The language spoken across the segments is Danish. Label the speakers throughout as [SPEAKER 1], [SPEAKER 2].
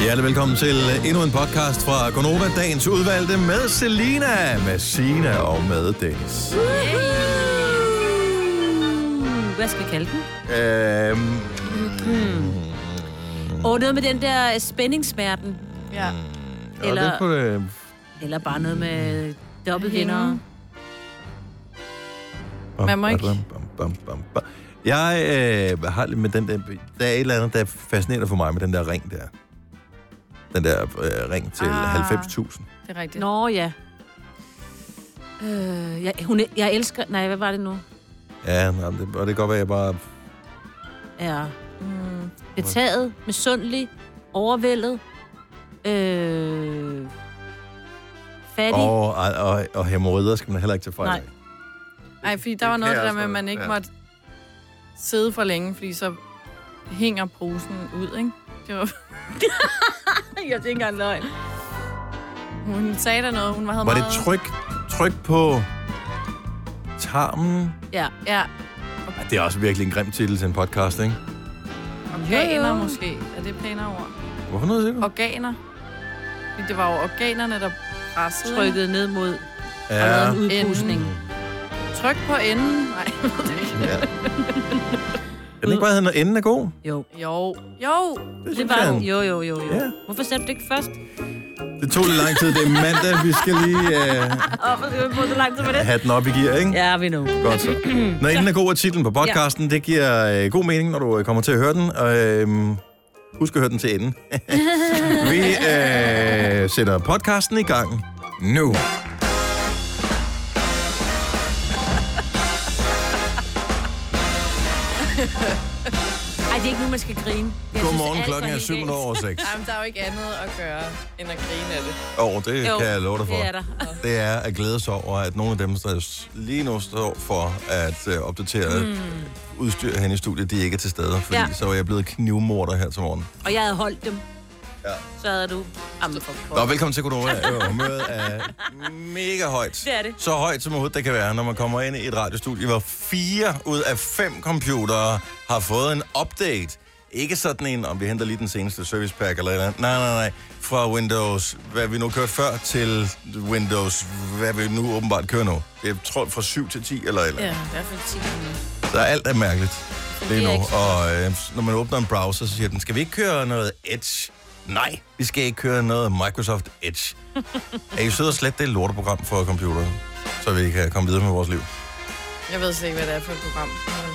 [SPEAKER 1] Hjertelig velkommen til øh, endnu en podcast fra Gonova, dagens udvalgte med Selina, med Sina og med Dennis.
[SPEAKER 2] Hvad skal vi kalde den?
[SPEAKER 1] Øhm, Mm.
[SPEAKER 2] Åh, oh, noget med den der øh, spændingssmerten.
[SPEAKER 3] Ja.
[SPEAKER 2] Eller-
[SPEAKER 1] Eller... Kunne, øh,
[SPEAKER 2] Eller bare noget med
[SPEAKER 3] Mm,
[SPEAKER 2] dobbeltvinder.
[SPEAKER 1] bam,
[SPEAKER 3] Man må ikke-
[SPEAKER 1] Bam, bam, bam, bam, bam. Jeg øh, har lidt med den der... Der er et eller andet, der fascinerer for mig med den der ring der. Den der øh, ring til
[SPEAKER 3] Ah.
[SPEAKER 1] ah. 90.000.
[SPEAKER 3] Det er rigtigt.
[SPEAKER 2] Nå, ja. Øh, jeg, hun, jeg elsker... Nej, hvad var det nu?
[SPEAKER 1] Ja, nej, det, og det kan godt være, at jeg bare...
[SPEAKER 2] Ja.
[SPEAKER 1] Mm.
[SPEAKER 2] Betaget, misundelig, overvældet, øh, fattig.
[SPEAKER 1] Og, og, og, og hemorrider skal man heller ikke tage fejl
[SPEAKER 2] Nej.
[SPEAKER 1] af.
[SPEAKER 3] Ej, fordi der
[SPEAKER 1] Det
[SPEAKER 3] var
[SPEAKER 1] kan
[SPEAKER 3] noget
[SPEAKER 1] jeg
[SPEAKER 3] der
[SPEAKER 1] også
[SPEAKER 3] med, at
[SPEAKER 1] godt.
[SPEAKER 3] man ikke
[SPEAKER 1] Ja.
[SPEAKER 3] ja. måtte sidde for længe, fordi så hænger posen ud, ikke? Det var... jeg tænker en løgn. Hun sagde der noget, hun havde
[SPEAKER 1] Var det
[SPEAKER 3] meget...
[SPEAKER 1] tryk, tryk på tarmen?
[SPEAKER 2] Ja.
[SPEAKER 3] Ja,
[SPEAKER 1] Ej, det er også virkelig en grim titel til en podcast, ikke?
[SPEAKER 3] organer
[SPEAKER 2] Jo, jo.
[SPEAKER 3] måske. Er det pænere ord?
[SPEAKER 1] Hvorfor noget siger du?
[SPEAKER 3] Organer. Fordi det var jo organerne, der pressede. ikke?
[SPEAKER 2] Trykket ned mod ja. og
[SPEAKER 1] Ja,
[SPEAKER 2] lavet en udpustning.
[SPEAKER 3] Tryk på enden. Nej, jeg ved det ikke.
[SPEAKER 1] ja. Kan den ikke bare hedde, når enden er god?
[SPEAKER 2] Jo.
[SPEAKER 3] Jo. Jo.
[SPEAKER 2] Det
[SPEAKER 1] synes
[SPEAKER 2] var
[SPEAKER 1] jeg.
[SPEAKER 2] den. Jo, jo, jo, jo.
[SPEAKER 1] Ja.
[SPEAKER 2] Hvorfor sagde du det ikke først?
[SPEAKER 1] Det tog lidt lang tid. Det er mandag. Vi skal lige øh,
[SPEAKER 2] Hvorfor skal vi bruge så lang tid på det?
[SPEAKER 1] have den op i gear, ikke?
[SPEAKER 2] Ja, vi nu.
[SPEAKER 1] Godt så. Når enden er god er titlen på podcasten. Det giver øh, god mening, når du øh, kommer til at høre den. Og, øh, husk at høre den til enden. vi øh, sætter podcasten i gang nu.
[SPEAKER 2] Ej, det er ikke nu, man skal grine. Jeg
[SPEAKER 1] Godmorgen,
[SPEAKER 2] synes, alt
[SPEAKER 1] klokken er
[SPEAKER 2] helt
[SPEAKER 1] 7
[SPEAKER 2] galt.
[SPEAKER 1] over 6.
[SPEAKER 3] Jamen, der er jo ikke andet at gøre, end at grine af det.
[SPEAKER 1] Åh, oh, det
[SPEAKER 2] Jo,
[SPEAKER 1] kan jeg love dig for.
[SPEAKER 2] Det er der.
[SPEAKER 1] det er at glæde sig over, at nogle af dem, der s- lige nu står for at øh, opdatere mm. udstyr hen i studiet, de ikke er til stede, fordi ja.
[SPEAKER 2] Ja.
[SPEAKER 1] så er jeg blevet knivmorder her til morgen.
[SPEAKER 2] Og jeg havde holdt dem.
[SPEAKER 1] Ja.
[SPEAKER 2] Så havde du... Jamen, for
[SPEAKER 1] Nå,
[SPEAKER 2] pokker.
[SPEAKER 1] velkommen til Konoba. Humøret er mega højt.
[SPEAKER 2] Det er det.
[SPEAKER 1] Så højt som overhovedet det kan være, når man kommer ind i et radiostudie, hvor fire ud af fem computere har fået en update. Ikke sådan en, om vi henter lige den seneste service pack eller et eller andet. Nej, nej, nej. Fra Windows, hvad vi nu kørte før, til Windows, hvad vi nu åbenbart kører nu. Jeg tror fra 7 til 10 eller et eller andet.
[SPEAKER 3] Ja, i hvert fald 10
[SPEAKER 1] Der er alt er mærkeligt lige nu.
[SPEAKER 2] ikke så
[SPEAKER 1] Og øh, når man åbner en browser, så siger den, skal vi ikke køre noget Edge? Nej, vi skal ikke køre noget Microsoft Edge. er I søde og slet det lorteprogram for computeren, så vi kan komme videre med vores liv?
[SPEAKER 3] Jeg ved slet ikke, hvad det er for et program.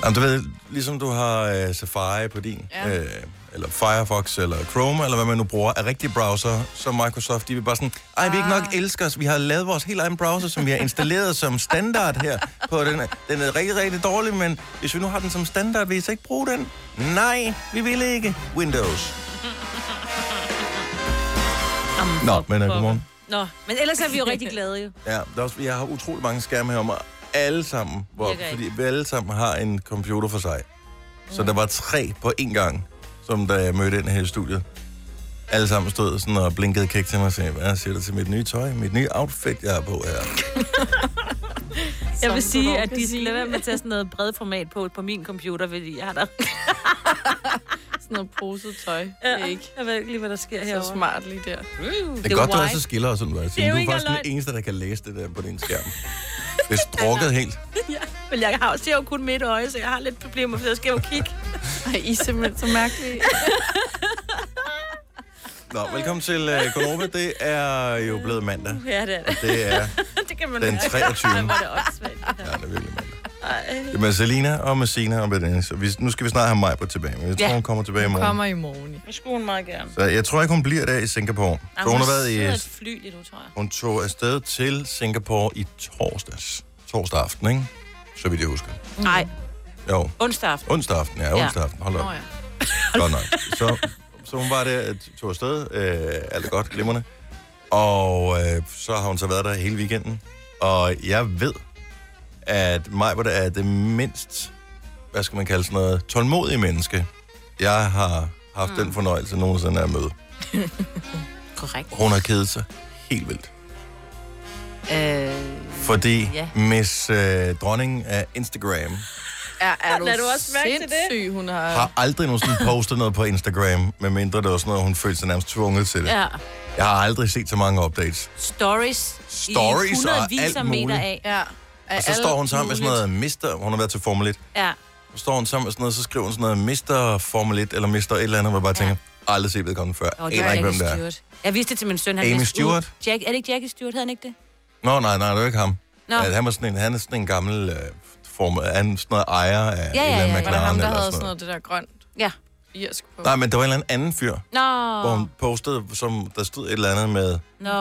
[SPEAKER 1] Jamen, du ved, ligesom du har øh, Safari på din, ja.
[SPEAKER 3] Ja.
[SPEAKER 1] øh, eller Firefox, eller Chrome, eller hvad man nu bruger, af rigtige browser, som Microsoft, de vil bare sådan, ej, vi ikke nok elsker os, vi har lavet vores helt egen browser, som vi har installeret som standard her på den. her. Den er rigtig, rigtig dårlig, men hvis vi nu har den som standard, vil I så ikke bruge den? Nej, vi vil ikke. Windows.
[SPEAKER 2] Jamen,
[SPEAKER 1] Nå,
[SPEAKER 2] for
[SPEAKER 1] men øh,
[SPEAKER 2] pokker.
[SPEAKER 1] godmorgen.
[SPEAKER 2] Nå, men ellers er vi jo rigtig glade jo.
[SPEAKER 1] Ja, der er også, jeg har utrolig mange skærme her om og alle sammen, hvor,
[SPEAKER 2] Virker
[SPEAKER 1] fordi vi alle sammen har en computer for sig. Så
[SPEAKER 2] Mm.
[SPEAKER 1] der var tre på én gang, som da jeg mødte ind her i studiet. Alle sammen stod sådan og blinkede kæk til mig og sagde, hvad siger du til mit nye tøj, mit nye outfit, jeg har på her?
[SPEAKER 2] Jeg vil
[SPEAKER 3] Som
[SPEAKER 2] sige,
[SPEAKER 3] du
[SPEAKER 2] at
[SPEAKER 3] kan
[SPEAKER 2] de skal
[SPEAKER 3] sige.
[SPEAKER 2] lade være med at tage sådan noget bredt format på, på min computer, fordi jeg har der...
[SPEAKER 3] Sådan noget poset tøj. Det er ikke
[SPEAKER 2] Jeg ved ikke lige, hvad der sker
[SPEAKER 3] så
[SPEAKER 2] herovre. Uh,
[SPEAKER 3] smart lige der.
[SPEAKER 1] Det er godt, du også skiller og sådan noget.
[SPEAKER 2] er
[SPEAKER 1] Signe.
[SPEAKER 2] jo
[SPEAKER 1] Du er
[SPEAKER 2] ikke
[SPEAKER 1] faktisk den
[SPEAKER 2] løgn.
[SPEAKER 1] eneste, der kan læse det der på din skærm. Det er strukket helt.
[SPEAKER 2] Men jeg har, ser jo kun mit øje, så jeg har lidt problemer, for jeg skal jo kigge.
[SPEAKER 3] Ej, I er simpelthen så mærkelige.
[SPEAKER 1] Nå, velkommen til uh, Konoba. Det er jo blevet mandag.
[SPEAKER 2] Ja, det er det.
[SPEAKER 1] Det er,
[SPEAKER 2] Det kan man
[SPEAKER 1] Den
[SPEAKER 2] mærke.
[SPEAKER 1] 23..
[SPEAKER 2] Ej, hvor er det åndssvagt.
[SPEAKER 1] ja, det er virkelig mandag. Det er med Selina og med Sina og med Dennis. Og vi, nu skal vi snart have mig på tilbage, men jeg tror,
[SPEAKER 2] Ja.
[SPEAKER 1] hun kommer tilbage i morgen.
[SPEAKER 3] Kommer i morgen.
[SPEAKER 2] Jeg skulle hun meget gerne.
[SPEAKER 1] Så jeg tror ikke, hun bliver der i Singapore. Så hun har været i...
[SPEAKER 2] et fly lige nu, tror jeg.
[SPEAKER 1] Hun tog afsted til Singapore i torsdags. Torsdag aften, ikke? Så vidt jeg husker.
[SPEAKER 3] Mm.
[SPEAKER 2] Nej,
[SPEAKER 1] Jo,
[SPEAKER 2] onsdag aften.
[SPEAKER 1] onsdag aften. Ja,
[SPEAKER 2] Ja.
[SPEAKER 1] onsdag aften. Hold
[SPEAKER 3] Nå
[SPEAKER 1] op.
[SPEAKER 3] ja.
[SPEAKER 1] Godt nok. Så, så hun var der, tog afsted. Øh, alt er godt, glimrende. Og øh, så har hun så været der hele weekenden. Og jeg ved, at Majbert er det mindst, hvad skal man kalde sådan noget, tålmodige menneske, jeg har haft mm. den fornøjelse nogensinde at møde.
[SPEAKER 2] Korrekt.
[SPEAKER 1] Hun har kedet sig helt vildt.
[SPEAKER 2] Øh,
[SPEAKER 1] Fordi ja.
[SPEAKER 2] Ja.
[SPEAKER 1] Miss øh, Dronning af øh, Instagram
[SPEAKER 3] Er, er du,
[SPEAKER 4] Lad du også mærke til det?
[SPEAKER 3] sindssyg, hun har...
[SPEAKER 1] har aldrig nogensinde postet noget på Instagram, medmindre det var sådan noget, hun følte sig nærmest tvunget til det.
[SPEAKER 2] Ja.
[SPEAKER 1] Jeg har aldrig set så mange updates.
[SPEAKER 2] Stories.
[SPEAKER 1] Stories og
[SPEAKER 2] I hundredvis
[SPEAKER 1] alt
[SPEAKER 2] af meter
[SPEAKER 1] muligt.
[SPEAKER 2] af.
[SPEAKER 3] Ja.
[SPEAKER 1] Og så står hun sammen med sådan noget mister, hun har været til Formel 1.
[SPEAKER 2] Ja.
[SPEAKER 1] Så står hun sammen med sådan noget, så skriver hun sådan noget mister Formel 1, eller mister et eller andet, hvor jeg bare tænker, aldrig set vedkommende før.
[SPEAKER 2] Og
[SPEAKER 1] Oh,
[SPEAKER 2] det
[SPEAKER 1] Aner
[SPEAKER 2] var
[SPEAKER 1] ikke, hvem
[SPEAKER 2] Jackie
[SPEAKER 1] det er.
[SPEAKER 2] Stewart. Jeg viste det til min søn. Han
[SPEAKER 1] Amy
[SPEAKER 2] vidste, uh,
[SPEAKER 1] Stewart?
[SPEAKER 2] Jack, er det ikke Jackie Stewart? Hed han ikke det?
[SPEAKER 1] Nå, nej, nej, det er ikke ham.
[SPEAKER 2] Nå.
[SPEAKER 1] Ja, han, var sådan en, han er sådan en gammel øh, formel, han er sådan noget ejer af ja, ja, ja, en eller
[SPEAKER 2] ja,
[SPEAKER 1] anden
[SPEAKER 3] Var
[SPEAKER 2] ja.
[SPEAKER 3] det ham,
[SPEAKER 1] McLaren
[SPEAKER 3] der
[SPEAKER 1] eller sådan
[SPEAKER 3] havde sådan
[SPEAKER 1] noget.
[SPEAKER 3] noget, det der grønt
[SPEAKER 2] Ja.
[SPEAKER 3] irsk på?
[SPEAKER 1] Nej, men der var en eller anden anden fyr,
[SPEAKER 2] Nå.
[SPEAKER 1] hvor hun postede, som der stod et eller andet med,
[SPEAKER 2] Nå.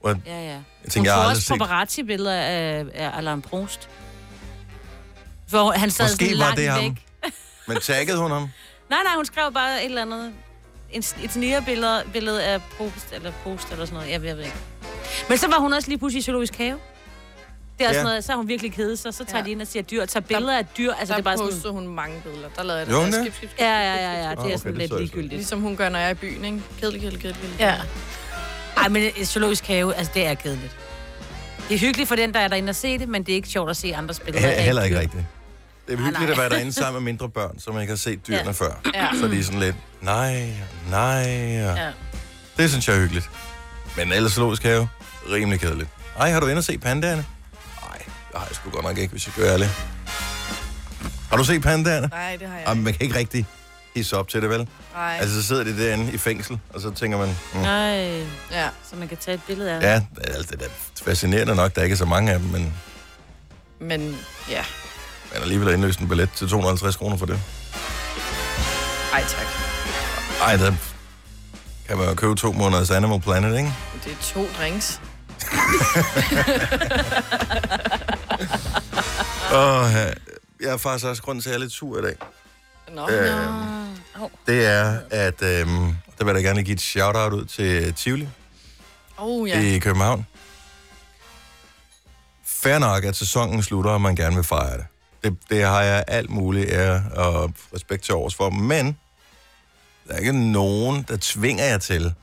[SPEAKER 1] hvor jeg
[SPEAKER 2] Ja, ja.
[SPEAKER 1] tænkte,
[SPEAKER 2] Hun
[SPEAKER 1] jeg har
[SPEAKER 2] tog
[SPEAKER 1] aldrig
[SPEAKER 2] også
[SPEAKER 1] set.
[SPEAKER 2] paparazzi-billeder af, af Alain Prost. Hvor han sad
[SPEAKER 1] Måske
[SPEAKER 2] sådan
[SPEAKER 1] var
[SPEAKER 2] langt
[SPEAKER 1] det
[SPEAKER 2] væk.
[SPEAKER 1] ham. Men taggede hun ham?
[SPEAKER 2] Nej, nej, hun skrev bare et eller andet. En, et snigerbillede billede af Prost eller Prost eller sådan noget. Jeg, ved- jeg ved ikke. Men så var hun også lige pludselig i zoologisk have. Det er også
[SPEAKER 1] Ja.
[SPEAKER 2] ja. noget, så har hun virkelig kedet sig. Så tager
[SPEAKER 3] Ja.
[SPEAKER 2] ja. de ind og siger dyr, tager billeder af dyr. Altså,
[SPEAKER 3] der
[SPEAKER 2] det er bare
[SPEAKER 3] postede
[SPEAKER 2] sådan...
[SPEAKER 3] hun mange billeder. Der lavede jeg
[SPEAKER 1] Jo,
[SPEAKER 3] det
[SPEAKER 1] hun
[SPEAKER 3] der
[SPEAKER 1] det?
[SPEAKER 3] skip, skip, skip,
[SPEAKER 2] Ja, ja, ja, ja.
[SPEAKER 1] Ah,
[SPEAKER 2] Det er
[SPEAKER 1] okay,
[SPEAKER 2] sådan
[SPEAKER 1] det
[SPEAKER 2] lidt
[SPEAKER 1] så jeg så.
[SPEAKER 2] ligegyldigt.
[SPEAKER 3] Ligesom hun gør, når jeg er i byen, ikke? Kedelig, kedelig, kedelig, kedelig.
[SPEAKER 4] Ja.
[SPEAKER 2] Ej, men et zoologisk have, altså det er kedeligt. Det er hyggeligt for den, der er derinde og se det, men det er ikke sjovt at se andre spillere.
[SPEAKER 1] He- heller ikke
[SPEAKER 2] dyr.
[SPEAKER 1] rigtigt. Det er hyggeligt at være derinde sammen med mindre børn, som ikke har set dyrene ja.
[SPEAKER 2] Ja.
[SPEAKER 1] før.
[SPEAKER 3] Ah, Ja.
[SPEAKER 1] Så de er sådan lidt, nej, nej. Ja.
[SPEAKER 3] Ja.
[SPEAKER 1] Det synes jeg er hyggeligt. Men ellers zoologisk have, rimelig kedeligt. Ej, har du endnu set pandaerne? Nej, det har jeg sgu godt nok ikke, hvis jeg gør ærlig. Har du set pandaerne?
[SPEAKER 3] Nej, det har jeg
[SPEAKER 1] Jamen,
[SPEAKER 3] ikke.
[SPEAKER 1] man kan ikke rigtig hisse op til det, vel?
[SPEAKER 3] Nej.
[SPEAKER 1] Altså, så sidder de derinde i fængsel, og så tænker man, mm,
[SPEAKER 2] Nej,
[SPEAKER 3] Ja.
[SPEAKER 2] så man kan tage et billede af.
[SPEAKER 1] ja, altså, det er da fascinerende nok, der er ikke er så mange af dem, men
[SPEAKER 3] Men ja.
[SPEAKER 1] man har alligevel indløst en billet til 250 kroner for det.
[SPEAKER 3] Ej, tak.
[SPEAKER 1] Ej, der kan man jo købe to måneders Animal Planet, ikke?
[SPEAKER 3] Det er to drinks.
[SPEAKER 1] Og jeg er faktisk også grund til, at jeg er lidt sur i dag.
[SPEAKER 3] Nå.
[SPEAKER 1] Øhm, det er, at øhm, der vil jeg da gerne give et shout-out ud til Tivoli
[SPEAKER 3] Oh, ja.
[SPEAKER 1] ja. i København. Fair nok, at sæsonen slutter, og man gerne vil fejre det. Det, det har jeg alt muligt ære og respekt til overs for, men der er ikke nogen, der tvinger jer til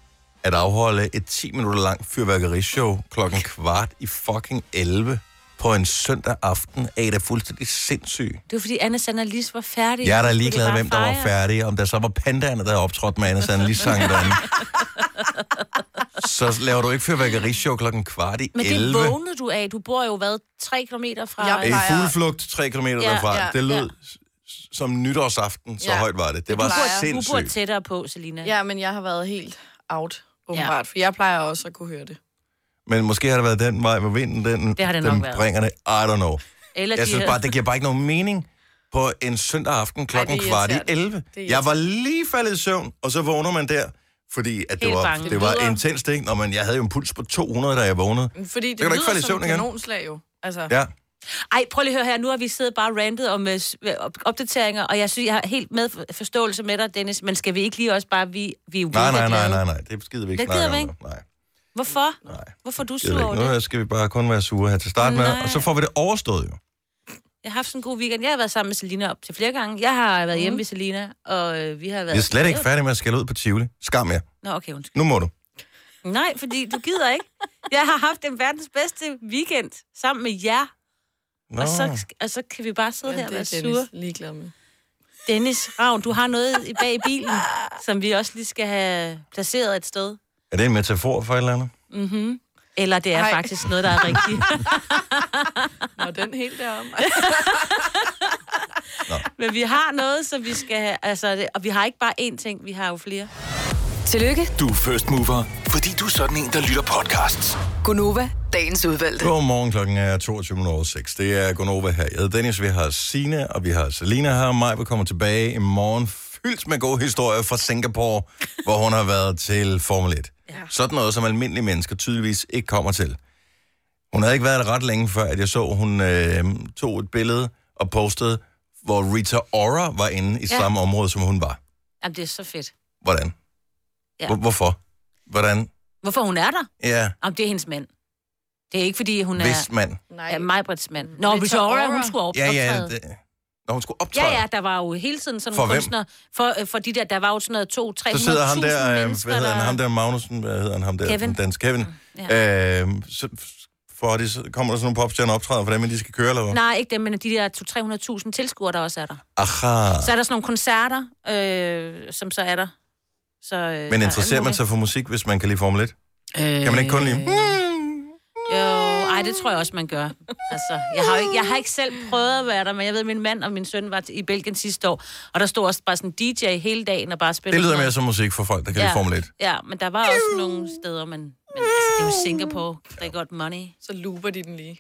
[SPEAKER 1] at afholde et 10 minutter langt fyrværkerishow klokken kvart i fucking 11 på en søndag aften. Er I da fuldstændig sindssyg?
[SPEAKER 2] Det var fordi Anna Sander Lis var færdig.
[SPEAKER 1] Jeg er da
[SPEAKER 2] Så skulle
[SPEAKER 1] ligeglad,
[SPEAKER 2] de bare
[SPEAKER 1] hvem der var
[SPEAKER 2] fejre.
[SPEAKER 1] færdig. Om der så var pandaerne, der havde optrådt med Anna Sand lige sang derinde. Så laver du ikke fyrværkerishow klokken kvart i
[SPEAKER 2] Men det
[SPEAKER 1] 11.
[SPEAKER 2] vågnede du af. Du bor jo, hvad, tre kilometer fra...
[SPEAKER 3] Jeg
[SPEAKER 1] En
[SPEAKER 3] var-
[SPEAKER 1] fugleflugt tre kilometer
[SPEAKER 2] Ja,
[SPEAKER 1] derfra.
[SPEAKER 3] ja,
[SPEAKER 1] det lød
[SPEAKER 2] ja.
[SPEAKER 1] s- s- som nytårsaften, så
[SPEAKER 3] Ja.
[SPEAKER 1] højt var det. Det var
[SPEAKER 2] du, bor, du bor
[SPEAKER 1] sindssygt.
[SPEAKER 2] tættere på, Selina.
[SPEAKER 3] Ja, men jeg har været helt out, åbenbart. For jeg plejer også at kunne høre det.
[SPEAKER 1] Men måske har det været den vej, hvor vinden den,
[SPEAKER 2] Det har det nok
[SPEAKER 1] den
[SPEAKER 2] været.
[SPEAKER 1] bringer det. I don't know.
[SPEAKER 2] Eller
[SPEAKER 1] Jeg
[SPEAKER 2] de
[SPEAKER 1] synes
[SPEAKER 2] her-
[SPEAKER 1] bare, det giver bare ikke nogen mening på en søndag aften klokken
[SPEAKER 3] det er
[SPEAKER 1] kvart i
[SPEAKER 3] irriterende.
[SPEAKER 1] 11.
[SPEAKER 3] Det er
[SPEAKER 1] Jeg var lige faldet i søvn, og så vågner man der, fordi at det,
[SPEAKER 2] Helt
[SPEAKER 1] var,
[SPEAKER 2] bange.
[SPEAKER 1] det
[SPEAKER 2] Det
[SPEAKER 1] var
[SPEAKER 3] lyder-
[SPEAKER 1] intenst, ikke? Nå, men jeg havde jo en puls på 200, da jeg vågnede.
[SPEAKER 3] Fordi det,
[SPEAKER 1] kan du ikke falde i
[SPEAKER 3] lyder som
[SPEAKER 1] søvn
[SPEAKER 3] et
[SPEAKER 1] igen.
[SPEAKER 3] kanonslag jo. Altså,
[SPEAKER 1] Ja.
[SPEAKER 2] Ej, prøv lige at høre her. Nu har vi siddet bare rantet om øh, s- øh, op- opdateringer, og jeg synes, jeg har helt med forståelse med dig, Dennis. Men skal vi ikke lige også bare... Vi, vi er jo
[SPEAKER 1] Nej,
[SPEAKER 2] mega
[SPEAKER 1] nej, nej,
[SPEAKER 2] glade.
[SPEAKER 1] nej, nej. Det skider vi ikke
[SPEAKER 2] Det gider
[SPEAKER 1] snakke
[SPEAKER 2] vi
[SPEAKER 1] om
[SPEAKER 2] ikke.
[SPEAKER 1] nu. Nej,
[SPEAKER 2] Hvorfor?
[SPEAKER 1] nej.
[SPEAKER 2] Hvorfor er du
[SPEAKER 1] Gider
[SPEAKER 2] sur over
[SPEAKER 1] ikke.
[SPEAKER 2] det?
[SPEAKER 1] Nu skal vi bare kun være sure her til start med,
[SPEAKER 2] Nej.
[SPEAKER 1] og så får vi det overstået jo.
[SPEAKER 2] Jeg har haft sådan en god weekend. Jeg har været sammen med Selina op til flere gange. Jeg har været hjemme ved Selina, og øh, vi har været...
[SPEAKER 1] Jeg Mm. er slet ikke færdig med at skælde ud på Tivoli. Skam jer.
[SPEAKER 2] Nå, okay, undskyld.
[SPEAKER 1] Nu må du.
[SPEAKER 2] Nej, fordi du gider ikke. Jeg har haft den verdens bedste weekend sammen med jer,
[SPEAKER 1] Nå.
[SPEAKER 2] og, så, og så kan vi bare sidde
[SPEAKER 3] men
[SPEAKER 2] her og
[SPEAKER 3] det
[SPEAKER 2] være
[SPEAKER 3] er
[SPEAKER 2] sure.
[SPEAKER 3] Dennis ligeglad med.
[SPEAKER 2] Dennis Ravn, du har noget i- bag i bilen, som vi også lige skal have placeret et sted. Mm-hmm.
[SPEAKER 1] Er det en metafor for et eller andet?
[SPEAKER 2] Eller det er
[SPEAKER 3] Ej.
[SPEAKER 2] Ej. faktisk noget, der er rigtigt.
[SPEAKER 3] Nå, den helt deromme.
[SPEAKER 2] Men vi har noget, som vi skal have. Altså, det, og vi har ikke bare én ting, vi har jo flere.
[SPEAKER 5] Tillykke,
[SPEAKER 6] Du er first mover, fordi du er sådan en, der lytter podcasts.
[SPEAKER 5] Gunova, dagens udvalgte.
[SPEAKER 1] Godmorgen, klokken er 22.06. Det er Gunova her. Jeg hedder Dennis, vi har Sine og vi har Selina her. Maj vil komme tilbage i morgen fyldt med gode historier fra Singapore, hvor hun har været til Formel 1. Ja. Sådan noget, som almindelige mennesker tydeligvis ikke kommer til. Hun havde ikke været der ret længe før, at jeg så, hun øh, tog et billede og postede, hvor Rita Ora var inde i ja.
[SPEAKER 2] Ja.
[SPEAKER 1] samme område, som hun var.
[SPEAKER 2] Jamen, det er så fedt.
[SPEAKER 1] Hvordan?
[SPEAKER 2] Ja.
[SPEAKER 1] Hvor- Hvorfor? Hvordan?
[SPEAKER 2] Hvorfor hun er der?
[SPEAKER 1] Ja,
[SPEAKER 2] Jamen, det er hendes mand. Det er ikke, fordi hun er...
[SPEAKER 1] hvis man...
[SPEAKER 3] Nej.
[SPEAKER 2] Ja, Majbrits mand. Nå,
[SPEAKER 3] Victor
[SPEAKER 2] Victor Aura,
[SPEAKER 3] Aura.
[SPEAKER 2] hun skulle op,
[SPEAKER 1] Ja, ja,
[SPEAKER 2] optræde.
[SPEAKER 1] det... Når hun skulle optræde.
[SPEAKER 2] Ja, ja, der var jo hele tiden sådan
[SPEAKER 1] For
[SPEAKER 2] nogle
[SPEAKER 1] hvem?
[SPEAKER 2] kunstnere. For, øh, for de der, der var jo sådan noget to, tre
[SPEAKER 1] Så sidder ham der, øh, hvad
[SPEAKER 2] mennesker,
[SPEAKER 1] hedder han, ham der Magnussen, hvad hedder han, ham der,
[SPEAKER 2] Kevin.
[SPEAKER 1] dansk Kevin.
[SPEAKER 2] Ja.
[SPEAKER 1] Ja. Øh, så f- for de, så kommer der sådan nogle popstjerner optræder for dem, men de skal køre, eller hvad?
[SPEAKER 2] Nej, ikke dem, men de der 200-300.000 tilskuere, der også er der.
[SPEAKER 1] Aha.
[SPEAKER 2] Så er der sådan nogle koncerter, øh, som så er der. Så, øh,
[SPEAKER 1] Men interesserer man sig for musik, hvis man kan lide Formel 1?
[SPEAKER 3] Øh,
[SPEAKER 1] Kan man ikke kun lide...
[SPEAKER 2] Jo, ej, det tror jeg også, man gør. Altså, jeg har, jo ikke, jeg har ikke selv prøvet at være der, men jeg ved, at min mand og min søn var til- i Belgien sidste år, og der stod også bare sådan en DJ hele dagen og bare spillede.
[SPEAKER 1] Det lyder
[SPEAKER 2] sådan
[SPEAKER 1] mere som musik for folk, der kan lide Formel 1.
[SPEAKER 2] Ja, men der var også nogle steder, man... Men altså, det er jo Singapore, they got money.
[SPEAKER 3] Så looper de den lige.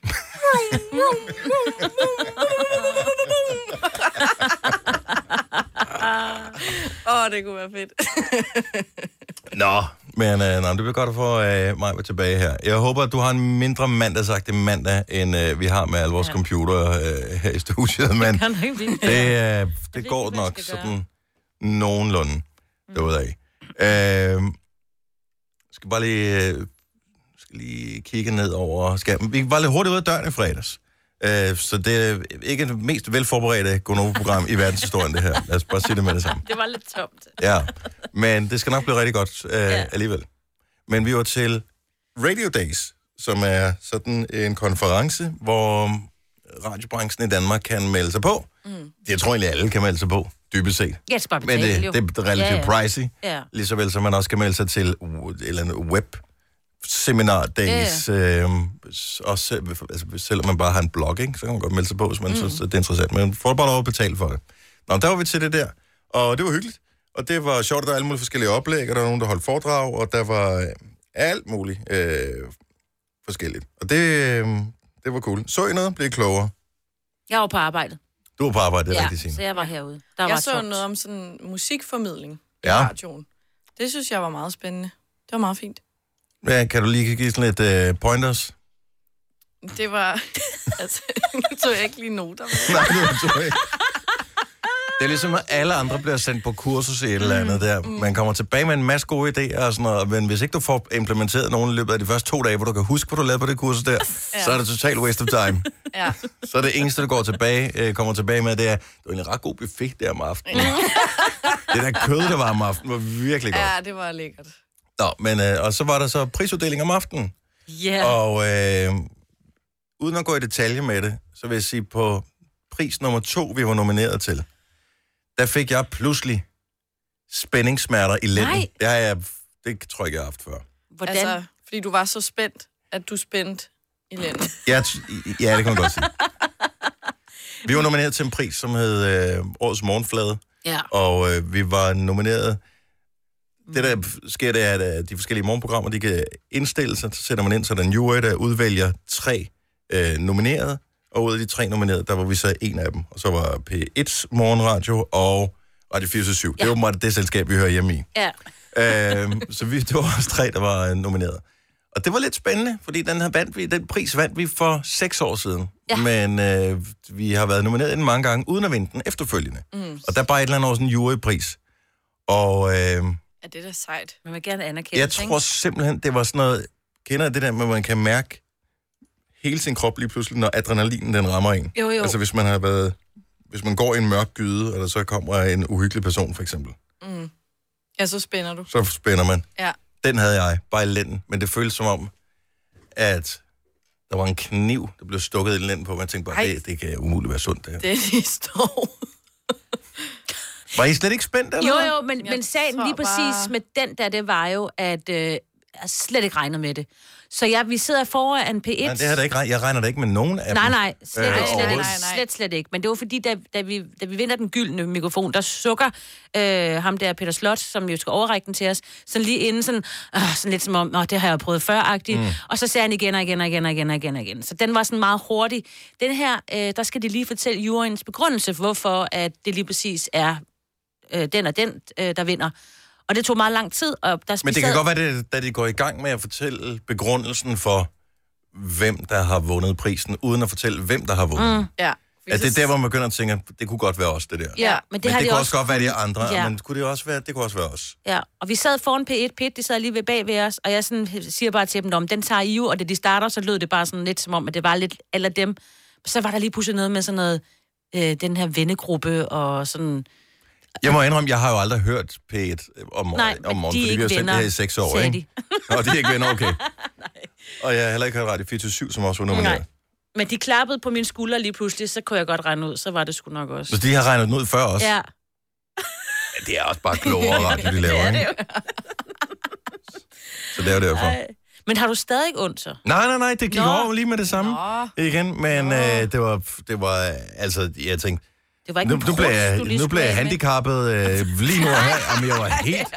[SPEAKER 3] Åh, oh, det kunne være fedt.
[SPEAKER 1] Nå, men øh, nej, det bliver godt at få øh, mig tilbage her. Jeg håber, at du har en mindre mandagsagtig mandag, end øh, vi har med alle vores ja. computer øh, her i studiet, men
[SPEAKER 2] Kan du ikke blive
[SPEAKER 1] det, øh, det går
[SPEAKER 2] hvad man
[SPEAKER 1] nok
[SPEAKER 2] skal gøre.
[SPEAKER 1] sådan nogenlunde derudad. Øh, skal bare lige, øh, skal lige kigge ned over skærmen. Vi var lidt hurtigt ud af døren i fredags. Øh, så det er ikke det mest velforberedte Gonova-program i verdenshistorien, det her. Lad os bare sige det med det samme.
[SPEAKER 4] Det var lidt tomt.
[SPEAKER 1] Ja, men det skal nok blive rigtig godt øh, ja. alligevel. Men vi var til Radio Days, som er sådan en konference, hvor radiobranchen i Danmark kan melde sig på. Mm. Jeg tror egentlig, alle kan melde sig på, dybest set.
[SPEAKER 2] Ja, det skal bare
[SPEAKER 1] Men
[SPEAKER 2] betale,
[SPEAKER 1] det,
[SPEAKER 2] jo.
[SPEAKER 1] det er relativt
[SPEAKER 2] ja, ja.
[SPEAKER 1] pricey,
[SPEAKER 2] Ja.
[SPEAKER 1] lige så vel som man også kan melde sig til u- et eller andet web seminar days, ja, ja. Øh, også selv, altså, selvom man bare har en blog, ikke, så kan man godt melde sig på, hvis man mm. synes, at det er interessant. Men får bare lov at betale for det. Nå, der var vi til det der, og det var hyggeligt. Og det var sjovt, at der var alle mulige forskellige oplæg, og der var nogen, der holdt foredrag, og der var øh, alt muligt øh, forskelligt. Og det, øh, det var cool. Så I noget? Blev I klogere?
[SPEAKER 2] Jeg var på arbejde.
[SPEAKER 1] Du var på arbejde, det er ja,
[SPEAKER 2] ja,
[SPEAKER 1] rigtigt, Signe.
[SPEAKER 2] så jeg var herude. Der var
[SPEAKER 3] Jeg så
[SPEAKER 2] tomt.
[SPEAKER 3] noget om sådan musikformidling i
[SPEAKER 1] Ja.
[SPEAKER 3] radioen. Det synes jeg var meget spændende. Det var meget fint.
[SPEAKER 1] Hvad, kan du lige give sådan lidt øh, pointers?
[SPEAKER 3] Det var... altså, nu tog jeg ikke lige noter. men-
[SPEAKER 1] Nej, det tror jeg ikke. Det er ligesom, at alle andre bliver sendt på kursus i et eller andet der. Man kommer tilbage med en masse gode idéer og sådan noget, men hvis ikke du får implementeret nogen i løbet af de første to dage, hvor du kan huske, hvad du lavede på det kursus der, så er det total waste of time.
[SPEAKER 3] Ja.
[SPEAKER 1] Så er det eneste, du går tilbage, øh, kommer tilbage med, det er, det var en ret god buffet der om aftenen. det der kød, der var om aftenen, var virkelig godt.
[SPEAKER 3] ja, det var lækkert.
[SPEAKER 1] Nå, men, øh, og så var der så prisuddeling om aftenen.
[SPEAKER 2] Ja.
[SPEAKER 1] Og øh, uden at gå i detalje med det, så vil jeg sige, på pris nummer to, vi var nomineret til, der fik jeg pludselig spændingssmerter i lænden.
[SPEAKER 2] Nej.
[SPEAKER 1] Det, har jeg, det tror jeg ikke, jeg har haft før.
[SPEAKER 2] Hvordan?
[SPEAKER 3] Altså, fordi du var så spændt, at du spændte i landet.
[SPEAKER 1] Jeg, t- ja, det kan man godt sige. Vi var nomineret til en pris, som hed øh, Årets Morgenflade,
[SPEAKER 2] ja.
[SPEAKER 1] og øh, vi var nomineret... Det, der sker, det er, at øh, de forskellige morgenprogrammer, de kan indstille sig, så sætter man ind, så der er en jury, der udvælger tre øh, nominerede, og ud af de tre nominerede, der var vi så en af dem, og så var P1's morgenradio og Radio 427. Ja. Det var meget det selskab, vi hører hjemme i.
[SPEAKER 2] ja.
[SPEAKER 1] øhm, så vi, det var os tre, der var øh, nomineret. Og det var lidt spændende, fordi den, her vandt vi, den pris vandt vi for seks år siden. Ja. Men øh, vi har været nomineret den mange gange, uden at vinde den efterfølgende. Mm. Og der er bare et eller andet år sådan en jurypris. Og øh,
[SPEAKER 3] Ja, det er da sejt.
[SPEAKER 2] Man vil gerne anerkende
[SPEAKER 1] jeg
[SPEAKER 2] det, ikke?
[SPEAKER 1] tror simpelthen, det var sådan noget... Kender I det der med, at man kan mærke hele sin krop lige pludselig, når adrenalinen den rammer en?
[SPEAKER 2] Jo, jo.
[SPEAKER 1] Altså hvis man har været... Hvis man går i en mørk gyde, og der så kommer en uhyggelig person, for eksempel,
[SPEAKER 3] Mm. Ja, så spænder du.
[SPEAKER 1] så spænder man.
[SPEAKER 3] Ja.
[SPEAKER 1] Den havde jeg, bare i lænden. Men det føltes som om, at der var en kniv, der blev stukket i lænden på. Man tænkte bare,
[SPEAKER 3] Ej.
[SPEAKER 1] det, det kan umuligt være sundt. Det her.
[SPEAKER 3] Det er de står.
[SPEAKER 1] Var I slet ikke spændt, eller?
[SPEAKER 2] Jo,
[SPEAKER 1] hvad?
[SPEAKER 2] jo, men,
[SPEAKER 3] Jeg
[SPEAKER 2] men sagen
[SPEAKER 3] tror
[SPEAKER 2] lige præcis
[SPEAKER 3] bare-
[SPEAKER 2] bare... med den der, det var jo, at øh, jeg slet ikke regnede med det. Så jeg, vi sidder foran P1.
[SPEAKER 1] Nej, det har jeg da ikke regnet. Jeg regner da ikke med nogen af
[SPEAKER 2] Nej,
[SPEAKER 1] dem.
[SPEAKER 2] nej, slet,
[SPEAKER 1] Øh,
[SPEAKER 2] øh, slet,
[SPEAKER 1] overhovedet.
[SPEAKER 2] ikke, slet, slet ikke. Men det var fordi, da, da, vi, da vi vinder den gyldne mikrofon, der sukker øh, ham der Peter Slot, som jo skal overrække den til os, sådan lige inden, sådan, øh, sådan lidt som om, Nå, det har jeg jo prøvet før-agtigt. Mm. Og så sagde han igen og igen og igen og igen og igen og igen. Så den var sådan meget hurtig. Den her, øh, der skal de lige fortælle juryens begrundelse, hvorfor at det lige præcis er øh, den og den, øh, der vinder. Og det tog meget lang tid, og der
[SPEAKER 1] Men det kan godt være, det, da de går i gang med at fortælle begrundelsen for, hvem der har vundet prisen, uden at fortælle, hvem der har vundet. Mm.
[SPEAKER 3] Ja.
[SPEAKER 1] Er det der, hvor man begynder at tænke, at det kunne godt være os, det der?
[SPEAKER 2] Ja, men det
[SPEAKER 1] men
[SPEAKER 2] har
[SPEAKER 1] det
[SPEAKER 2] de
[SPEAKER 1] kunne også
[SPEAKER 2] også-
[SPEAKER 1] godt være de andre, ja.
[SPEAKER 2] Ja.
[SPEAKER 1] men kunne det også være, det kunne også være os.
[SPEAKER 2] Ja, og vi sad foran P1, P1, de sad lige ved bag ved os, og jeg sådan siger bare til dem, "Nå, men den tager I jo, og da de starter, så lød det bare sådan lidt som om, at det var lidt eller dem. Så var der lige pludselig noget med sådan noget, øh, den her vennegruppe og sådan...
[SPEAKER 1] Jeg må indrømme, jeg har jo aldrig hørt P1 om,
[SPEAKER 2] Nej,
[SPEAKER 1] om morgenen,
[SPEAKER 2] men de er
[SPEAKER 1] fordi vi
[SPEAKER 2] ikke
[SPEAKER 1] har sendt det
[SPEAKER 2] venner,
[SPEAKER 1] her i seks år,
[SPEAKER 2] sagde
[SPEAKER 1] ikke? Og de er ikke venner, okay. Og jeg har heller ikke hørt Radio 24 som også var nomineret.
[SPEAKER 2] Nej. Men de klappede på min skulder lige pludselig, så kunne jeg godt regne ud, så var det sgu nok også.
[SPEAKER 1] Så de har regnet den ud før os. Ja.
[SPEAKER 2] Ja.
[SPEAKER 1] Det er også bare klogere radio, de laver, ikke? Så det er jo derfor.
[SPEAKER 2] Ej. Men har du stadig ikke ondt så?
[SPEAKER 1] Nej, nej, nej, det gik
[SPEAKER 2] Nå.
[SPEAKER 1] over lige med det samme.
[SPEAKER 3] Nå.
[SPEAKER 1] Igen, men øh, det var, det var, øh, altså, jeg tænkte,
[SPEAKER 2] Det var ikke
[SPEAKER 1] nu,
[SPEAKER 2] en
[SPEAKER 1] nu blev
[SPEAKER 2] krus,
[SPEAKER 1] jeg,
[SPEAKER 2] du lige
[SPEAKER 1] nu blev
[SPEAKER 2] skulle
[SPEAKER 1] jeg
[SPEAKER 2] af med.
[SPEAKER 1] handicappet øh, lige nu og her. Jamen, jeg var helt,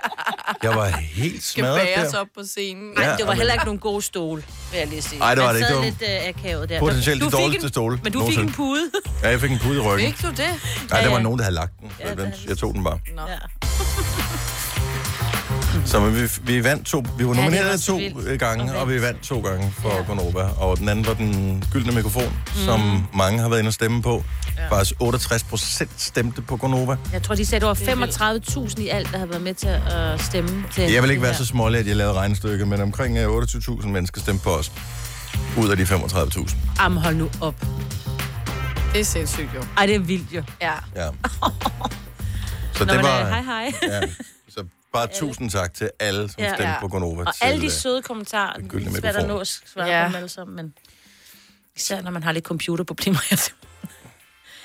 [SPEAKER 1] jeg var helt
[SPEAKER 3] Skal
[SPEAKER 1] smadret
[SPEAKER 3] bæres
[SPEAKER 1] der.
[SPEAKER 3] op på scenen.
[SPEAKER 2] Nej,
[SPEAKER 1] Ja,
[SPEAKER 2] ja, det var
[SPEAKER 1] amen.
[SPEAKER 2] heller ikke nogen gode stole, vil jeg lige sige.
[SPEAKER 1] Ej, det var
[SPEAKER 2] Man
[SPEAKER 1] det ikke.
[SPEAKER 2] sad
[SPEAKER 1] Det
[SPEAKER 2] lidt øh, akavet der.
[SPEAKER 1] Potentielt
[SPEAKER 2] Du
[SPEAKER 1] de
[SPEAKER 2] fik
[SPEAKER 1] dårligste
[SPEAKER 2] en-
[SPEAKER 1] stole
[SPEAKER 2] Men du fik
[SPEAKER 1] nogensinde.
[SPEAKER 2] en pude.
[SPEAKER 1] Ja, jeg fik en pude i ryggen.
[SPEAKER 3] Fik du det?
[SPEAKER 1] Nej, der
[SPEAKER 2] Ja,
[SPEAKER 1] var
[SPEAKER 2] ja.
[SPEAKER 1] nogen, der havde lagt den. Ja, den jeg tog den bare.
[SPEAKER 3] Nå.
[SPEAKER 2] Ja.
[SPEAKER 1] Så men vi, vi vandt to. Vi var
[SPEAKER 2] det
[SPEAKER 1] nomineret
[SPEAKER 2] var
[SPEAKER 1] ja,
[SPEAKER 2] så
[SPEAKER 1] to øh,
[SPEAKER 2] vildt.
[SPEAKER 1] gange,
[SPEAKER 2] Og
[SPEAKER 1] og,
[SPEAKER 2] vandt.
[SPEAKER 1] og vi vandt to gange for ja. Gonova. Og den anden var den gyldne mikrofon, mm. som mange har været inde og stemme på. Ja. Faktisk 68 procent stemte på Gonova.
[SPEAKER 2] Jeg tror, de sagde, det var 35.000 i alt, der havde været med til at øh, stemme. Til
[SPEAKER 1] Jeg vil ikke
[SPEAKER 2] det
[SPEAKER 1] være
[SPEAKER 2] her.
[SPEAKER 1] så smålig, at jeg lavede regnestykket, men omkring øh, 28.000 mennesker stemte på os. Ud af de 35.000.
[SPEAKER 2] Am, hold nu op.
[SPEAKER 3] Det er sindssygt jo.
[SPEAKER 2] Ej, det er vildt jo.
[SPEAKER 3] Ja.
[SPEAKER 1] Ja. Så
[SPEAKER 2] Nå,
[SPEAKER 1] det
[SPEAKER 2] men,
[SPEAKER 1] var...
[SPEAKER 2] øh, hej, hej.
[SPEAKER 1] Ja. Så bare tusind tak til alle, som
[SPEAKER 2] Ja.
[SPEAKER 1] stemte
[SPEAKER 3] Ja.
[SPEAKER 1] på Gonova.
[SPEAKER 2] Og
[SPEAKER 1] til,
[SPEAKER 2] alle de
[SPEAKER 1] øh,
[SPEAKER 2] søde kommentarer,
[SPEAKER 1] den
[SPEAKER 2] det
[SPEAKER 1] gyldne
[SPEAKER 2] er svært at
[SPEAKER 1] mikrofon.
[SPEAKER 2] nå at svare
[SPEAKER 3] Ja.
[SPEAKER 2] ja. på dem alle sammen, men især når man har lidt computerproblemer.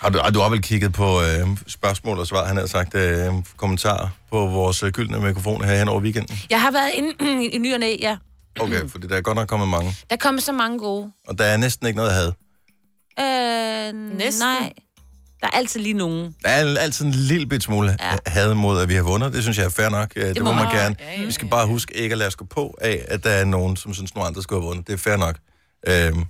[SPEAKER 1] Har du, har du har vel kigget på øh, spørgsmål og svar, han har sagt, øh, kommentarer på vores øh, gyldne mikrofon her hen over weekenden?
[SPEAKER 2] Jeg har været inde i ny og næ, ja.
[SPEAKER 1] Okay, for der er godt nok kommet mange,
[SPEAKER 2] Der kom så mange gode.
[SPEAKER 1] og der er næsten ikke noget at have.
[SPEAKER 2] Øh,
[SPEAKER 3] Næsten.
[SPEAKER 2] Nej. Der er altid lige nogen.
[SPEAKER 1] Der er altid en lille bit smule ja. had mod, at vi har vundet. Det synes jeg er fair nok. Øh, Det, det må
[SPEAKER 2] må
[SPEAKER 1] man
[SPEAKER 2] man.
[SPEAKER 1] gerne.
[SPEAKER 3] Ja, ja,
[SPEAKER 1] Vi skal bare huske ikke at lade os gå på af, at der er nogen, som synes, nogen andre skulle have vundet. Det er fair nok. Øhm,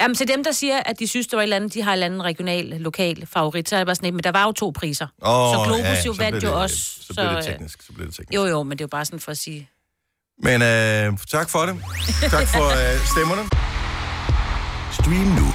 [SPEAKER 2] Jamen, til dem, der siger, at de synes, det var et eller andet, de har et eller andet regional, lokal favorit, så er jeg bare sådan, "Nej, men der var jo to priser.
[SPEAKER 1] åh,
[SPEAKER 2] så Globus
[SPEAKER 1] ja,
[SPEAKER 2] jo
[SPEAKER 1] så blev
[SPEAKER 2] vandt
[SPEAKER 1] det-
[SPEAKER 2] jo også.
[SPEAKER 1] Så blev det
[SPEAKER 2] øh,
[SPEAKER 1] teknisk. Så blev det teknisk.
[SPEAKER 2] Jo, jo, men det er jo bare sådan for at sige...
[SPEAKER 1] Men øh, tak for det. Tak for øh, stemmerne.
[SPEAKER 6] Stream nu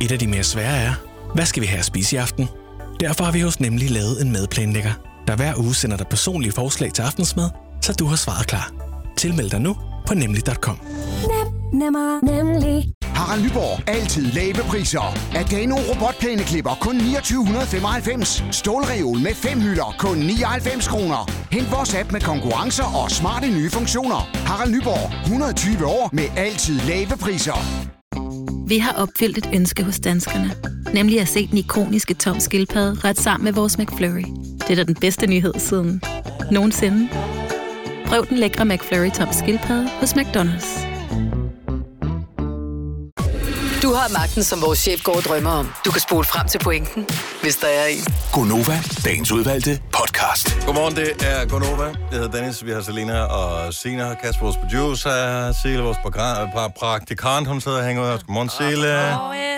[SPEAKER 7] Et af de mere svære er, hvad skal vi have at spise i aften? Derfor har vi hos Nemlig lavet en madplanlægger, der hver uge sender dig personlige forslag til aftensmad, så du har svaret klar. Tilmeld dig nu på nemlig.com.
[SPEAKER 8] Nemmer, nemlig.
[SPEAKER 9] Harald Nyborg. Altid lave priser. Adano robotplæneklipper kun 2995. Stålreol med fem hylder kun 99 kroner. Hent vores app med konkurrencer og smarte nye funktioner. Harald Nyborg. 120 år med altid lave priser.
[SPEAKER 10] Vi har opfyldt et ønske hos danskerne. Nemlig at se den ikoniske tom skildpadde ret sammen med vores McFlurry. Det er da den bedste nyhed siden nogensinde. Prøv den lækre McFlurry tom skildpadde hos McDonald's.
[SPEAKER 5] Du har magten, som vores chef går og drømmer om. Du kan spole frem til pointen, hvis der er
[SPEAKER 1] Øh,
[SPEAKER 5] en.
[SPEAKER 6] Gonova, dagens udvalgte podcast.
[SPEAKER 1] Godmorgen, det er Gonova. Jeg hedder Dennis, vi har Selena og Sina, Kasper, vores producer, Sele, vores pra- pra- praktikant, hun sidder og hænger ud hos. Godmorgen, Sele.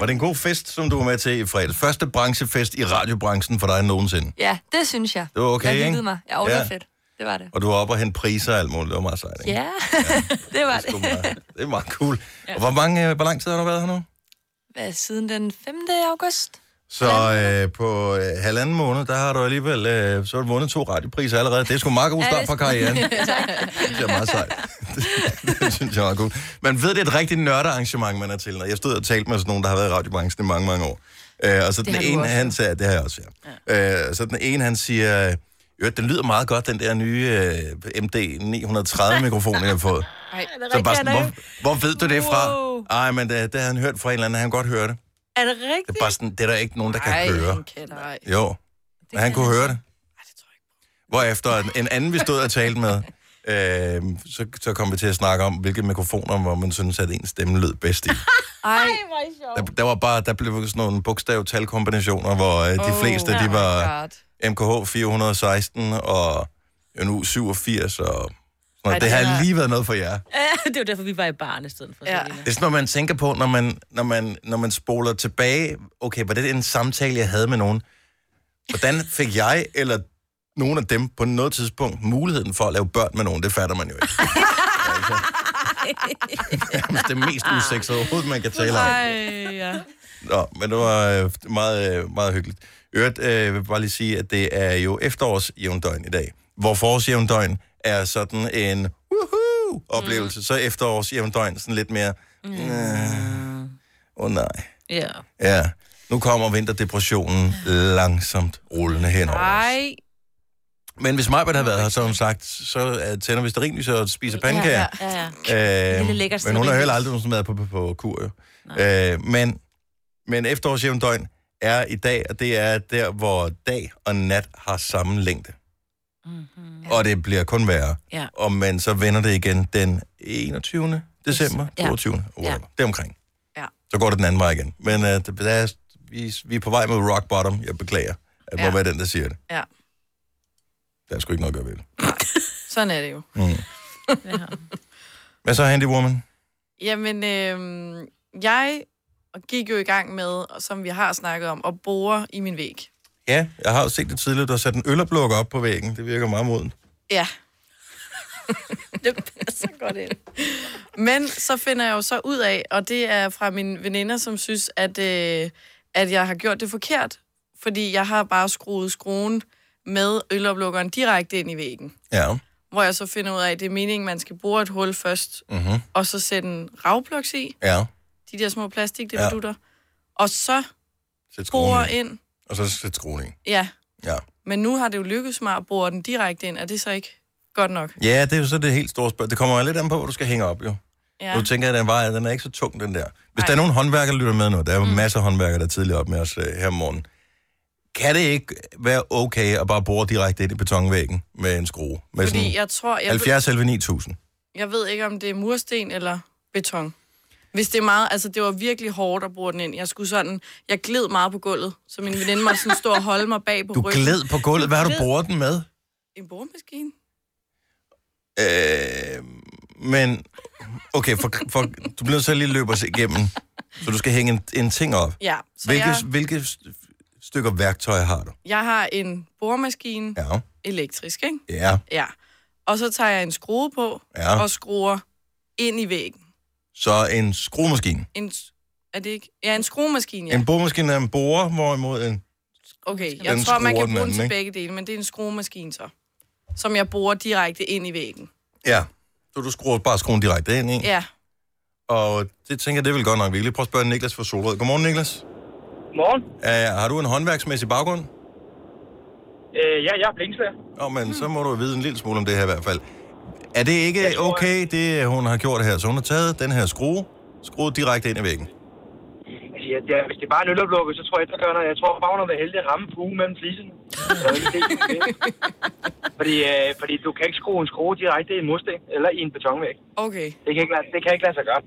[SPEAKER 1] Var det en god fest, som du var med til i fredags? Første branchefest i radiobranchen for dig nogensinde.
[SPEAKER 11] Ja, det synes jeg.
[SPEAKER 1] Det var okay,
[SPEAKER 11] jeg
[SPEAKER 1] ikke?
[SPEAKER 11] hyggede mig. Jeg ja. det var fedt. Det var det.
[SPEAKER 1] Og du var oppe og hente priser og alt muligt. Det var meget sejt, ikke?
[SPEAKER 11] Ja, det var
[SPEAKER 1] Det, er sgu
[SPEAKER 11] det.
[SPEAKER 1] meget, det er meget cool. Og hvor, mange, øh, hvor lang tid har du været her nu?
[SPEAKER 11] Hvad, siden den 5. august?
[SPEAKER 1] Så øh, på øh, halvanden måned, der har du alligevel øh, så har du vundet to radiopriser allerede. Det er sgu en meget god
[SPEAKER 11] Ja, det
[SPEAKER 1] start
[SPEAKER 11] er
[SPEAKER 1] på
[SPEAKER 11] sgu-
[SPEAKER 1] karrieren. det synes jeg er meget sejt. det, det synes jeg er meget cool. Man ved, det er et rigtigt nørdearrangement, man er til. Og Jeg stod og talte med sådan nogen, der har været i radiobranchen i mange, mange år. Øh, og så den
[SPEAKER 11] har du
[SPEAKER 1] ene,
[SPEAKER 11] også,
[SPEAKER 1] han sagde, det har jeg også, ja. Øh, så den ene, han siger, øh, "Jo, den lyder meget godt, den der nye øh, MD930-mikrofon, jeg har fået. Så bare sådan, hvor, hvor ved du det fra?
[SPEAKER 2] Wow.
[SPEAKER 1] Ej, men det, det har han hørt fra en eller anden, han kunne godt høre det.
[SPEAKER 2] Er det
[SPEAKER 1] Det
[SPEAKER 2] rigtigt?
[SPEAKER 1] er bare sådan, det er der ikke nogen, der kan
[SPEAKER 3] Ej,
[SPEAKER 1] høre.
[SPEAKER 3] han kender ej.
[SPEAKER 1] Jo, det han kunne høre det. Hvorefter en- en anden, vi stod og talte med, øh, så, så kom vi til at snakke om, hvilke mikrofoner, hvor man synes, at ens stemme lød bedst i.
[SPEAKER 11] Ej,
[SPEAKER 1] Der, der, var bare, der blev sådan nogle bogstav-tal-kombinationer, hvor øh, de oh, fleste, de var
[SPEAKER 11] God.
[SPEAKER 1] MKH 416 og nu 87 og sådan noget. Det
[SPEAKER 3] det
[SPEAKER 1] har
[SPEAKER 3] er-
[SPEAKER 1] lige været noget for jer.
[SPEAKER 2] det var derfor, vi var i barn i stedet for.
[SPEAKER 3] Ja.
[SPEAKER 2] Ja.
[SPEAKER 1] Det er sådan noget, man tænker på, når man, når man, når man spoler tilbage. Okay, var det en samtale, jeg havde med nogen? Hvordan fik jeg eller nogen af dem på noget tidspunkt muligheden for at lave børn med nogen? Det fatter man jo ikke. Nærmest det mest usexede overhovedet, man kan tale om.
[SPEAKER 3] Ej, ja.
[SPEAKER 1] Nå, men det var øh, meget, øh, meget hyggeligt. I Øvrigt, øh, jeg vil bare lige sige, at det er jo efterårsjævndøgn i dag, hvor forårsjævndøgn er sådan en woohoo-oplevelse. Mm. Så efterårsjævndøgn sådan lidt mere, åh mm. øh, oh, nej.
[SPEAKER 3] Ja.
[SPEAKER 1] Ja, nu kommer vinterdepressionen langsomt rullende henover.
[SPEAKER 3] Ej.
[SPEAKER 1] Men hvis Majbert havde været her, som sagt, så øh, tænder vi sterinlys og spiser pandekager.
[SPEAKER 2] Ja, ja, ja.
[SPEAKER 1] Øh,
[SPEAKER 2] Lille lækker
[SPEAKER 1] men hun har
[SPEAKER 2] sterinlys.
[SPEAKER 1] heller aldrig nogensinde været på, på, på kur, jo. Øh, men, men efterårsjævndøgn er i dag, og det er der, hvor dag og nat har samme længde. Mm-hmm. Og det bliver kun værre.
[SPEAKER 2] Mhm. Ja.
[SPEAKER 1] Og men så vender det igen den 21. december, 22. Ja. Ja. Det er omkring.
[SPEAKER 3] Ja.
[SPEAKER 1] Så går det den anden vej igen. Men uh, det, der er, vi, vi er på vej mod rock bottom. Jeg beklager, at ja.
[SPEAKER 3] Ja.
[SPEAKER 1] må være den, der siger det.
[SPEAKER 3] Ja,
[SPEAKER 1] Der er sgu ikke noget at gøre ved det.
[SPEAKER 3] sådan er det jo.
[SPEAKER 1] Mm.
[SPEAKER 3] Ja.
[SPEAKER 1] Hvad så, Handy Woman?
[SPEAKER 3] Jamen, øh, jeg gik jo i gang med, og som vi har snakket om, at bore i min væg.
[SPEAKER 1] Ja, jeg har jo set det tidligere. Du har sat en øloplukker op på væggen. Det virker meget modent.
[SPEAKER 3] Ja. det passer godt ind. Men så finder jeg jo så ud af, og det er fra mine veninder, som synes, at, øh, at jeg har gjort det forkert, fordi jeg har bare skruet skruen med øloplukkeren direkte ind i væggen.
[SPEAKER 1] Ja.
[SPEAKER 3] Hvor jeg så finder ud af, at det er meningen, man skal bore et hul først,
[SPEAKER 1] Mm-hmm.
[SPEAKER 3] og så sætte en ravplugs i,
[SPEAKER 1] Ja.
[SPEAKER 3] de der små
[SPEAKER 1] Ja.
[SPEAKER 3] plastikdebutter, ja. og så
[SPEAKER 1] Sæt
[SPEAKER 3] bore
[SPEAKER 1] skruen ind.
[SPEAKER 3] ind.
[SPEAKER 1] Og så sæt skruen ind.
[SPEAKER 3] Ja,
[SPEAKER 1] Ja.
[SPEAKER 3] men nu har det jo lykkedes mig at bore den direkte ind, er det så ikke godt nok?
[SPEAKER 1] Ja, det er jo så det helt store spørgsmål. Det kommer jo lidt an på, hvor du skal hænge op, jo.
[SPEAKER 3] Ja.
[SPEAKER 1] Ja. Nu tænker jeg, at den, vejer, den er ikke så tung, den der. Hvis der er nogen håndværkere, der lytter med nu, der
[SPEAKER 3] Mm.
[SPEAKER 1] er jo masser af håndværkere, der er tidligere op med os øh, her om morgenen. Kan det ikke være okay at bare bore direkte ind i betonvæggen med en skrue? Med sådan
[SPEAKER 3] Fordi jeg tror, jeg,
[SPEAKER 1] 70 11 9000.
[SPEAKER 3] jeg ved ikke, om det er mursten eller beton. Hvis det er meget, altså det var virkelig hårdt at bruge den ind. Jeg skulle sådan, jeg gled meget på gulvet, så min veninde måtte sådan stå og holde mig bag på
[SPEAKER 1] Du
[SPEAKER 3] ryggen.
[SPEAKER 1] gled på gulvet. Hvad har du
[SPEAKER 3] Gled.
[SPEAKER 1] boret den med?
[SPEAKER 3] En boremaskine.
[SPEAKER 1] Øh, men, okay, for, for, du bliver nødt til at lige løbe os igennem, så du skal hænge en, en ting op.
[SPEAKER 3] Ja, så
[SPEAKER 1] Hvilke,
[SPEAKER 3] jeg,
[SPEAKER 1] hvilke st- stykker værktøj har du?
[SPEAKER 3] jeg har en boremaskine,
[SPEAKER 1] Ja.
[SPEAKER 3] elektrisk, ikke?
[SPEAKER 1] Ja.
[SPEAKER 3] Ja. Og så tager jeg en skrue på,
[SPEAKER 1] Ja.
[SPEAKER 3] og skruer ind i væggen.
[SPEAKER 1] Så en skruemaskine.
[SPEAKER 3] En, s- er det ikke? Ja, en skruemaskine,
[SPEAKER 1] Ja.
[SPEAKER 3] ja.
[SPEAKER 1] En boremaskine er en borer, hvorimod en...
[SPEAKER 3] Okay, jeg
[SPEAKER 1] Den
[SPEAKER 3] tror, man
[SPEAKER 1] skruer
[SPEAKER 3] kan
[SPEAKER 1] den
[SPEAKER 3] bruge
[SPEAKER 1] anden,
[SPEAKER 3] den til
[SPEAKER 1] ikke?
[SPEAKER 3] begge dele, men det er en skruemaskine så, som jeg borer direkte ind i væggen.
[SPEAKER 1] Ja. Så du skruer bare skruen direkte ind i. Ja.
[SPEAKER 3] Ja.
[SPEAKER 1] Og det tænker jeg, det vil godt nok. Vi kan lige prøve at spørge Niklas fra Solrød. Godmorgen, Niklas.
[SPEAKER 12] Morgen.
[SPEAKER 1] Uh, har du en håndværksmæssig baggrund?
[SPEAKER 12] Øh, ja, jeg er blinkslager.
[SPEAKER 1] Nå, men så må du jo vide en lille smule om det her i hvert fald. Er det ikke okay, det hun har gjort her? Så hun har taget den her skrue, skruet direkte ind i væggen.
[SPEAKER 12] Altså, ja, det er, hvis det er bare en øloplukke, så tror jeg, der gør noget. Jeg tror, Wagner vil heldig at ramme fugen mellem fliserne. Så er det ikke det. fordi, øh, fordi du kan ikke skrue en skrue direkte i en mursten eller i en betonvæg.
[SPEAKER 3] Okay.
[SPEAKER 12] Det kan ikke, lade, det kan ikke lade sig gøre.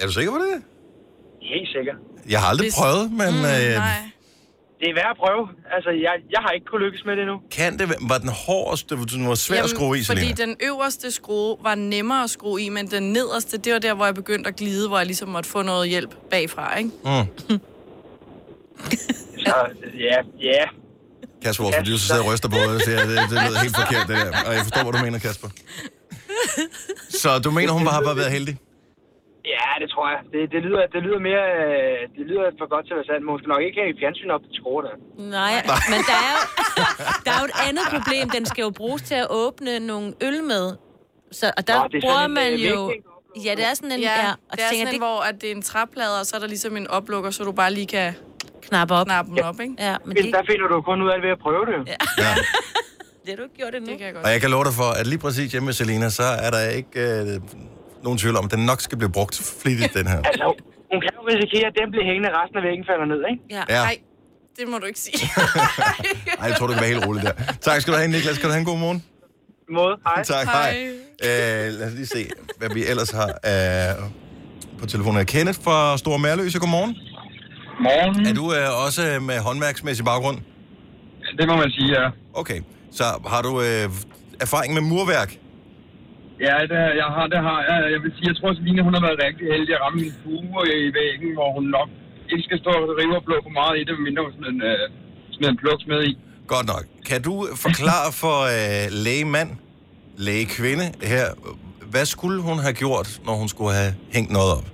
[SPEAKER 1] Er du sikker på det?
[SPEAKER 12] Helt sikker.
[SPEAKER 1] Jeg har aldrig
[SPEAKER 12] Hvis-
[SPEAKER 1] prøvet, men mm, øh,
[SPEAKER 12] Det er værd at prøve. Altså, jeg, jeg har ikke kunnet lykkes med det endnu.
[SPEAKER 1] kan det være... Var den hårdest? Den var svær at skrue i, Selina.
[SPEAKER 3] Fordi den øverste skrue var nemmere at skrue i, men den nederste, det var der, hvor jeg begyndte at glide, hvor jeg ligesom måtte få noget hjælp bagfra, ikke?
[SPEAKER 1] Mm.
[SPEAKER 12] Så, ja, ja.
[SPEAKER 1] Kasper, vores producer, sidder og ryster på hovedet og siger, det, det lyder helt forkert, det der. Og jeg forstår, hvad du mener, Kasper. Så du mener, hun bare har bare været heldig?
[SPEAKER 12] Ja, det tror jeg. Det, det, lyder, det lyder mere... øh, Det lyder for godt til at være sandt, men hun skal nok ikke have et fjernsyn op til skrue der.
[SPEAKER 2] Nej, men der er, jo, der er jo et andet problem. Den skal jo bruges til at åbne nogle øl med. Så, og der
[SPEAKER 3] Nå, det er
[SPEAKER 2] bruger
[SPEAKER 3] sådan en,
[SPEAKER 2] man
[SPEAKER 3] øh,
[SPEAKER 2] jo...
[SPEAKER 3] vægting,
[SPEAKER 2] Ja, det er sådan en...
[SPEAKER 3] ja,
[SPEAKER 2] Ja, og
[SPEAKER 3] det er sådan
[SPEAKER 2] tænker,
[SPEAKER 3] en,
[SPEAKER 2] det
[SPEAKER 3] hvor at det er en træplade, og så er der ligesom en oplukker, så du bare lige kan
[SPEAKER 2] knapper op.
[SPEAKER 3] knappe den op, ikke?
[SPEAKER 2] Ja,
[SPEAKER 12] Men det... Der finder du kun ud af det ved at prøve det.
[SPEAKER 2] Ja. Det har du ikke gjort endnu. Det
[SPEAKER 3] kan jeg
[SPEAKER 1] Og jeg kan love dig for, at lige præcis hjemme med Selina, så er der ikke øh, nogen tvivl om, at den nok skal blive brugt flittigt, den her.
[SPEAKER 12] Altså, hun kan jo risikere, at den bliver hængende, resten af væggen falder ned, ikke?
[SPEAKER 3] Ja.
[SPEAKER 1] Ja.
[SPEAKER 3] Nej, det må du ikke sige.
[SPEAKER 1] Ej, jeg tror, du kan være helt rolig der. Tak skal du have, Niklas. Kan du have en god morgen?
[SPEAKER 12] Måde. Hej.
[SPEAKER 1] Tak, hej. Øh, lad os lige se, hvad vi ellers har øh, på telefonen. Kenneth fra Store Mærløse, godmorgen.
[SPEAKER 13] Morgen.
[SPEAKER 1] Er du øh, også med håndværksmæssig baggrund?
[SPEAKER 13] Det må man sige, ja.
[SPEAKER 1] Okay, så har du øh, erfaring med murværk?
[SPEAKER 13] Ja, det, jeg har, det har jeg. Jeg vil sige, jeg tror, Selina, hun har været rigtig heldig at ramme en bue i væggen, hvor hun nok ikke skal stå og rive og plukke for meget i det, medmindre hun smider en, øh, smider en pluks med i.
[SPEAKER 1] Godt nok. Kan du forklare for øh, lægemand, lægekvinde her, hvad skulle hun have gjort, når hun skulle have hængt noget op?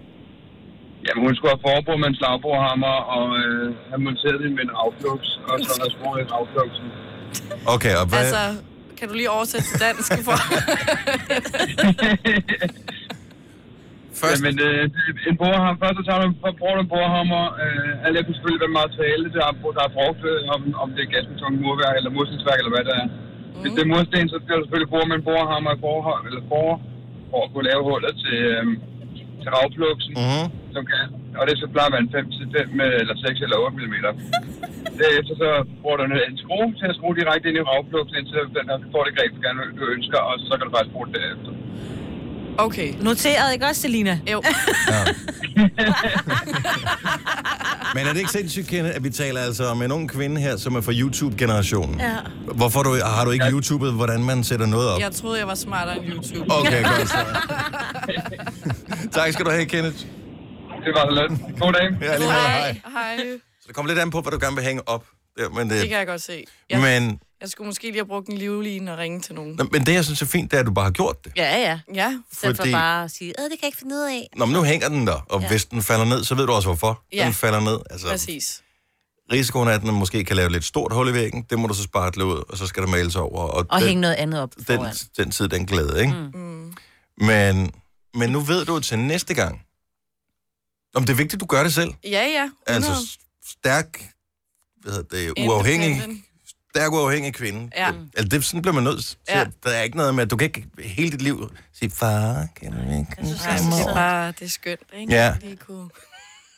[SPEAKER 13] Jamen, hun skulle have forbrugt med en slagbordhammer og øh, have monteret det med en afflux, og så have sprunget affluxen.
[SPEAKER 1] Okay, og hvad...
[SPEAKER 3] Altså, kan du lige oversætte til dansk for?
[SPEAKER 13] Først... Jamen, øh, en boreham, først så tager man, så bruger du en borehammer, øh, alt efter selvfølgelig, hvad materiale der er, der er brugt, øh, om, om det er gasbeton, murværk eller murstensværk eller hvad det er. Mm. Hvis det er mursten, så skal du selvfølgelig bruge med en borehammer i forhold, eller for, for at kunne lave hullet til, øh, til ravpluksen,
[SPEAKER 1] mm.
[SPEAKER 13] som kan, og det så plejer man 5 til 5 øh, eller 6 eller 8 mm. Derefter så bruger du en, en skrue til at skrue direkte ind i ravpluksen, indtil den har- får det greb, du gerne du ønsker, og så kan du faktisk bruge det derefter.
[SPEAKER 3] Okay.
[SPEAKER 2] Noteret, ikke også, Selina?
[SPEAKER 3] Jo.
[SPEAKER 1] Men er det ikke sindssygt, Kenneth, at vi taler altså om en ung kvinde her, som er fra YouTube-generationen?
[SPEAKER 3] Ja.
[SPEAKER 1] Hvorfor du, har du ikke YouTubet, hvordan man sætter noget op?
[SPEAKER 3] Jeg troede, jeg var smartere end YouTube.
[SPEAKER 1] Okay, godt så. Tak skal du have, Kenneth.
[SPEAKER 13] Det var så lidt. God dag.
[SPEAKER 1] Ja, lige meget. Hej.
[SPEAKER 3] Hej.
[SPEAKER 1] Så det kommer lidt an på, hvad du gerne vil hænge op. Ja, men, øh, det,
[SPEAKER 3] Det kan jeg godt se.
[SPEAKER 1] ja.
[SPEAKER 3] Jeg,
[SPEAKER 1] men,
[SPEAKER 3] jeg skulle måske lige have brugt en livline og ringe til nogen.
[SPEAKER 1] nå, men det, jeg synes er fint, det er, at du bare har gjort det.
[SPEAKER 2] Ja, ja.
[SPEAKER 3] Ja.
[SPEAKER 2] I stedet
[SPEAKER 1] Fordi-
[SPEAKER 2] for bare at sige, "Øh, det kan jeg ikke finde ud af.
[SPEAKER 1] Nå, men nu hænger den der, og
[SPEAKER 2] Ja.
[SPEAKER 1] ja. hvis den falder ned, så ved du også, hvorfor
[SPEAKER 2] Ja.
[SPEAKER 1] ja. den falder ned. Altså,
[SPEAKER 3] Præcis.
[SPEAKER 1] risikoen er, at den måske kan lave et lidt stort hul i væggen. Det må du så spartle ud, og så skal der males over. Og,
[SPEAKER 2] Og
[SPEAKER 1] den,
[SPEAKER 2] hænge noget andet op
[SPEAKER 1] den,
[SPEAKER 2] foran.
[SPEAKER 1] den tid, den glæde, ikke? Mm. Men, men nu ved du til næste gang, om det er vigtigt, at du gør det selv.
[SPEAKER 3] Ja, ja. 100.
[SPEAKER 1] Altså s- stærk, hvad hedder det, uafhængig, stærk uafhængig kvinde.
[SPEAKER 3] Ja.
[SPEAKER 1] Altså, det, sådan bliver man nødt til.
[SPEAKER 3] Ja.
[SPEAKER 1] Ja. Der er ikke noget med, at du kan ikke hele dit liv sige, far, kan du ikke?
[SPEAKER 3] Jeg synes, det er bare, det er skønt, ikke?
[SPEAKER 1] Ja.
[SPEAKER 3] Lige kunne...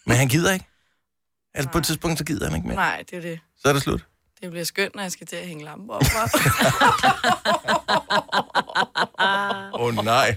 [SPEAKER 1] Men han gider ikke. Altså, på et tidspunkt, så gider han ikke mere.
[SPEAKER 3] Nej, det er det.
[SPEAKER 1] Så er det slut.
[SPEAKER 3] Det bliver skønt, når jeg skal til at hænge lamper op. hva'?
[SPEAKER 1] Åh oh, nej.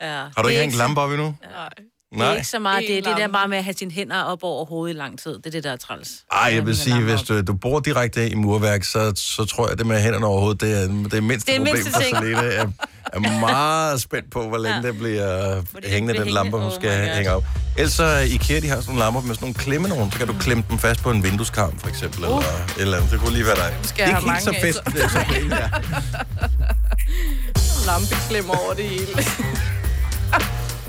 [SPEAKER 2] Ja.
[SPEAKER 1] Har du
[SPEAKER 2] Det
[SPEAKER 1] ikke
[SPEAKER 2] er
[SPEAKER 1] hængt lampe op endnu?
[SPEAKER 3] Nej.
[SPEAKER 2] Det er
[SPEAKER 1] Nej.
[SPEAKER 2] ikke så meget det.
[SPEAKER 3] En
[SPEAKER 2] Det er det der
[SPEAKER 3] lampe.
[SPEAKER 2] bare med at have sine hænder op over hovedet i lang tid. Det er det, der er træls.
[SPEAKER 1] Ej, jeg vil
[SPEAKER 2] Med
[SPEAKER 1] sige,
[SPEAKER 2] lamper
[SPEAKER 1] hvis
[SPEAKER 2] op.
[SPEAKER 1] du, du bor direkte i murværk, så, så tror jeg, at det med hænderne overhovedet, det er det er mindste
[SPEAKER 2] Det er
[SPEAKER 1] det problem
[SPEAKER 2] mindste
[SPEAKER 1] for
[SPEAKER 2] ting.
[SPEAKER 1] Selene. Jeg er meget spændt på, hvor længe ja. det bliver hængende, den lampe, hun skal oh hænge op. Ellers så i IKEA, de har sådan nogle lamper med sådan nogle klemme nogen, så kan du klemme dem fast på en vindueskarm, for eksempel, uh. eller et eller andet. Det kunne lige være dig.
[SPEAKER 3] Skal
[SPEAKER 1] Det er ikke
[SPEAKER 3] jeg have
[SPEAKER 1] helt så
[SPEAKER 3] mange af,
[SPEAKER 1] fedt.
[SPEAKER 3] så?
[SPEAKER 1] det er så pænt, ja.
[SPEAKER 3] Lampeklem over det hele.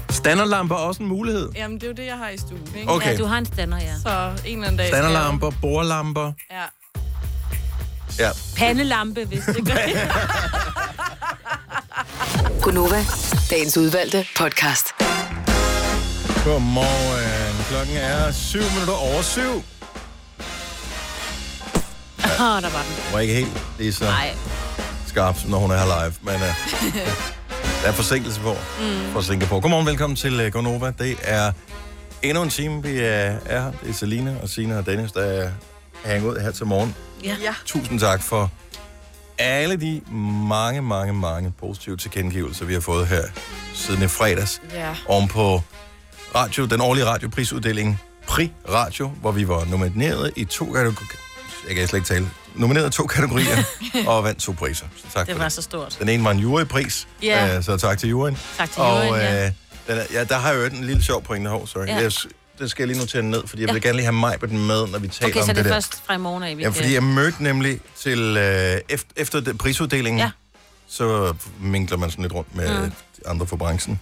[SPEAKER 1] Standerlamper er også en mulighed.
[SPEAKER 3] Jamen, det er jo det, jeg har i stuen, ikke?
[SPEAKER 1] Okay. Ja, du
[SPEAKER 2] har en stander, ja.
[SPEAKER 3] Så en eller anden dag... skal jeg-
[SPEAKER 1] Standerlamper, bordlamper.
[SPEAKER 3] Ja.
[SPEAKER 1] Ja.
[SPEAKER 2] Pandelampe, hvis det gør det.
[SPEAKER 5] Gunova, dagens udvalgte podcast.
[SPEAKER 1] Godmorgen. Klokken er 7 minutter over syv.
[SPEAKER 2] Åh, der var den.
[SPEAKER 1] Hun er ikke helt lige så
[SPEAKER 2] Nej.
[SPEAKER 1] skarp, som når hun er her live, men uh, der er forsinkelse på
[SPEAKER 2] Mm.
[SPEAKER 1] mm. fra Singapore. Godmorgen, velkommen til uh, Gonova. Det er endnu en time, vi er, er her. Det er Selina og Sina og Dennis, der er hænger ud her til morgen.
[SPEAKER 2] Ja. ja.
[SPEAKER 1] Tusind tak for alle de mange, mange, mange positive tilkendegivelser, vi har fået her siden i fredags.
[SPEAKER 3] Ja.
[SPEAKER 1] Oven på radio, den årlige radioprisuddeling Pri Radio, hvor vi var nomineret i to kategorier. Jeg kan slet ikke tale. Nomineret i to kategorier og vandt to priser. Så tak
[SPEAKER 2] Det
[SPEAKER 1] for
[SPEAKER 2] var
[SPEAKER 1] det.
[SPEAKER 2] så stort.
[SPEAKER 1] Den ene var en jurypris,
[SPEAKER 2] Ja.
[SPEAKER 1] øh, så tak til juryen.
[SPEAKER 2] Tak til juryen,
[SPEAKER 1] og, øh,
[SPEAKER 2] ja.
[SPEAKER 1] den er, ja, der har jeg jo en lille sjov pointe her, sorry.
[SPEAKER 2] Ja.
[SPEAKER 1] Ja. Jeg, s- den skal jeg lige notere ned, fordi jeg
[SPEAKER 2] Ja.
[SPEAKER 1] ja. vil gerne lige have mig på den med, når vi taler
[SPEAKER 2] Okay,
[SPEAKER 1] om
[SPEAKER 2] så
[SPEAKER 1] det,
[SPEAKER 2] det er
[SPEAKER 1] der.
[SPEAKER 2] først fra i morgen af, vi
[SPEAKER 1] Ja, fordi jeg mødte nemlig til, øh, efter, efter den prisuddelingen,
[SPEAKER 2] Ja.
[SPEAKER 1] ja. så minkler man sådan lidt rundt med mm. andre fra branchen.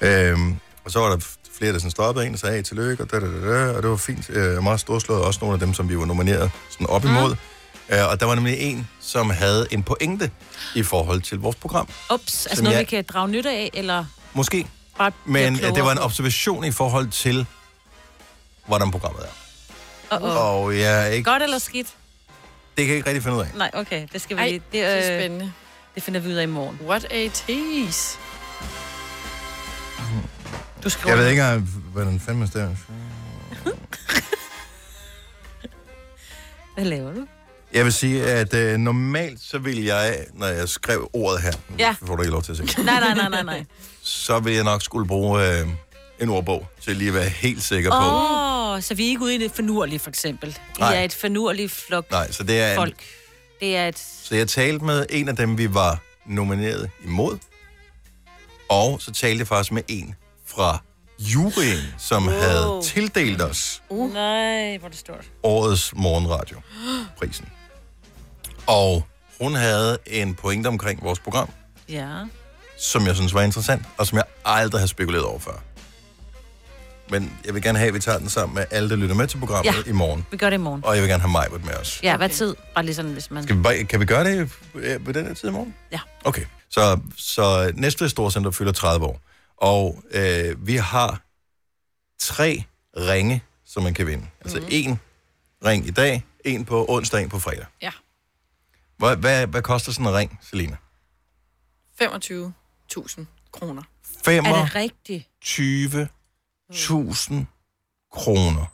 [SPEAKER 1] Øhm, og så var der flere, der sådan stoppede en og sagde, hey, tillykke, og, da, da, da, da, og det var fint. Øh, meget storslået, også nogle af dem, som vi var nomineret sådan op imod. Mm. Øh, og der var nemlig en, som havde en pointe i forhold til vores program.
[SPEAKER 2] Ups, altså
[SPEAKER 1] Som
[SPEAKER 2] noget,
[SPEAKER 1] jeg-
[SPEAKER 2] vi kan drage nytte af, eller
[SPEAKER 1] Måske.
[SPEAKER 2] bare
[SPEAKER 1] Men
[SPEAKER 2] bliver
[SPEAKER 1] øh, det var en
[SPEAKER 2] klogere
[SPEAKER 1] observation i forhold til, hvordan programmet er.
[SPEAKER 2] på. Åh, åh.
[SPEAKER 1] Og jeg er ikke,
[SPEAKER 2] Godt eller skidt?
[SPEAKER 1] det kan jeg ikke rigtig finde ud af.
[SPEAKER 2] Nej, okay, det skal vi
[SPEAKER 3] Ej,
[SPEAKER 2] lige.
[SPEAKER 3] det er spændende.
[SPEAKER 2] Det finder vi ud af i morgen.
[SPEAKER 3] What a tease.
[SPEAKER 2] Du skriver
[SPEAKER 1] Jeg ved ikke, engang, hvordan fanden man staver.
[SPEAKER 2] Hvad laver du?
[SPEAKER 1] Jeg vil sige, at øh, normalt så vil jeg, når jeg skrev ordet her,
[SPEAKER 2] Ja.
[SPEAKER 1] det får du ikke lov til at se,
[SPEAKER 2] Nej, nej, nej, nej, nej.
[SPEAKER 1] så vil jeg nok skulle bruge øh, en ordbog til lige at være helt sikker på.
[SPEAKER 2] Åh, oh, så vi er ikke ude i det fornurlige, for eksempel. I
[SPEAKER 1] Nej.
[SPEAKER 2] er et fornurligt flok
[SPEAKER 1] Nej, så det er... En,
[SPEAKER 2] folk. Det er et...
[SPEAKER 1] så jeg talte med en af dem, vi var nomineret imod, og så talte jeg faktisk med en fra juryen, som
[SPEAKER 2] Wow.
[SPEAKER 1] wow. havde tildelt os
[SPEAKER 2] Uh. Nej, hvor er det stort.
[SPEAKER 1] årets morgenradioprisen. Og hun havde en pointe omkring vores program,
[SPEAKER 2] Ja.
[SPEAKER 1] som jeg synes var interessant, og som jeg aldrig har spekuleret over før. Men jeg vil gerne have, at vi tager den sammen med alle, der lytter med til programmet
[SPEAKER 2] Ja.
[SPEAKER 1] i morgen.
[SPEAKER 2] Vi gør det i morgen.
[SPEAKER 1] Og jeg vil gerne have Majbert med os.
[SPEAKER 2] Ja, hvad tid? Bare lige sådan, hvis man...
[SPEAKER 1] Skal vi bare, kan vi gøre det øh, ved den her tid i morgen?
[SPEAKER 2] Ja.
[SPEAKER 1] Okay. Så, så Næstved Storcenter fylder 30 år. Og øh, vi har tre ringe, som man kan vinde. Altså en ring i dag, en på onsdag, en på fredag.
[SPEAKER 3] Ja.
[SPEAKER 1] Hvad, hvad, hvad koster sådan en ring, Selina?
[SPEAKER 3] 25.000 kroner.
[SPEAKER 1] Femmer-
[SPEAKER 3] Er det rigtigt?
[SPEAKER 1] 20.000 kroner.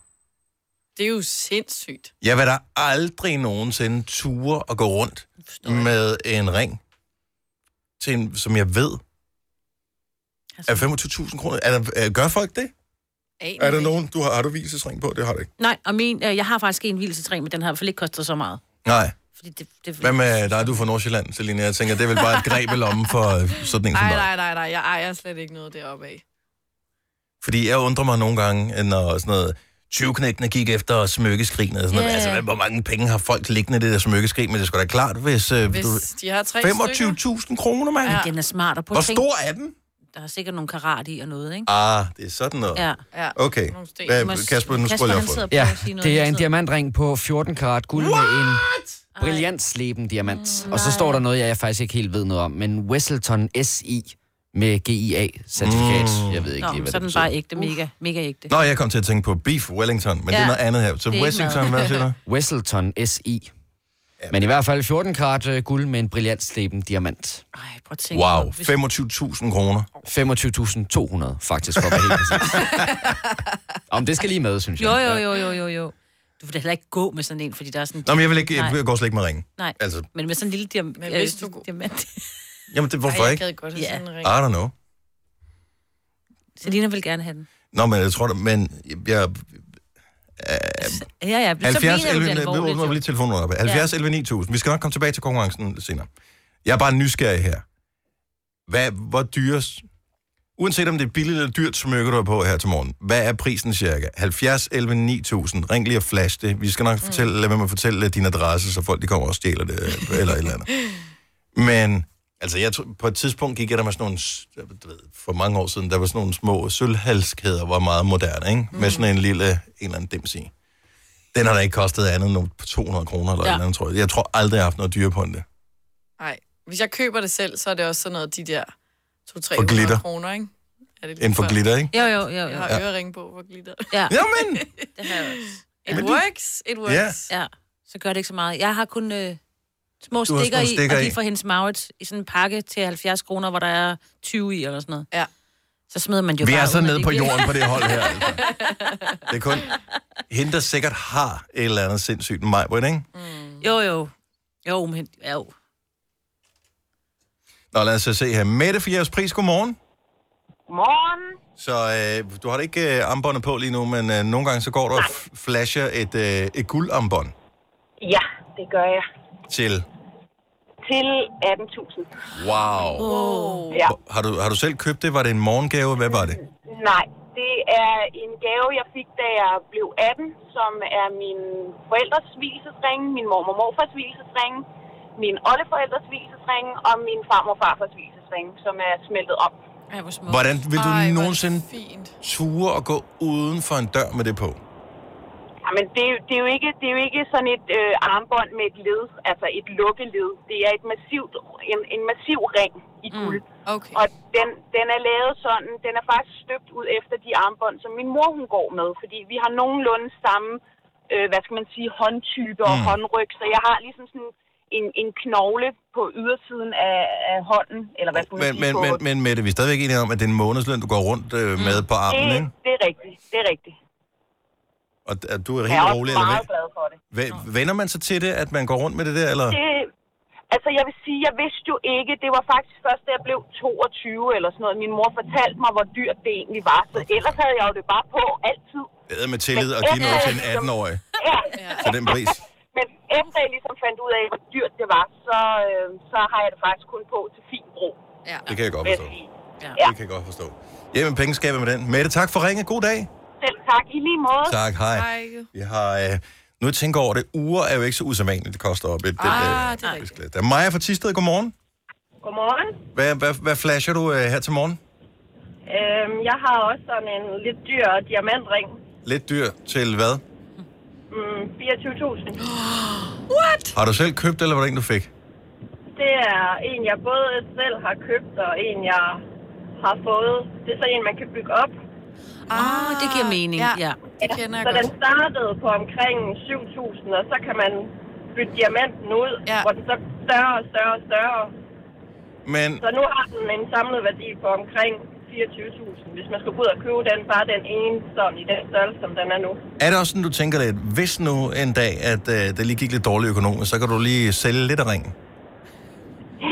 [SPEAKER 3] Det er jo sindssygt.
[SPEAKER 1] Jeg vil da aldrig nogensinde ture og gå rundt med en ring, til en, som jeg ved er 25.000 kroner. Er der, er- gør folk det?
[SPEAKER 3] Aner
[SPEAKER 1] Er der
[SPEAKER 2] ikke.
[SPEAKER 1] nogen, du har, har du visesring på? Det har du ikke.
[SPEAKER 2] Nej, og min, øh, jeg har faktisk en hvilsetræ, men den har i hvert fald ikke kostet så meget.
[SPEAKER 1] Nej.
[SPEAKER 2] Fordi det, det,
[SPEAKER 1] Hvad med dig, du er fra Nordsjælland, Selina? Jeg tænker, det er vel bare et greb i lommen for øh, sådan en som
[SPEAKER 3] Nej,
[SPEAKER 1] dig.
[SPEAKER 3] nej, nej, nej. Jeg ejer slet ikke noget deroppe af.
[SPEAKER 1] Fordi jeg undrer mig nogle gange, når sådan noget... 20-knægtene gik efter smykkeskrinet og sådan noget.
[SPEAKER 3] Ja, ja.
[SPEAKER 1] Altså, hvor mange penge har folk liggende i det der smykkeskrin? Men det er sgu da klart, hvis... Øh,
[SPEAKER 2] Hvis
[SPEAKER 1] du...
[SPEAKER 2] de har tre
[SPEAKER 1] 25.000 kroner, mand!
[SPEAKER 2] Ja. Den er smart. Og på
[SPEAKER 1] Hvor stor er den?
[SPEAKER 2] Der er sikkert nogle karat i og noget, ikke?
[SPEAKER 1] Ah, det er sådan noget.
[SPEAKER 2] Ja.
[SPEAKER 3] ja.
[SPEAKER 1] Okay. Hvad, Kasper, nu skulle jeg få
[SPEAKER 14] Ja, det er en diamantring på 14 karat guld med en brillantsleben diamant.
[SPEAKER 1] Mm,
[SPEAKER 14] Og så står der noget, jeg jeg faktisk ikke helt ved noget om, men Wesselton SI med GIA-certifikat.
[SPEAKER 1] Mm.
[SPEAKER 14] Jeg ved ikke
[SPEAKER 2] Nå,
[SPEAKER 14] lige, hvad det
[SPEAKER 2] så er den
[SPEAKER 14] betyder.
[SPEAKER 2] bare ægte, mega, mega ægte.
[SPEAKER 1] Nå, jeg kom til at tænke på Beef Wellington, men ja. det er noget andet her. Så Wellington, hvad siger du?
[SPEAKER 14] Wesselton SI. Men i hvert fald 14 karat øh, guld med en brillantsleben diamant. Ej,
[SPEAKER 2] prøv at
[SPEAKER 1] Wow, 25.000 kroner.
[SPEAKER 14] 25.200 faktisk, for at være helt præcis. Om det skal lige med, synes jeg.
[SPEAKER 2] Jo, jo, jo, jo, jo, jo. Du vil da heller ikke gå med sådan en, fordi der er sådan...
[SPEAKER 1] Nå, men jeg vil ikke,
[SPEAKER 2] Nej,
[SPEAKER 1] jeg går slet ikke med ringe.
[SPEAKER 2] nej.
[SPEAKER 1] Altså,
[SPEAKER 2] Altså... men med sådan en lille diam- men
[SPEAKER 3] hvis
[SPEAKER 2] du... diamant.
[SPEAKER 1] jamen, det, hvorfor ikke?
[SPEAKER 3] godt
[SPEAKER 2] have sådan en
[SPEAKER 1] I don't know.
[SPEAKER 2] Selina vil gerne have den.
[SPEAKER 1] Nå, men jeg tror da, men jeg...
[SPEAKER 2] Ja, ja,
[SPEAKER 1] Øh, 70, 11,
[SPEAKER 2] det
[SPEAKER 1] vi åbner lige telefonen op.
[SPEAKER 2] Ja.
[SPEAKER 1] 70, 11, 9000. Vi skal nok komme tilbage til konkurrencen lidt senere. Jeg er bare nysgerrig her. Hvad, hvor dyres... Uanset om det er billigt eller dyrt smykke, du har på her til morgen. Hvad er prisen cirka? 70, 11, 9000. Ring lige og flash det. Vi skal nok fortælle, lade være med at fortælle din adresse, så folk de kommer og stjæler det, øh, eller et eller andet. Men altså, jeg tror, på et tidspunkt gik jeg der med sådan nogle, s- du ved, for mange år siden, der var sådan nogle små sølvhalskæder, var meget moderne, ikke? Mm. Med sådan en lille, en eller anden dims i. Den har da ikke kostet andet end nogle 200 kroner eller ja.
[SPEAKER 3] Ja.
[SPEAKER 1] et eller andet, tror jeg. Jeg tror aldrig, jeg har haft noget dyre på end det.
[SPEAKER 3] Nej. Hvis jeg køber det selv, så er det også sådan noget, de der
[SPEAKER 1] For glitter.
[SPEAKER 3] 200-300 kroner, ikke? Er det lige
[SPEAKER 1] Inden for
[SPEAKER 3] før?
[SPEAKER 1] glitter, ikke?
[SPEAKER 2] Jo, jo, jo, jo.
[SPEAKER 3] Jeg har
[SPEAKER 1] Ja.
[SPEAKER 3] ørering på for glitter.
[SPEAKER 2] Ja.
[SPEAKER 1] Jamen!
[SPEAKER 2] det har jeg også.
[SPEAKER 3] It Men det- works, it works.
[SPEAKER 2] Ja. ja, så gør det ikke så meget. Jeg har kun øh, små
[SPEAKER 1] Du har
[SPEAKER 2] stikker,
[SPEAKER 1] små
[SPEAKER 2] i,
[SPEAKER 1] stikker
[SPEAKER 2] og de
[SPEAKER 1] i.
[SPEAKER 2] er fra hendes Maurits, i sådan en pakke til 70 kroner, hvor der er 20 i eller sådan noget.
[SPEAKER 3] Ja.
[SPEAKER 2] Så smider man jo
[SPEAKER 1] Vi
[SPEAKER 2] bare
[SPEAKER 1] er så
[SPEAKER 2] ud,
[SPEAKER 1] nede
[SPEAKER 2] ikke?
[SPEAKER 1] på jorden på det hold her. Altså. Det er kun hende, der sikkert har et eller andet sindssygt mig, ikke?
[SPEAKER 2] jo, jo. Jo, men jo.
[SPEAKER 1] Nå, lad os så se her. Mette for jeres pris, godmorgen.
[SPEAKER 15] Morgen.
[SPEAKER 1] Så øh, du har da ikke øh, armbåndet på lige nu, men øh, nogle gange så går du og f- flasher et, øh, et guldarmbånd
[SPEAKER 15] Ja, det gør jeg.
[SPEAKER 1] til.
[SPEAKER 15] Til 18.000.
[SPEAKER 1] Wow.
[SPEAKER 15] Oh. Ja.
[SPEAKER 1] Har, du, har du selv købt det? Var det en morgengave? Hvad var det?
[SPEAKER 15] Nej, det er en gave, jeg fik, da jeg blev 18, som er min forældres hvilesesringe, min mormor og morfars hvilesesringe, min oldeforældres hvilesesringe og min farmor og farfars hvilesesringe, som er smeltet op.
[SPEAKER 3] Ja, hvor smukt.
[SPEAKER 1] Hvordan vil du nogensinde ture at gå uden for en dør med det på?
[SPEAKER 15] Jamen, det er, jo- det, er jo ikke, det er jo ikke sådan et øh, armbånd med et led, altså et lukkeled. Det er et massivt, en, en massiv ring i guld. Mm,
[SPEAKER 3] okay.
[SPEAKER 15] Og den, den er lavet sådan, den er faktisk støbt ud efter de armbånd, som min mor hun går med. Fordi vi har nogenlunde samme, øh, hvad skal man sige, håndtype og
[SPEAKER 16] Mm.
[SPEAKER 15] håndryg. Så jeg har ligesom sådan en, en knogle på ydersiden af, af hånden, eller hvad skal man
[SPEAKER 1] Men,
[SPEAKER 15] sige,
[SPEAKER 1] men,
[SPEAKER 15] på...
[SPEAKER 1] men, men Mette, vi er stadigvæk enige om, at det er en månedsløn, du går rundt øh, med på armen,
[SPEAKER 15] det,
[SPEAKER 1] ikke?
[SPEAKER 15] det er rigtigt, det er rigtigt.
[SPEAKER 1] Og d- at du er
[SPEAKER 15] Jeg er
[SPEAKER 1] helt
[SPEAKER 15] også
[SPEAKER 1] rolig, eller
[SPEAKER 15] meget glad for det.
[SPEAKER 1] hvad? Væ- Vender man sig til det, at man går rundt med det der, eller?
[SPEAKER 15] Det, altså, jeg vil sige, jeg vidste jo ikke. Det var faktisk først, da jeg blev 22 eller sådan noget. Min mor fortalte mig, hvor dyrt det egentlig var. Så ellers havde jeg jo det bare på altid.
[SPEAKER 1] Det er med tillid
[SPEAKER 15] Men
[SPEAKER 1] at give noget
[SPEAKER 15] efter
[SPEAKER 1] til en
[SPEAKER 15] jeg ligesom-
[SPEAKER 1] 18-årig
[SPEAKER 15] Ja.
[SPEAKER 1] for den pris.
[SPEAKER 15] Men efter jeg ligesom fandt ud af, hvor dyrt det var, så, øh, så har jeg det faktisk kun på til fin brug.
[SPEAKER 3] Ja.
[SPEAKER 1] Det kan jeg godt
[SPEAKER 15] vil
[SPEAKER 1] forstå.
[SPEAKER 15] sige.
[SPEAKER 1] Ja. Det kan jeg godt forstå. Jamen, pengeskabet med den. Mette, tak for ringe. God dag.
[SPEAKER 15] Selv tak. I lige måde.
[SPEAKER 1] Tak, hej. Vi har øh, Nu jeg tænker over det, uger er jo ikke så usædvanligt, det koster op. Et,
[SPEAKER 17] Ah,
[SPEAKER 1] et,
[SPEAKER 17] det er
[SPEAKER 1] øh, bisklat. Der er Maja fra Tisted, godmorgen.
[SPEAKER 17] Godmorgen.
[SPEAKER 1] Hvad, hvad, hvad flasher du øh, her til morgen?
[SPEAKER 17] Øhm, jeg har også sådan en lidt dyr diamantring.
[SPEAKER 1] Lidt dyr til hvad?
[SPEAKER 17] Mm, 24.000. What?
[SPEAKER 1] Har du selv købt, eller var det en, du fik?
[SPEAKER 17] Det er en, jeg både selv har købt, og en, jeg har fået. Det er så en, man kan bygge op.
[SPEAKER 2] Ah, det giver mening, ja.
[SPEAKER 17] Det
[SPEAKER 3] kender
[SPEAKER 17] så
[SPEAKER 3] jeg
[SPEAKER 17] den startede på omkring 7.000, og så kan man bytte diamanten ud, ja. hvor den så bliver større og større og større.
[SPEAKER 1] Men
[SPEAKER 17] Så nu har den en samlet værdi på omkring 24.000, hvis man skulle gå ud og købe den, bare den ene, sådan i den størrelse, som den er nu.
[SPEAKER 1] er det også sådan, du tænker lidt, hvis nu en dag, at øh, det lige gik lidt dårligt økonomisk, så kan du lige sælge lidt af ringen?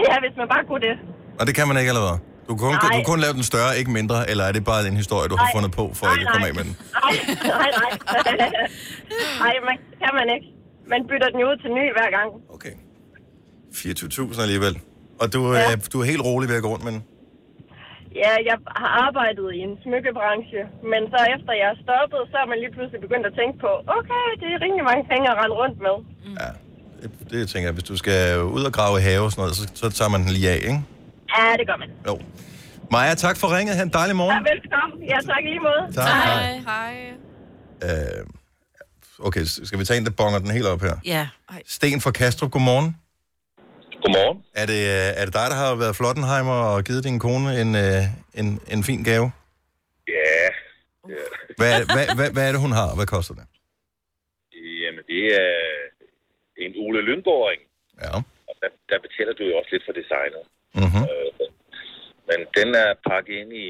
[SPEAKER 17] Ja, hvis man bare kunne det.
[SPEAKER 1] Og det kan man ikke allerede. Du kan kun,
[SPEAKER 17] Nej.
[SPEAKER 1] du kan kun lave den større, ikke mindre, eller er det bare en historie, du har
[SPEAKER 17] Nej.
[SPEAKER 1] fundet på, for ikke at komme af med den?
[SPEAKER 17] Nej, nej, nej. Nej, man, det kan man ikke. Man bytter den jo ud til ny hver gang.
[SPEAKER 1] 24.000 alligevel. Og du, ja. øh, du er helt rolig ved at gå rundt med den.
[SPEAKER 17] Ja, jeg har arbejdet i en smykkebranche, men så efter jeg er stoppet, så er man lige pludselig begyndt at tænke på, okay, det er rimelig mange penge at rende rundt med.
[SPEAKER 1] Det tænker jeg, hvis du skal ud og grave i have og sådan noget, så, så tager man den lige af, ikke?
[SPEAKER 17] Ja, det gør man.
[SPEAKER 1] Jo. Maja, tak for ringet. Ha' en dejlig
[SPEAKER 17] Ja,
[SPEAKER 1] morgen.
[SPEAKER 17] velkommen. Ja, tak i lige måde.
[SPEAKER 1] Tak. Hej.
[SPEAKER 17] Hej.
[SPEAKER 1] Øh, okay, s- skal vi tage en, der bonger den helt op her?
[SPEAKER 2] Ja.
[SPEAKER 1] Sten fra Kastrup, godmorgen. Godmorgen. Er det, øh, er det dig, der har været Flottenheimer og givet din kone en, øh, en, en fin gave?
[SPEAKER 16] Ja. ja.
[SPEAKER 1] Hvad, hvad, hvad, hvad er det, hun har? Hvad koster det?
[SPEAKER 16] Jamen, det er en Ole Lyngårdring.
[SPEAKER 1] Ja.
[SPEAKER 16] Og der, der betaler du jo også lidt for designet.
[SPEAKER 1] Mm-hmm.
[SPEAKER 16] Øh, men den er pakket ind i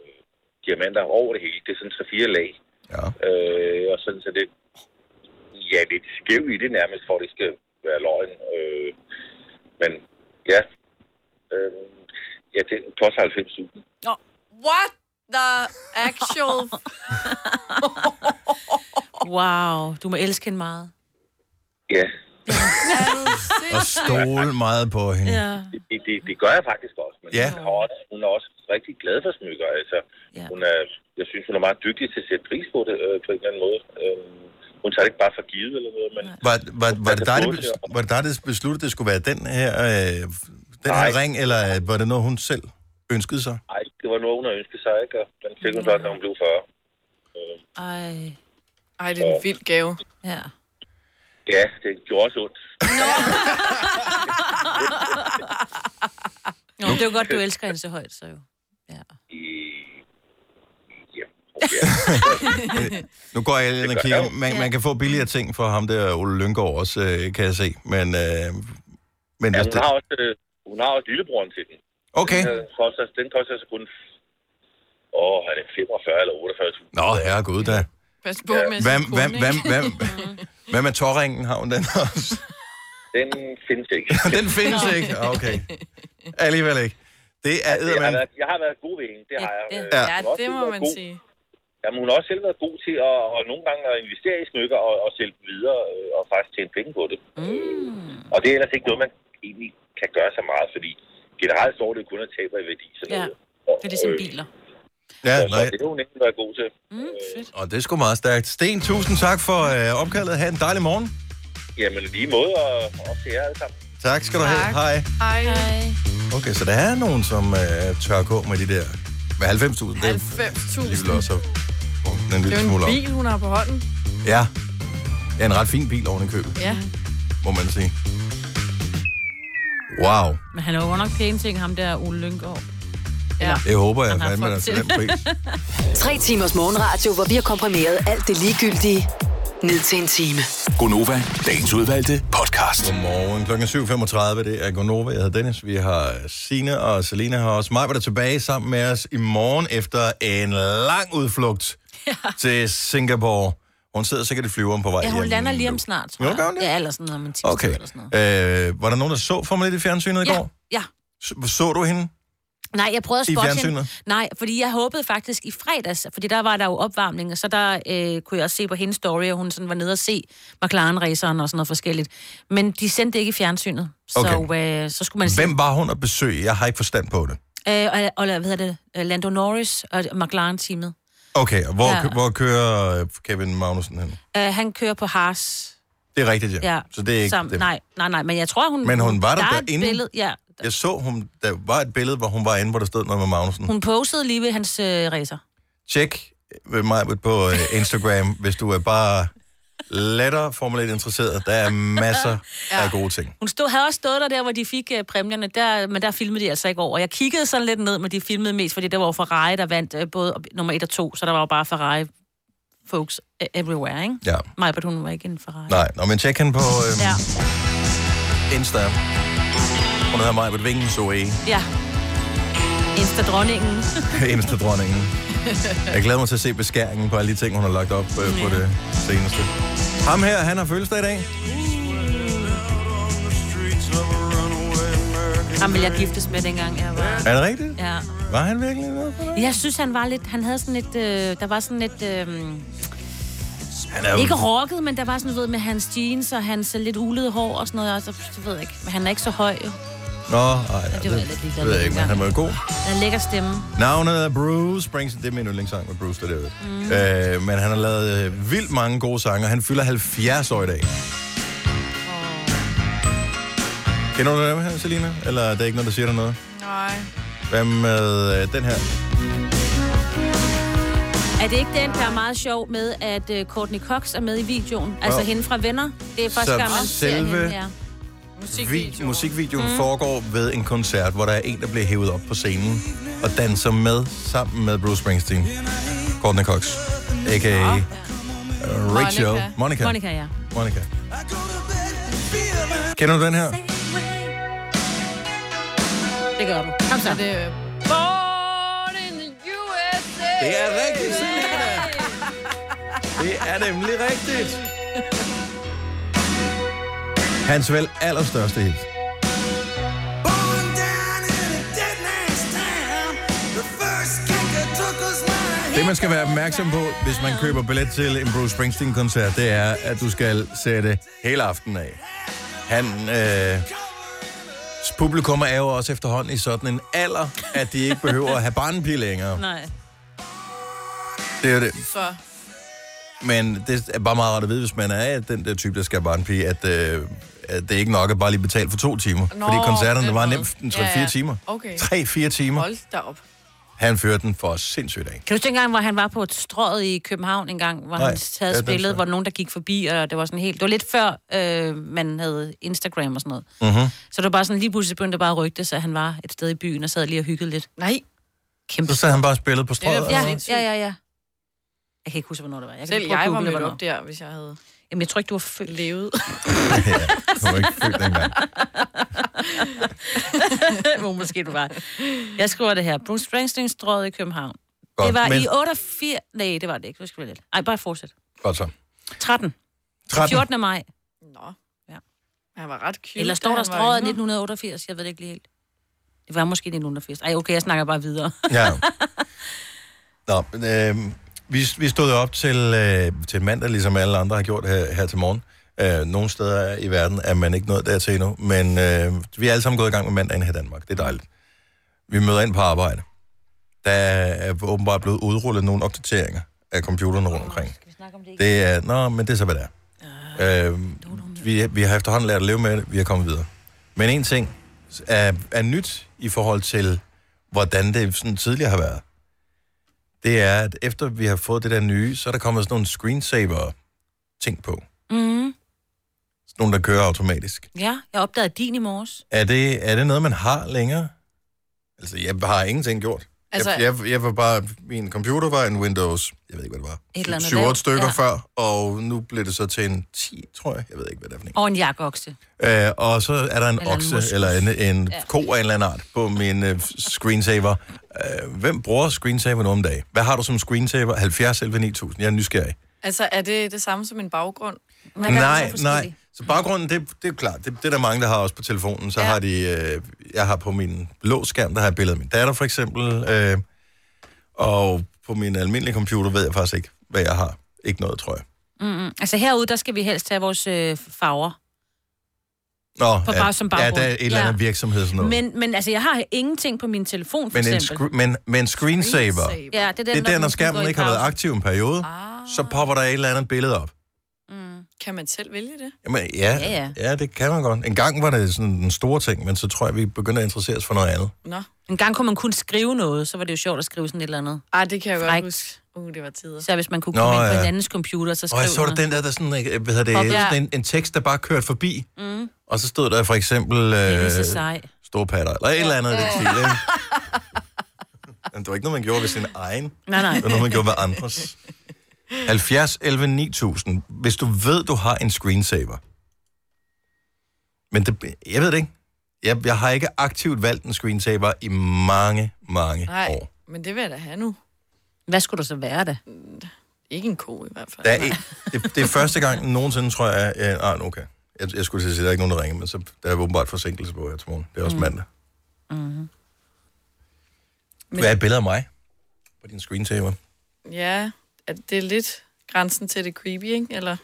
[SPEAKER 16] øh, diamanter over det hele. Det er sådan så fire lag.
[SPEAKER 1] Ja.
[SPEAKER 16] Øh, og sådan så det... Ja, lidt skæv i det nærmest, for at det skal være løgn. Øh, men ja... Øh, ja, det koster 90.000.
[SPEAKER 3] Nå, what the actual...
[SPEAKER 2] Wow, du må elske hende meget.
[SPEAKER 16] Ja,
[SPEAKER 1] Og stole meget på hende.
[SPEAKER 2] Ja.
[SPEAKER 16] det, det, det gør jeg faktisk også. Men
[SPEAKER 1] Ja.
[SPEAKER 16] ja. hun, har også, hun er også rigtig glad for smykker. Altså, ja. hun er, jeg synes, hun er meget dygtig til at sætte pris på det øh, på en eller anden måde. Øh, hun tager det ikke bare for givet eller noget, men...
[SPEAKER 1] Var, var, var, det dig, der,
[SPEAKER 16] både til
[SPEAKER 1] bes- var det dig, der besluttede, at det skulle være den her, øh, den her ring, eller øh, var det noget, hun selv ønskede sig?
[SPEAKER 16] Ej, det var noget, hun havde ønsket sig, ikke? Og den fik hun så, da hun blev 40.
[SPEAKER 2] Ej.
[SPEAKER 3] Ej, det er en vild gave.
[SPEAKER 2] Ja.
[SPEAKER 16] Ja, det gjorde også ondt.
[SPEAKER 2] Nå, det er jo godt, du elsker hende så højt, så jo.
[SPEAKER 1] Nu går jeg ind og
[SPEAKER 16] gør
[SPEAKER 1] kigger.
[SPEAKER 16] jeg jo.
[SPEAKER 1] Man, man kan få billigere ting fra ham der, Ole Lyngård også, øh, kan jeg se. Men, øh, men
[SPEAKER 16] Ja,
[SPEAKER 1] hvis
[SPEAKER 16] hun,
[SPEAKER 1] det...
[SPEAKER 16] har også, øh, hun har også lillebroren til den.
[SPEAKER 1] Okay.
[SPEAKER 16] Den, øh, koster, den koster så kun... Åh, er det 45 eller 48.000?
[SPEAKER 1] Nå, herregud da.
[SPEAKER 3] Pas på
[SPEAKER 16] Ja.
[SPEAKER 3] med
[SPEAKER 1] Hvad,
[SPEAKER 3] sin
[SPEAKER 1] hvad,
[SPEAKER 3] kone,
[SPEAKER 1] hvad,
[SPEAKER 3] ikke?
[SPEAKER 1] hvad, hvad med tårringen? Har hun den også?
[SPEAKER 16] Den findes ikke.
[SPEAKER 1] den findes
[SPEAKER 16] Nå.
[SPEAKER 1] ikke? Okay. Alligevel ikke. Det er
[SPEAKER 16] Det har
[SPEAKER 1] eddermand.
[SPEAKER 16] været, jeg har været god ved hende, det har jeg. Øh,
[SPEAKER 1] Ja.
[SPEAKER 16] hun har
[SPEAKER 3] Ja,
[SPEAKER 16] også
[SPEAKER 3] det
[SPEAKER 16] selv
[SPEAKER 3] må
[SPEAKER 16] været
[SPEAKER 3] man
[SPEAKER 16] god.
[SPEAKER 3] sige.
[SPEAKER 16] Jamen, hun har også selv været god til at, og nogle gange at investere i smykker og, og sælge dem videre øh, og faktisk tjene penge på det. Mm. Og det er ellers ikke noget, man egentlig kan gøre så meget, fordi generelt står det jo kun at tabe i værdi. Sådan
[SPEAKER 2] Ja,
[SPEAKER 16] noget.
[SPEAKER 2] det er ligesom biler.
[SPEAKER 1] Ja,
[SPEAKER 16] Så
[SPEAKER 1] nej.
[SPEAKER 16] det har hun ikke været god til.
[SPEAKER 2] Mm, fedt.
[SPEAKER 1] Og det er sgu meget stærkt. Sten, tusind tak for øh, opkaldet. Ha' en dejlig morgen.
[SPEAKER 16] Jamen, lige måde og og op til jer alle sammen.
[SPEAKER 1] Tak skal du have. Hej.
[SPEAKER 3] Hej. Hej.
[SPEAKER 1] Okay, så der er nogen, som øh, tør gå med de der... Med 90.000. Det er
[SPEAKER 3] 5.000.
[SPEAKER 1] alligevel også at bunke den en
[SPEAKER 3] Det
[SPEAKER 1] lille
[SPEAKER 3] er jo
[SPEAKER 1] smule
[SPEAKER 3] en
[SPEAKER 1] op.
[SPEAKER 3] bil, hun har på hånden.
[SPEAKER 1] Ja. Ja, en ret fin bil oven i købet,
[SPEAKER 3] Ja.
[SPEAKER 1] må man sige. Wow.
[SPEAKER 2] Men han er jo godt nok pæne ting, ham der Ole Lyngård.
[SPEAKER 3] Ja.
[SPEAKER 1] Det håber jeg
[SPEAKER 2] Han har
[SPEAKER 1] fandme,
[SPEAKER 2] fået
[SPEAKER 1] der er
[SPEAKER 2] til.
[SPEAKER 1] den pris.
[SPEAKER 5] Tre timers morgenradio, hvor vi har komprimeret alt det ligegyldige ned til en time.
[SPEAKER 1] Gonova, dagens udvalgte podcast. Godmorgen. Klokken er 7.35. Det er Gonova. Jeg hedder Dennis. Vi har Sine og Selina her også. Mig var der tilbage sammen med os i morgen efter en lang udflugt ja. til Singapore. Hun sidder sikkert i flyveren på vej
[SPEAKER 2] Ja, hun
[SPEAKER 1] hjem.
[SPEAKER 2] lander lige om snart, tror
[SPEAKER 1] Jo,
[SPEAKER 2] jeg.
[SPEAKER 1] gør hun det?
[SPEAKER 2] Ja, eller sådan noget om en tirsdag
[SPEAKER 1] Okay.
[SPEAKER 2] eller sådan noget.
[SPEAKER 1] Øh, var der nogen, der så Formel 1 i fjernsynet i går?
[SPEAKER 2] Ja,
[SPEAKER 1] Så, så du hende?
[SPEAKER 2] Nej, jeg prøvede at
[SPEAKER 1] I
[SPEAKER 2] spotte hende.
[SPEAKER 1] fjernsynet?
[SPEAKER 2] Nej, fordi jeg håbede faktisk i fredags, fordi der var der jo opvarmning, og så der øh, kunne jeg også se på hendes story, at hun sådan var nede og se McLaren-raceren og sådan noget forskelligt. Men de sendte det ikke i fjernsynet, så,
[SPEAKER 1] Okay.
[SPEAKER 2] øh, så skulle man se...
[SPEAKER 1] Hvem var hun at besøge? Jeg har ikke forstand på det.
[SPEAKER 2] Øh, og, og, hvad hedder det? Øh, Lando Norris og McLaren-teamet.
[SPEAKER 1] Okay, og hvor,
[SPEAKER 2] Ja.
[SPEAKER 1] ja. hvor kører øh, Kevin Magnussen hen?
[SPEAKER 2] Uh, han kører på Haas.
[SPEAKER 1] Det er rigtigt, ja. Så det er ikke
[SPEAKER 2] Sammen-
[SPEAKER 1] dem.
[SPEAKER 2] Nej, nej, nej, men jeg tror, hun...
[SPEAKER 1] Men hun var der
[SPEAKER 2] er et
[SPEAKER 1] derinde?
[SPEAKER 2] Billede, ja,
[SPEAKER 1] Jeg så, hun, der var et billede, hvor hun var inde, hvor der stod noget med Magnussen.
[SPEAKER 2] hun posede lige ved hans øh, racer.
[SPEAKER 1] Tjek ved mig på øh, Instagram, hvis du er bare lettere formuleret interesseret. Der er masser ja. af gode ting.
[SPEAKER 2] Hun stod, havde også stået der, der hvor de fik øh, præmierne, der, men der filmede de altså ikke over. Jeg kiggede sådan lidt ned, men de filmede mest, fordi der var jo Ferrari, der vandt øh, både op- nummer 1 og 2, så der var jo bare Ferrari folks øh, everywhere, ikke?
[SPEAKER 1] Ja.
[SPEAKER 2] Mig, but hun var ikke en Ferrari.
[SPEAKER 1] Nej, Nå, men tjek hende på øh,
[SPEAKER 2] Ja.
[SPEAKER 1] Insta. Hun hedder mig på Vingen Zoe,
[SPEAKER 2] ja. Insta-dronningen.
[SPEAKER 1] Insta-dronningen. Jeg glæder mig til at se beskæringen på alle de ting, hun har lagt op øh, på det seneste. Ham her, han har fødselsdag i dag.
[SPEAKER 2] Ham ville jeg giftes med dengang, jeg var...
[SPEAKER 1] Er det rigtigt?
[SPEAKER 2] Ja.
[SPEAKER 1] Var han virkelig noget?
[SPEAKER 2] Jeg synes, han var lidt... Han havde sådan lidt... Øh, der var sådan lidt... Øh,
[SPEAKER 1] Han
[SPEAKER 2] er ikke rocket, men der var sådan, du ved, med hans jeans og hans øh, lidt ulede hår og sådan noget. Og så, så ved jeg ikke. Men han er ikke så høj, jo.
[SPEAKER 1] Nå, ej, ja,
[SPEAKER 2] det
[SPEAKER 1] det,
[SPEAKER 2] var jeg lidt ligeglad
[SPEAKER 1] det ved jeg
[SPEAKER 2] med
[SPEAKER 1] ikke, men han var god.
[SPEAKER 2] Han har en lækker stemme.
[SPEAKER 1] Navnet er Bruce Springsteen. Det er min yndlingssang med Bruce, det er det. Mm. Øh, men han har lavet øh, vildt mange gode sange, og han fylder 70 år i dag. Kender du den her, Selina? Eller er der ikke noget, der siger dig noget?
[SPEAKER 3] Nej.
[SPEAKER 1] Hvad med øh, den her?
[SPEAKER 2] Er det ikke den, der er meget sjov med, at øh, Courtney Cox er med i videoen? Altså
[SPEAKER 1] Jo.
[SPEAKER 2] hende fra Venner? Det er første
[SPEAKER 1] Så
[SPEAKER 2] gang, man
[SPEAKER 1] selve-
[SPEAKER 2] ser hende her.
[SPEAKER 1] Vi, musikvideoen
[SPEAKER 2] Mm.
[SPEAKER 1] mm. foregår ved en koncert, hvor der er en, der bliver hævet op på scenen og danser med sammen med Bruce Springsteen. Courtney Cox, a.k.a. øh, uh, Rachel. Monica.
[SPEAKER 2] Ah. Monica, ja.
[SPEAKER 1] Monica. Kender du den her?
[SPEAKER 2] Det gør du. Kom så. Det,
[SPEAKER 3] øh,
[SPEAKER 8] Born in the USA.
[SPEAKER 1] Det er rigtigt, Selena. Det er nemlig rigtigt. Hans vel allerstørste hit. Det, man skal være opmærksom på, hvis man køber billet til en Bruce Springsteen-koncert, det er, at du skal sætte hele aftenen af. Han, øh, publikum er jo også efterhånden i sådan en alder, at de ikke behøver at have barnepige længere.
[SPEAKER 2] Nej.
[SPEAKER 1] Det er jo det.
[SPEAKER 3] Så.
[SPEAKER 1] Men det er bare meget rart at vide, hvis man er af den der type, der skal bare en pige, at, øh, at det er ikke nok at bare lige betale for to timer. Nå,
[SPEAKER 3] Nå,
[SPEAKER 1] fordi
[SPEAKER 3] på
[SPEAKER 1] koncerterne
[SPEAKER 3] den
[SPEAKER 1] var
[SPEAKER 3] måde.
[SPEAKER 1] nemt en
[SPEAKER 3] Ja,
[SPEAKER 1] 3-4
[SPEAKER 3] ja.
[SPEAKER 1] timer.
[SPEAKER 3] Okay.
[SPEAKER 1] 3-4 timer.
[SPEAKER 3] Hold da op.
[SPEAKER 1] Han førte den for sindssygt af.
[SPEAKER 2] Kan du huske dengang, hvor han var på et strøget i København en gang, hvor
[SPEAKER 1] Nej,
[SPEAKER 2] Nej, han havde
[SPEAKER 1] ja,
[SPEAKER 2] ja,
[SPEAKER 1] den
[SPEAKER 2] spillet,
[SPEAKER 1] så.
[SPEAKER 2] hvor nogen der gik forbi, og det var sådan helt... Det var lidt før, øh, man havde Instagram og sådan noget.
[SPEAKER 1] Mm-hmm.
[SPEAKER 2] Så det var bare sådan, lige pludselig begyndte det bare at rygte, så han var et sted i byen og sad lige og hyggede lidt.
[SPEAKER 3] Nej.
[SPEAKER 2] Kæmpe
[SPEAKER 1] Så sad han bare og spillede på strøget.
[SPEAKER 2] Ja,
[SPEAKER 1] og-
[SPEAKER 2] ja, ja, ja. Jeg kan ikke huske, hvornår det var. Jeg kan
[SPEAKER 3] Selv
[SPEAKER 2] prøve at
[SPEAKER 3] jeg var
[SPEAKER 2] google,
[SPEAKER 3] mødt
[SPEAKER 2] hvornår.
[SPEAKER 3] op der, hvis jeg havde...
[SPEAKER 2] Jamen, jeg tror ikke, du var født.
[SPEAKER 3] Levet.
[SPEAKER 1] Du var ikke født dengang.
[SPEAKER 2] Hvor måske du var. Jeg skriver det her. Bruce Springsteen strøget i København. Godt,
[SPEAKER 1] Godt,
[SPEAKER 2] det var men...
[SPEAKER 1] men-
[SPEAKER 2] i 88... Nej, det var det ikke. Nu skal vi lidt. Ej, bare fortsæt.
[SPEAKER 1] Godt så.
[SPEAKER 2] 13.
[SPEAKER 1] 13.
[SPEAKER 2] 14. maj.
[SPEAKER 3] Han var ret cute.
[SPEAKER 2] Eller står
[SPEAKER 3] da
[SPEAKER 2] der
[SPEAKER 3] han var
[SPEAKER 2] strøget
[SPEAKER 3] yngre.
[SPEAKER 2] 1988? Jeg ved det ikke lige helt. Det var måske 1988. Ej, okay, jeg snakker bare videre.
[SPEAKER 1] Ja. Nå, men, øh, vi, vi stod op til, øh, til mandag, ligesom alle andre har gjort her, her til morgen. Øh, nogle steder i verden er man ikke nået dertil endnu, men øh, vi er alle sammen gået i gang med mandagen her i Danmark. Det er dejligt. Vi møder ind på arbejde. Der er åbenbart blevet udrullet nogle opdateringer af computerne rundt omkring. Det er, nå, men det er så, hvad det er. Øh, vi, vi har efterhånden lært at leve med det. Vi er kommet videre. Men en ting er, er nyt i forhold til, hvordan det sådan tidligere har været. Det er, at efter vi har fået det der nye, så er der kommet sådan nogle screensaver-ting på.
[SPEAKER 2] Mm.
[SPEAKER 1] Sådan nogle, der kører automatisk.
[SPEAKER 2] Ja, jeg opdagede din i morges.
[SPEAKER 1] Er det, er det noget, man har længere? Altså, jeg har ingenting gjort.
[SPEAKER 2] Altså-
[SPEAKER 1] Altså, jeg, jeg, jeg var bare... Min computer var en Windows... Jeg ved ikke, hvad det
[SPEAKER 2] Et eller
[SPEAKER 1] var.
[SPEAKER 2] andet
[SPEAKER 1] 7-8
[SPEAKER 2] lavt,
[SPEAKER 1] stykker
[SPEAKER 2] ja.
[SPEAKER 1] ja. før, og nu blev det så til en 10, tror jeg. Jeg ved ikke, hvad det er for en.
[SPEAKER 2] Og en jakokse.
[SPEAKER 1] Øh, og så er der en
[SPEAKER 2] Eller en
[SPEAKER 1] eller okse,
[SPEAKER 2] moskus.
[SPEAKER 1] en eller en, en
[SPEAKER 2] Ja.
[SPEAKER 1] ja. ko af en eller anden art på min øh, screensaver. Øh, hvem bruger screensaver nu om dagen? Hvad har du som screensaver? 70 11 9000. Jeg er nysgerrig.
[SPEAKER 3] Altså, er det det samme som en baggrund? Man kan
[SPEAKER 1] Nej,
[SPEAKER 3] være så
[SPEAKER 1] nej.
[SPEAKER 3] forskellig.
[SPEAKER 1] Så baggrunden, det, det er jo klart. Det, det er der mange, der har også på telefonen. Så ja. har de... Øh, jeg har på min blå skærm, der har jeg billeder af min datter, for eksempel. Øh, og på min almindelige computer ved jeg faktisk ikke, hvad jeg har. Ikke noget, tror jeg.
[SPEAKER 2] Mm-hmm. Altså herude, der skal vi helst have vores øh, farver.
[SPEAKER 1] Nå,
[SPEAKER 2] På
[SPEAKER 1] ja,
[SPEAKER 2] bare, som baggrund.
[SPEAKER 1] Ja, der er et eller andet virksomhed sådan noget. Men,
[SPEAKER 2] Men, men altså, jeg har ingenting på min telefon, for
[SPEAKER 1] men, en
[SPEAKER 2] eksempel.
[SPEAKER 1] scre- men, men screensaver,
[SPEAKER 2] Ja, det er den,
[SPEAKER 1] det er der, når
[SPEAKER 2] den går
[SPEAKER 1] skærmen
[SPEAKER 2] i
[SPEAKER 1] ikke har været
[SPEAKER 2] pause.
[SPEAKER 1] aktiv en periode, ah. så popper der et eller andet billede op.
[SPEAKER 3] Kan man selv vælge det?
[SPEAKER 1] Jamen, ja,
[SPEAKER 3] Ja, ja.
[SPEAKER 1] ja, ja, det kan man godt. En gang var det sådan en stor ting, men så tror jeg, vi begynder at interessere os for noget andet.
[SPEAKER 3] Nå.
[SPEAKER 2] En gang kunne man kun skrive noget, så var det jo sjovt at skrive sådan et eller andet.
[SPEAKER 3] Ej, det kan jeg godt
[SPEAKER 2] Frækt.
[SPEAKER 3] huske. Uh, det var tider.
[SPEAKER 2] Så hvis man kunne
[SPEAKER 1] Nå,
[SPEAKER 2] komme ind på
[SPEAKER 1] ja.
[SPEAKER 2] en andens computer, så
[SPEAKER 1] Og
[SPEAKER 2] skrev
[SPEAKER 1] jeg så der
[SPEAKER 2] noget.
[SPEAKER 1] den der, der sådan, øh, hvad hedder
[SPEAKER 2] Pop-
[SPEAKER 1] det,
[SPEAKER 2] Ja.
[SPEAKER 1] sådan en, en tekst, der bare kørte forbi,
[SPEAKER 2] Mm.
[SPEAKER 1] og så stod der for eksempel
[SPEAKER 2] Det er så
[SPEAKER 1] øh,
[SPEAKER 2] sej.
[SPEAKER 1] storpatter, eller et eller andet i den stil, ikke? Men det var ikke noget, man gjorde ved sin egen.
[SPEAKER 2] Nej, nej.
[SPEAKER 1] Det var noget, man gjorde ved andres. 70, 11, 9000. Hvis du ved, du har en screensaver. Men det, jeg ved det ikke. Jeg, jeg har ikke aktivt valgt en screensaver i mange, mange
[SPEAKER 3] Nej,
[SPEAKER 1] år.
[SPEAKER 3] men det vil jeg da have nu.
[SPEAKER 2] Hvad skulle der så være, da?
[SPEAKER 3] Ikke en ko i hvert fald.
[SPEAKER 1] Der er, en- det, det er første gang nogensinde, tror jeg, at... Ah, okay. Jeg, jeg skulle til at sige, at der er ikke nogen, der ringer, men så, der er åbenbart forsinkelse på her til morgen. Det er også mm. mandag.
[SPEAKER 3] Mm-hmm.
[SPEAKER 1] Men... Hvad er et billede af mig på din screensaver?
[SPEAKER 3] Ja, at det er lidt grænsen til det creepy, ikke? Eller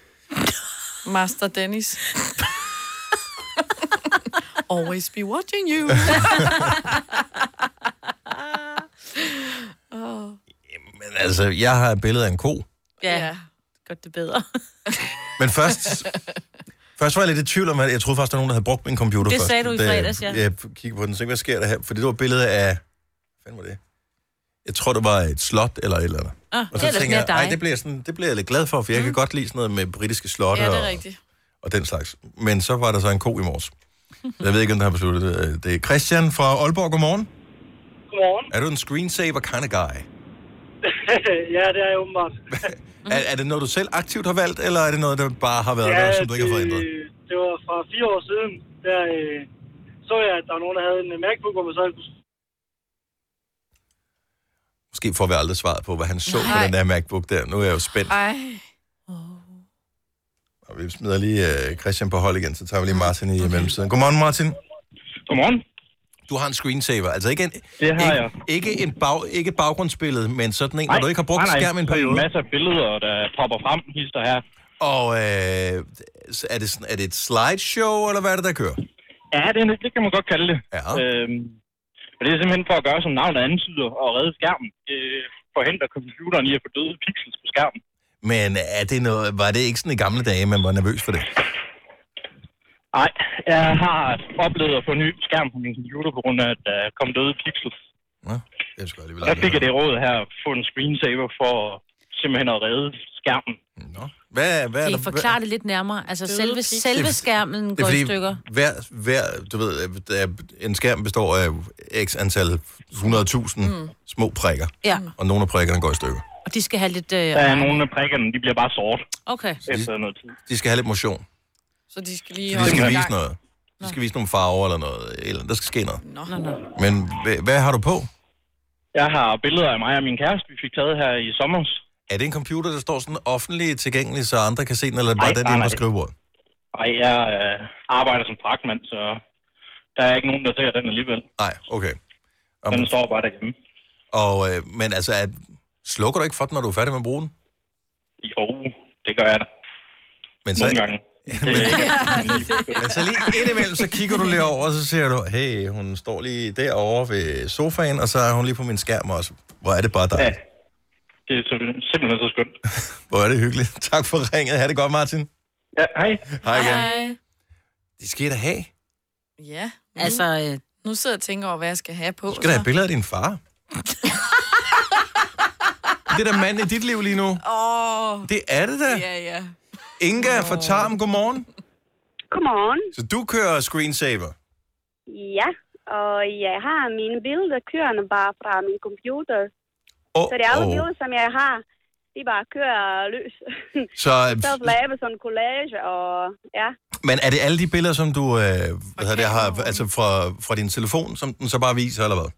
[SPEAKER 3] Master Dennis. Always be watching you. oh.
[SPEAKER 1] Men altså, jeg har et billede af en ko.
[SPEAKER 2] Ja, ja. godt det bedre.
[SPEAKER 1] Men først... Først var jeg lidt i tvivl om, at jeg troede faktisk, der var nogen, der havde brugt min computer
[SPEAKER 2] Det
[SPEAKER 1] først.
[SPEAKER 2] sagde du i
[SPEAKER 1] da
[SPEAKER 2] fredags, ja.
[SPEAKER 1] Jeg kiggede på den, så tænkte, hvad sker der her? For det var et billede af... Hvad fanden var det? Jeg tror, det var et slot eller et eller andet.
[SPEAKER 2] Ah,
[SPEAKER 1] Og
[SPEAKER 2] det er
[SPEAKER 1] så
[SPEAKER 2] da
[SPEAKER 1] tænker jeg,
[SPEAKER 2] sådan, at
[SPEAKER 1] nej,
[SPEAKER 2] dig." Mm.
[SPEAKER 1] det bliver, jeg sådan, det bliver jeg lidt glad for, for jeg kan godt lide sådan noget med britiske slotte
[SPEAKER 3] Ja, det
[SPEAKER 1] og,
[SPEAKER 3] er rigtigt.
[SPEAKER 1] og den slags. Men så var der så en ko i morges. Jeg ved ikke, om der har besluttet det. Det er Christian fra Aalborg. Godmorgen.
[SPEAKER 18] Godmorgen.
[SPEAKER 1] Er du en screensaver kind of guy?
[SPEAKER 18] ja, det er jeg åbenbart.
[SPEAKER 1] Mm-hmm. Er, er det noget, du selv aktivt har valgt, eller er det noget, der bare har været
[SPEAKER 18] ja,
[SPEAKER 1] der, som du ikke har fået ændret?
[SPEAKER 18] Det, det var fra fire år siden, der øh, så jeg, at der var nogen, der havde en øh, MacBook, hvor man så kunne...
[SPEAKER 1] Måske får vi aldrig svaret på, hvad han så Nej. på
[SPEAKER 18] Nej.
[SPEAKER 1] den der MacBook der. Nu er jeg jo spændt.
[SPEAKER 3] Ej.
[SPEAKER 1] Og vi smider lige øh, Christian på hold igen, så tager vi lige Martin i okay. mellemtiden. Godmorgen, Martin.
[SPEAKER 18] Godmorgen.
[SPEAKER 1] Du har en screensaver, altså ikke en,
[SPEAKER 19] Det har
[SPEAKER 1] ikke,
[SPEAKER 19] jeg.
[SPEAKER 1] Ikke, en bag, ikke baggrundsbillede, men sådan en, nej, hvor du ikke har brugt skærmen i en periode.
[SPEAKER 19] masser af billeder, der popper frem, hister her.
[SPEAKER 1] Og øh, er, det sådan, er det et slideshow, eller hvad er det, der kører?
[SPEAKER 19] Ja, det, er en- det kan man godt kalde det.
[SPEAKER 1] Ja.
[SPEAKER 19] Øhm, og det er simpelthen for at gøre, som navnet antyder, og redde skærmen. Øh, forhindre computeren i at få døde pixels på skærmen.
[SPEAKER 1] Men er det noget, var det ikke sådan i gamle dage, man var nervøs for det?
[SPEAKER 19] Nej, jeg har oplevet at få en ny skærm på min computer, på grund af, at der kom døde pixels.
[SPEAKER 1] Nå, jeg skal alligevel
[SPEAKER 19] Der fik jeg det råd her, at få en screensaver for simpelthen at redde skærmen.
[SPEAKER 1] Hvad, hvad
[SPEAKER 2] Det
[SPEAKER 1] der-
[SPEAKER 2] forklarer det lidt nærmere. Altså, selve, selve skærmen
[SPEAKER 1] Det er
[SPEAKER 2] går i
[SPEAKER 1] fordi,
[SPEAKER 2] stykker.
[SPEAKER 1] hver, hver, du ved, øh, der er- en skærm består af x antal 100.000 mm. små prikker,
[SPEAKER 2] Ja,
[SPEAKER 1] og nogle af prikkerne går i stykker.
[SPEAKER 2] og de skal have lidt... Øh,
[SPEAKER 19] Der er nogle af prikkerne, de bliver bare sort
[SPEAKER 2] Okay.
[SPEAKER 19] efter noget tid.
[SPEAKER 1] De skal have lidt motion.
[SPEAKER 3] Så de skal
[SPEAKER 1] Så
[SPEAKER 3] lige
[SPEAKER 1] de
[SPEAKER 3] holde
[SPEAKER 1] skal
[SPEAKER 3] i
[SPEAKER 1] vise
[SPEAKER 3] gang.
[SPEAKER 1] noget. De skal vise nogle farver eller noget. Eller, der skal ske noget.
[SPEAKER 3] Nå, nå, nå.
[SPEAKER 1] Men hvad, hvad har du på?
[SPEAKER 19] Jeg har billeder af mig og min kæreste, vi fik taget her i sommer.
[SPEAKER 1] Er det en computer, der står sådan offentligt tilgængelig, så andre kan se den, eller er det bare
[SPEAKER 19] Nej,
[SPEAKER 1] den
[SPEAKER 19] nej,
[SPEAKER 1] inde på
[SPEAKER 19] nej.
[SPEAKER 1] skrivebordet?
[SPEAKER 19] Og jeg øh, arbejder som fragtmand, så der er ikke nogen, der ser den alligevel.
[SPEAKER 1] Nej, okay.
[SPEAKER 19] Den står bare derhjemme.
[SPEAKER 1] Og, øh, men altså, er, slukker du ikke for den, når du er færdig med at bruge den?
[SPEAKER 19] Jo, det gør jeg da.
[SPEAKER 1] Men
[SPEAKER 19] så... Nogle gange.
[SPEAKER 1] Men så lige indimellem, så kigger du lige over, og så ser du, hey, hun står lige derovre ved sofaen, og så er hun lige på min skærm også. Hvor er det bare dejligt. Ja.
[SPEAKER 19] Det er simpelthen simpelthen så skønt.
[SPEAKER 1] Hvor er det hyggeligt. Tak for ringet. Ha' det godt, Martin.
[SPEAKER 19] Ja, hej.
[SPEAKER 1] Hej igen.
[SPEAKER 3] Hej.
[SPEAKER 1] Det skal I da have. Du
[SPEAKER 3] Ja. Nu,
[SPEAKER 2] Altså, øh,
[SPEAKER 3] nu sidder jeg og tænker over, hvad jeg skal have på.
[SPEAKER 1] skal da have billeder af din far. det er da manden i dit liv lige nu.
[SPEAKER 3] Åh.
[SPEAKER 1] Det er det da.
[SPEAKER 3] Ja, ja.
[SPEAKER 1] Inga fra Tarm, godmorgen.
[SPEAKER 20] Godmorgen.
[SPEAKER 1] Så du kører screensaver.
[SPEAKER 20] Ja, og jeg har mine billeder kørende bare fra min computer.
[SPEAKER 1] Oh,
[SPEAKER 20] så det er alle
[SPEAKER 1] oh.
[SPEAKER 20] billeder, som jeg har, de bare kører løs.
[SPEAKER 1] Så,
[SPEAKER 20] så laver sådan en collage, og ja.
[SPEAKER 1] men er det alle de billeder, som du øh, hvad hedder det, har altså fra, fra din telefon, som den så bare viser, eller hvad?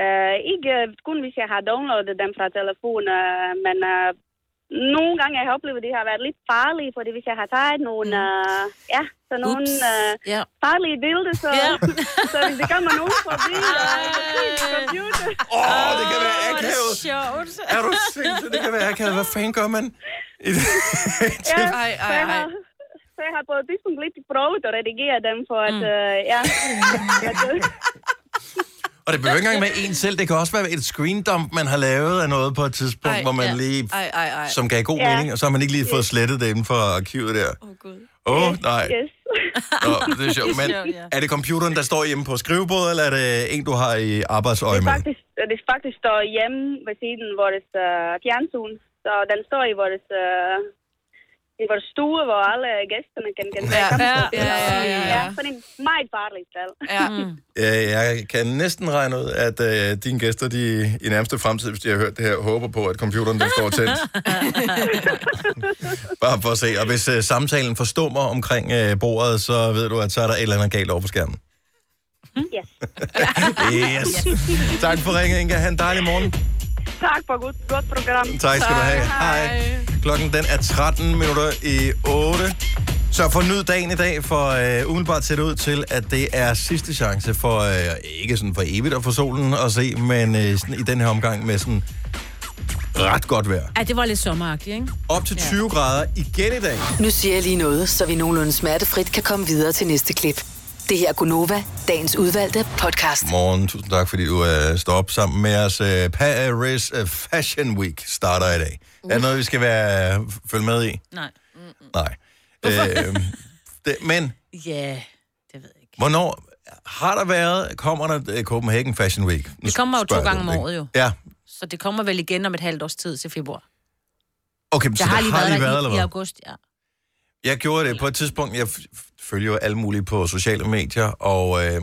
[SPEAKER 20] Uh, ikke kun hvis jeg har downloadet dem fra telefonen, uh, men uh, nogle gange jeg har oplevet, at de har været lidt farlige, fordi hvis jeg har taget nogle, uh, ja, så nogle uh,
[SPEAKER 2] ja.
[SPEAKER 20] farlige billeder, så,
[SPEAKER 2] Ja.
[SPEAKER 20] så hvis det kommer nogen forbi, uh, så computer.
[SPEAKER 1] Åh, oh, det kan være
[SPEAKER 2] det
[SPEAKER 1] akavet.
[SPEAKER 2] er sjovt.
[SPEAKER 1] Er du sindssyg? Det kan være akavet. Hvad fanden gør man? I det-
[SPEAKER 20] Ja,
[SPEAKER 1] til-
[SPEAKER 20] så jeg har så jeg har på et tidspunkt lidt prøvet at redigere dem, for at, øh, mm. øh, ja.
[SPEAKER 1] Og det behøver ikke engang være en selv. Det kan også være et screendump, man har lavet af noget på et tidspunkt, ej, hvor man ja. lige...
[SPEAKER 20] Ej, ej, ej.
[SPEAKER 1] Som gav god ja. mening, og så har man ikke lige fået slettet det inden for arkivet der. Åh, oh, Gud. Åh, oh, nej.
[SPEAKER 20] Yes.
[SPEAKER 1] Nå, det er sjovt. Men
[SPEAKER 20] Det er sjovt, ja.
[SPEAKER 1] er det computeren, der står hjemme på skrivebordet, eller er det en, du har i arbejdsøje med?
[SPEAKER 20] Faktisk, det faktisk står hjemme ved siden af vores øh, fjernsyn, så den står i vores... Øh, i vores stue, hvor alle gæsterne kan kan
[SPEAKER 3] Ja,
[SPEAKER 20] komme.
[SPEAKER 3] ja, ja, ja, ja. Mm.
[SPEAKER 20] ja. Sådan en meget farlig stald. Ja.
[SPEAKER 1] Øh, Jeg kan næsten regne ud, at øh, dine gæster de, i nærmeste fremtid, hvis de har hørt det her, håber på, at computeren den står tændt. Bare for at se. Og hvis øh, samtalen forstummer omkring øh, bordet, så ved du, at så er der et eller andet galt over på skærmen.
[SPEAKER 20] Yes.
[SPEAKER 1] Yes. tak for ringen, Inga. Ha' en dejlig morgen.
[SPEAKER 20] Tak for godt, godt program.
[SPEAKER 1] Tak skal du have. Hej. Klokken den er 13 minutter i 8. Så fornyd dagen i dag, for øh, umiddelbart ser det ud til, at det er sidste chance for, øh, ikke sådan for evigt at få solen at se, men øh, sådan i den her omgang med sådan ret godt vejr.
[SPEAKER 2] Ja, det var lidt sommeragtigt, ikke?
[SPEAKER 1] Op til 20 ja. grader igen i dag.
[SPEAKER 5] Nu siger jeg lige noget, så vi nogenlunde smertefrit kan komme videre til næste klip. Det her er Gunova, dagens udvalgte podcast.
[SPEAKER 1] Morgen, tusind tak, fordi du øh, står op sammen med os. Øh, Paris øh, Fashion Week starter i dag. Uh. Er det noget, vi skal være, øh, følge med i?
[SPEAKER 2] Nej.
[SPEAKER 1] Nej. Øh, det, men
[SPEAKER 2] Ja.
[SPEAKER 1] Hvornår har der været, kommer der øh, Copenhagen Fashion Week? Nu
[SPEAKER 2] Det kommer jo to
[SPEAKER 1] spørger jeg
[SPEAKER 2] gange om
[SPEAKER 1] lidt,
[SPEAKER 2] året, jo.
[SPEAKER 1] ikke? Ja,
[SPEAKER 2] Så det kommer vel igen om et halvt års tid til februar.
[SPEAKER 1] okay, men så
[SPEAKER 2] jeg
[SPEAKER 1] der
[SPEAKER 2] har lige været, der i,
[SPEAKER 1] eller
[SPEAKER 2] i
[SPEAKER 1] hvad?
[SPEAKER 2] august, ja.
[SPEAKER 1] Jeg gjorde det på et tidspunkt, jeg f- f- følger jo alle mulige på sociale medier, og øh,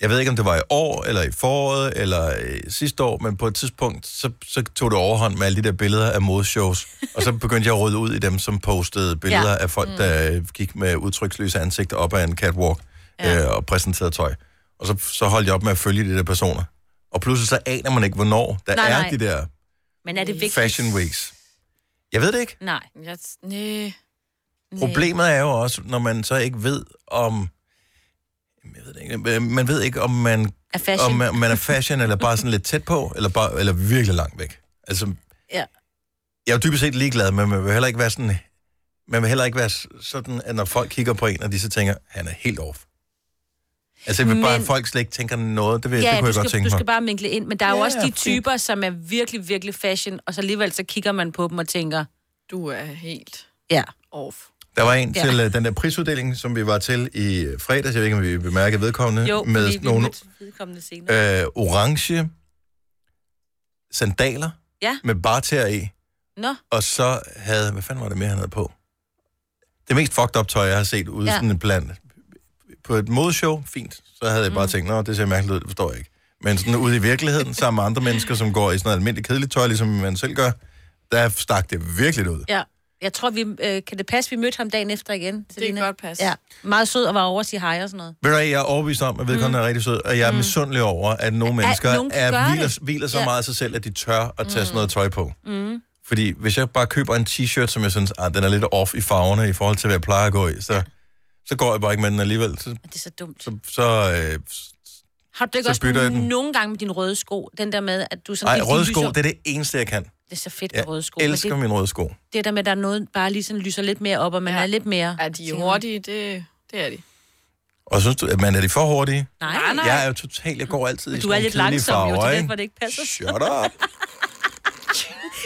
[SPEAKER 1] jeg ved ikke, om det var i år, eller i foråret, eller øh, sidste år, men på et tidspunkt, så, så tog det overhånd med alle de der billeder af modeshows, og så begyndte jeg at rydde ud i dem, som postede billeder
[SPEAKER 21] Ja.
[SPEAKER 1] ja. af folk,
[SPEAKER 21] Mm.
[SPEAKER 1] der øh, gik med udtryksløse ansigter op ad en catwalk ja. øh, og præsenterede tøj. Og så, så holdt jeg op med at følge de der personer. Og pludselig så aner man ikke, hvornår der
[SPEAKER 2] Nej,
[SPEAKER 1] er
[SPEAKER 2] nej.
[SPEAKER 1] de der
[SPEAKER 2] Men er det vigtigt?
[SPEAKER 1] fashion weeks. Jeg ved det ikke.
[SPEAKER 2] Nej.
[SPEAKER 3] Jeg, nej.
[SPEAKER 1] Problemet er jo også, når man så ikke ved om... Jeg ved det ikke, øh, man ved ikke, om man
[SPEAKER 2] Er fashion.
[SPEAKER 1] om man, man er fashion, eller bare sådan lidt tæt på, eller, bare, eller virkelig langt væk. Altså,
[SPEAKER 2] Ja.
[SPEAKER 1] jeg er jo dybest set ligeglad, men man vil heller ikke være sådan... Man vil heller ikke være s- sådan, at når folk kigger på en, og de så tænker, han er helt off. Altså, jeg vil men... bare, at
[SPEAKER 2] Men-
[SPEAKER 1] folk slet ikke tænker noget. Det, vil, ja,
[SPEAKER 2] ja,
[SPEAKER 1] det kunne
[SPEAKER 2] du
[SPEAKER 1] jeg
[SPEAKER 2] skal,
[SPEAKER 1] godt tænke
[SPEAKER 2] du
[SPEAKER 1] mig.
[SPEAKER 2] skal bare minkle ind, men der er jo
[SPEAKER 3] Ja,
[SPEAKER 2] også de
[SPEAKER 3] fint.
[SPEAKER 2] typer, som er virkelig, virkelig fashion, og så alligevel så kigger man på dem og tænker,
[SPEAKER 3] Du er helt
[SPEAKER 2] ja.
[SPEAKER 3] off.
[SPEAKER 1] Der var en
[SPEAKER 2] Ja.
[SPEAKER 1] til øh, den der prisuddeling, som vi var til i øh, fredags. Jeg ved ikke, om vi bemærkede vedkommende.
[SPEAKER 2] jo,
[SPEAKER 1] med
[SPEAKER 2] fordi
[SPEAKER 1] sådan
[SPEAKER 2] vi
[SPEAKER 1] nogle
[SPEAKER 2] mødte vedkommende senere.
[SPEAKER 1] øh, orange sandaler
[SPEAKER 2] Ja,
[SPEAKER 1] med barter i,
[SPEAKER 2] nå.
[SPEAKER 1] og så havde, hvad fanden var det mere, han havde på? Det mest fucked up tøj, jeg har set ude
[SPEAKER 2] Ja.
[SPEAKER 1] ja. sådan blandt, på et modeshow, fint, så havde jeg bare tænkt, nå, det ser mærkeligt ud, det forstår jeg ikke. Men sådan ude i virkeligheden, sammen med andre mennesker, som går i sådan noget almindeligt kedeligt tøj, ligesom man selv gør, der stak det virkelig ud.
[SPEAKER 2] Ja. Jeg tror, vi, øh, kan det passe, vi mødte ham dagen efter igen? Selina? Det kan godt passe. Ja. Meget sød og var over at sige hej og sådan noget.
[SPEAKER 1] Ved du hvad, jeg er overbevist om, at vedkommende mm. er rigtig sød, og jeg er misundelig over, at nogle mennesker
[SPEAKER 2] nogen kan gøre
[SPEAKER 1] er, hviler,
[SPEAKER 2] det.
[SPEAKER 1] hviler så
[SPEAKER 2] Ja.
[SPEAKER 1] ja. meget af sig selv, at de tør at tage
[SPEAKER 2] Mm.
[SPEAKER 1] sådan noget tøj på.
[SPEAKER 2] Mm.
[SPEAKER 1] Fordi hvis jeg bare køber en t-shirt, som jeg synes, ah, den er lidt off i farverne i forhold til, hvad jeg plejer at gå i, så, ja. så går jeg bare ikke med den alligevel. Så,
[SPEAKER 2] Det er så dumt.
[SPEAKER 1] så, så øh,
[SPEAKER 2] Har du ikke
[SPEAKER 1] Så
[SPEAKER 2] også
[SPEAKER 1] bytter jeg den.
[SPEAKER 2] nogle gange med din røde sko, den der med, at du sådan...
[SPEAKER 1] ej,
[SPEAKER 2] rigtig
[SPEAKER 1] røde sko,
[SPEAKER 2] lyser-
[SPEAKER 1] det er det eneste, jeg kan.
[SPEAKER 2] Det er så fedt med
[SPEAKER 1] Jeg
[SPEAKER 2] røde sko. men
[SPEAKER 1] elsker
[SPEAKER 2] det,
[SPEAKER 1] min røde sko.
[SPEAKER 2] det der med, at der er noget, bare lige sådan lyser lidt mere op, og man ja. er lidt mere... Ja, de er hurtige, det, det er de.
[SPEAKER 1] Og synes du, at man er de for hurtige?
[SPEAKER 2] Nej, nej.
[SPEAKER 1] Jeg er jo totalt, jeg går altid i
[SPEAKER 2] Men
[SPEAKER 1] sådan
[SPEAKER 2] du er
[SPEAKER 1] nogle
[SPEAKER 2] lidt
[SPEAKER 1] kedelige
[SPEAKER 2] langsom, jo,
[SPEAKER 1] farver,
[SPEAKER 2] det er
[SPEAKER 1] ikke?
[SPEAKER 2] derfor, det ikke passer.
[SPEAKER 1] Shut up.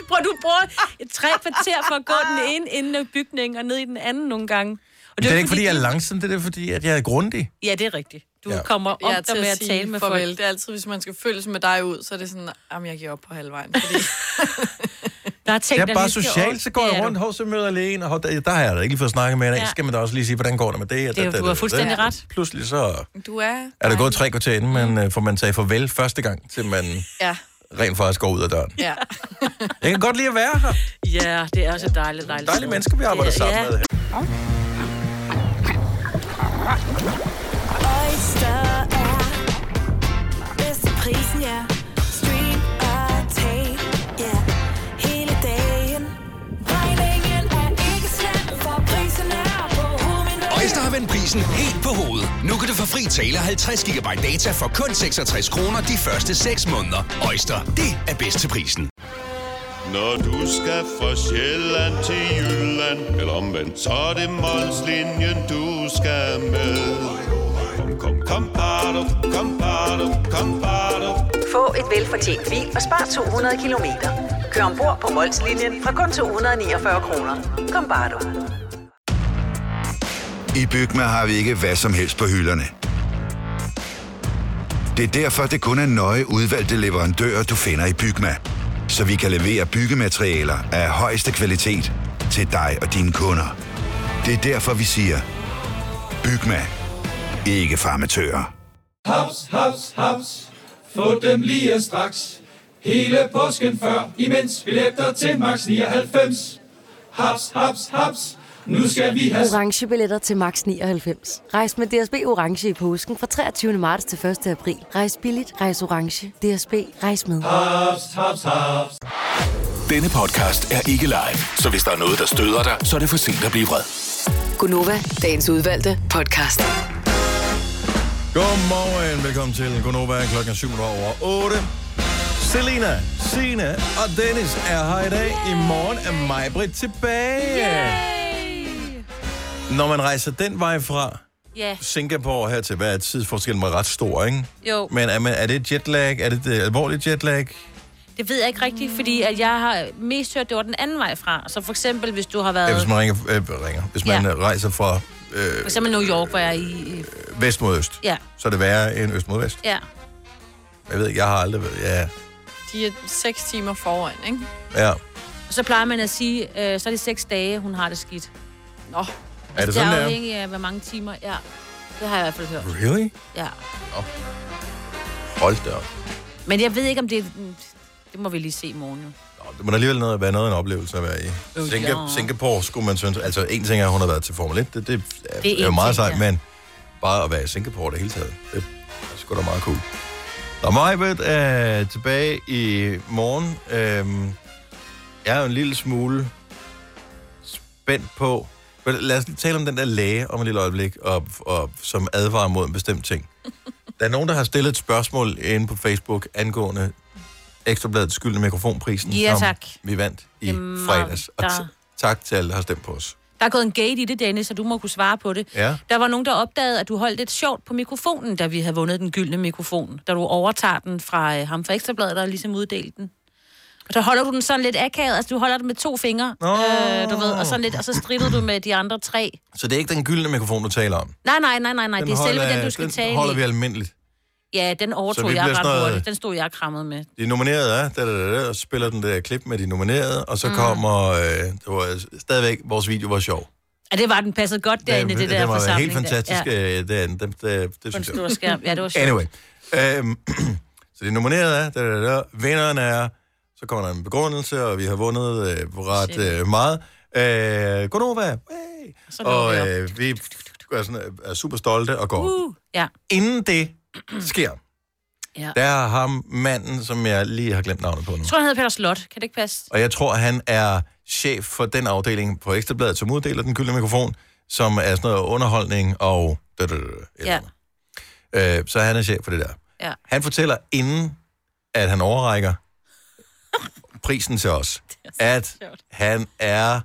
[SPEAKER 2] Prøv, du bruger et tre kvarter for at gå den ene ende af bygningen og ned i den anden nogle gange. Og
[SPEAKER 1] Men det er ikke, fordi jeg er langsom, det er fordi, at jeg er grundig.
[SPEAKER 2] Ja, det er rigtigt. Du
[SPEAKER 1] Ja.
[SPEAKER 2] ja. kommer om
[SPEAKER 3] Jeg er
[SPEAKER 2] der
[SPEAKER 3] til
[SPEAKER 2] med
[SPEAKER 3] at,
[SPEAKER 2] at
[SPEAKER 3] sige
[SPEAKER 2] tale med
[SPEAKER 3] farvel.
[SPEAKER 2] folk.
[SPEAKER 3] Det er altid, hvis man skal følges med dig ud, så er det sådan, at jeg giver op på halvvejen. Fordi...
[SPEAKER 2] Der er
[SPEAKER 1] jeg er bare social, så går jeg rundt, hov, så møder jeg lægen, og hov, der, der har jeg da ikke lige fået snakket med hende.
[SPEAKER 3] Ja.
[SPEAKER 1] Ja. Skal man da også lige sige, hvordan går det med det? og
[SPEAKER 3] Det er-
[SPEAKER 1] da, da, da,
[SPEAKER 3] du har
[SPEAKER 1] da, da.
[SPEAKER 3] fuldstændig ret.
[SPEAKER 1] Pludselig så
[SPEAKER 3] Du er...
[SPEAKER 1] er der gået tre kvarter inden,
[SPEAKER 2] Mm.
[SPEAKER 1] men øh, får man tage farvel første gang, til man
[SPEAKER 3] Ja.
[SPEAKER 1] rent faktisk går ud af døren.
[SPEAKER 3] Ja.
[SPEAKER 1] Jeg kan godt lide at være her.
[SPEAKER 2] Ja, det er også et dejligt, dejligt.
[SPEAKER 1] Dejlige
[SPEAKER 2] sted.
[SPEAKER 1] mennesker, vi arbejder
[SPEAKER 2] Det er-
[SPEAKER 1] sammen med.
[SPEAKER 8] Oyster er bedst til prisen, ja. Stream og tag, ja. Hele dagen. Regningen er ikke slem, for prisen er på hovedet.
[SPEAKER 22] Øjster har vendt prisen helt på hovedet. Nu kan du få fri tale 50 GB data for kun 66 kroner de første 6 måneder. Øjster, det er bedst til prisen.
[SPEAKER 21] Når du skal fra Sjælland til Jylland Eller omvendt, så er det Molslinjen, du skal med Kom, kom, kom, bado, kom, bado, kom, bado.
[SPEAKER 23] Få et velfortjent bil og spar 200 kilometer. Kør ombord på Molslinjen fra kun 249 kroner. Kom bare du.
[SPEAKER 24] I Bygma har vi ikke hvad som helst på hylderne. Det er derfor, det kun er nøje udvalgte leverandører, du finder i Bygma. Så vi kan levere byggematerialer af højeste kvalitet til dig og dine kunder. Det er derfor, vi siger, Bygma. Ikke farmatører.
[SPEAKER 25] Haps, haps, haps. Få dem lige straks. Hele påsken før, imens billetter til max 99. Haps, haps, haps. Nu skal vi have...
[SPEAKER 26] orange billetter til max 99. Rejs med DSB orange i påsken fra 23. marts til 1. april. Rejs billigt, rejs orange. DSB rejs med.
[SPEAKER 25] Haps, haps, haps.
[SPEAKER 22] Denne podcast er ikke live, så hvis der er noget, der støder dig, så er det for sent at blive vred.
[SPEAKER 5] Gunova, dagens udvalgte podcast.
[SPEAKER 1] Godmorgen, velkommen til Gonova, klokken er 7 over 8. Selina, Sine og Dennis er her i dag. I morgen er Majbrit tilbage. Når man rejser den vej fra
[SPEAKER 2] Ja.
[SPEAKER 1] Singapore her til, hvad er tidsforskellen var ret stor, ikke?
[SPEAKER 2] Jo.
[SPEAKER 1] Men er, man, er det jetlag? Er det, det alvorligt jetlag?
[SPEAKER 2] Det ved jeg ikke rigtigt, fordi at jeg har mest hørt, det var den anden vej fra. Så for eksempel, hvis du har været...
[SPEAKER 1] Ja, hvis man ringer, øh, ringer. Hvis man
[SPEAKER 2] Ja.
[SPEAKER 1] ja. rejser fra
[SPEAKER 2] For
[SPEAKER 1] øh,
[SPEAKER 2] eksempel New York, hvor jeg er i... i-
[SPEAKER 1] vest mod øst,
[SPEAKER 2] Ja,
[SPEAKER 1] så er det værre end øst mod vest.
[SPEAKER 2] ja.
[SPEAKER 1] Jeg ved ikke, jeg har aldrig været... Ja,
[SPEAKER 3] De er 6 timer foran, ikke?
[SPEAKER 1] ja.
[SPEAKER 2] Og så plejer man at sige, øh, så er det seks dage, hun har det skidt.
[SPEAKER 3] Nå. Er
[SPEAKER 1] Er det sådan,
[SPEAKER 2] det
[SPEAKER 1] det
[SPEAKER 2] er
[SPEAKER 1] er?
[SPEAKER 2] afhængigt af, hvor mange timer. Ja, det har jeg i hvert fald hørt.
[SPEAKER 1] Really?
[SPEAKER 2] Ja.
[SPEAKER 1] Hold da op.
[SPEAKER 2] Men jeg ved ikke, om det... Det må vi lige se i morgen. jo.
[SPEAKER 1] Det må da alligevel noget, være noget af en oplevelse at være i.
[SPEAKER 2] Jo,
[SPEAKER 1] Singa-
[SPEAKER 2] Oh, ja.
[SPEAKER 1] Singapore skulle man synes... Altså, en ting er, at hun har været til Formel 1. Det, det, er,
[SPEAKER 2] Det er
[SPEAKER 1] det er jo
[SPEAKER 2] én
[SPEAKER 1] meget
[SPEAKER 2] ting,
[SPEAKER 1] sejt, men bare at være i Singapore det hele taget, det er sgu da meget cool. Nå, Majbet er tilbage i morgen. Øhm, jeg er jo en lille smule spændt på... Men Lad os lige tale om den der læge om et lille øjeblik, og, og, som advarer mod en bestemt ting. Der er nogen, der har stillet et spørgsmål inde på Facebook angående Ekstrabladets skyldende mikrofonprisen,
[SPEAKER 2] Ja,
[SPEAKER 1] som
[SPEAKER 2] tak.
[SPEAKER 1] vi vandt i
[SPEAKER 2] Det er meget-
[SPEAKER 1] fredags. Og
[SPEAKER 2] der-
[SPEAKER 1] t- tak til alle, der har stemt på os.
[SPEAKER 2] Der er gået en gate i det, Dennis, så du må kunne svare på det.
[SPEAKER 1] Ja.
[SPEAKER 2] Der var nogen, der opdagede, at du holdt lidt sjovt på mikrofonen, da vi havde vundet den gyldne mikrofon. Da du overtager den fra øh, ham fra Ekstrabladet, der ligesom uddelte den. Og der holder du den sådan lidt akavet, altså du holder den med to fingre,
[SPEAKER 1] Nå.
[SPEAKER 2] øh, du ved, og, sådan lidt, og så strittede du med de andre tre.
[SPEAKER 1] Så det er ikke den gyldne mikrofon, du taler om.
[SPEAKER 2] Nej, nej, nej, nej, nej, det er selve den, du skal
[SPEAKER 1] den
[SPEAKER 2] tale
[SPEAKER 1] holder
[SPEAKER 2] i.
[SPEAKER 1] vi almindeligt.
[SPEAKER 2] Ja, den
[SPEAKER 1] Så
[SPEAKER 2] overtog
[SPEAKER 1] vi
[SPEAKER 2] jeg
[SPEAKER 1] bliver
[SPEAKER 2] ret
[SPEAKER 1] sådan noget-
[SPEAKER 2] hurtigt. Den stod jeg krammet med.
[SPEAKER 1] De nominerede er, da, da, da, da, og så spiller den der klip med de nominerede, og så
[SPEAKER 2] Mm.
[SPEAKER 1] mm. kommer, øh, det var stadigvæk, vores video var sjov.
[SPEAKER 2] Ja, det var den passede godt derinde, det, det der
[SPEAKER 1] det var
[SPEAKER 2] forsamling.
[SPEAKER 1] helt fantastisk
[SPEAKER 2] Der. Ja.
[SPEAKER 1] ja. derinde. Det, det, det
[SPEAKER 2] På en
[SPEAKER 1] synes jeg.
[SPEAKER 2] stor skærm. Ja, det var sjovt.
[SPEAKER 1] Anyway. Øhm, så det nominerede er, da, da, da, vinderen er, så kommer der en begrundelse, og vi har vundet øh, ret øh, meget. Øh, Godnova! Hey!
[SPEAKER 2] Så lukker
[SPEAKER 1] Og
[SPEAKER 2] vi op.
[SPEAKER 1] øh, vi er, sådan, øh, er super stolte og går.
[SPEAKER 2] Uh, ja.
[SPEAKER 1] Inden det sker,
[SPEAKER 2] ja.
[SPEAKER 1] der er ham manden, som jeg lige har glemt navnet på nu.
[SPEAKER 2] Jeg tror, han hedder Peter Slot. Kan det ikke passe?
[SPEAKER 1] Og jeg tror, han er chef for den afdeling på Ekstrabladet, som uddeler den gyldne mikrofon, som er sådan noget underholdning og... Da, da, da, da.
[SPEAKER 2] Ja.
[SPEAKER 1] Øh, så han er chef for det der.
[SPEAKER 2] ja.
[SPEAKER 1] Han fortæller, inden at han overrækker prisen til os, at han er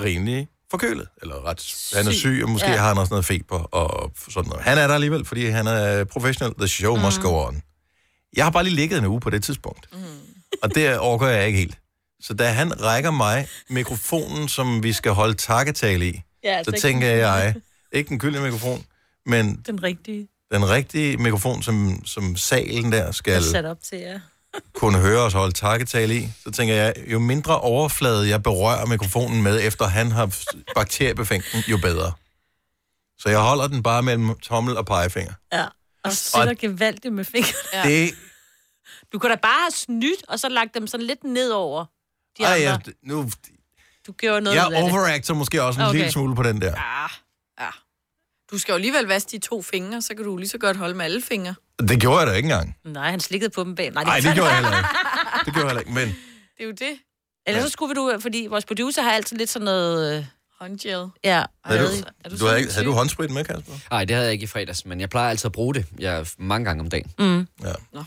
[SPEAKER 1] rimelig forkølet, eller ret, han er syg, og måske
[SPEAKER 2] Ja.
[SPEAKER 1] ja. har han også noget feber og sådan noget. Han er der alligevel, fordi han er professionel. The show mm. must go on. Jeg har bare lige ligget en uge på det tidspunkt, mm. og det overgår jeg ikke helt. Så da han rækker mig mikrofonen, som vi skal holde takketale i,
[SPEAKER 2] Ja,
[SPEAKER 1] ja,
[SPEAKER 2] altså
[SPEAKER 1] så
[SPEAKER 2] ikke-
[SPEAKER 1] tænker jeg, ikke den gyldne mikrofon, men
[SPEAKER 2] Den rigtige.
[SPEAKER 1] den rigtige mikrofon, som, som salen der
[SPEAKER 2] Jeg
[SPEAKER 1] skal
[SPEAKER 2] sat op til jer.
[SPEAKER 1] kunne høre os holde takketale i, så tænker jeg, jo mindre overflade jeg berører mikrofonen med, efter han har bakteriebefængt den, jo bedre. Så jeg holder den bare mellem tommel og pegefinger.
[SPEAKER 2] Ja. Og sætter gevaldigt med fingrene.
[SPEAKER 1] Ja. Det,
[SPEAKER 2] Du kunne da bare have snydt, og så lagt dem sådan lidt nedover. De
[SPEAKER 1] ej,
[SPEAKER 2] andre.
[SPEAKER 1] jeg, nu,
[SPEAKER 2] Du gjorde noget
[SPEAKER 1] jeg
[SPEAKER 2] ud af det.
[SPEAKER 1] overacter måske også en
[SPEAKER 3] Okay.
[SPEAKER 1] okay. lille smule på den der.
[SPEAKER 3] Du skal jo alligevel vaske de to fingre, så kan du lige så godt holde med alle fingre.
[SPEAKER 1] Det gjorde jeg da ikke engang.
[SPEAKER 2] Nej, han slikkede på dem bag. Nej,
[SPEAKER 1] Nej, det gjorde jeg heller ikke. Det gjorde jeg heller ikke, men...
[SPEAKER 3] Det er jo det.
[SPEAKER 2] Ellers så skulle vi du, fordi vores producer har altid lidt sådan noget... Øh,
[SPEAKER 3] Håndgel.
[SPEAKER 2] Ja.
[SPEAKER 1] Havde du,
[SPEAKER 2] Er
[SPEAKER 1] du, du havde, ikke- havde du håndsprit med, Kasper?
[SPEAKER 14] Nej, det havde jeg ikke i fredags, men jeg plejer altid at bruge det jeg, mange gange om dagen.
[SPEAKER 2] Mm.
[SPEAKER 1] Ja. Nå,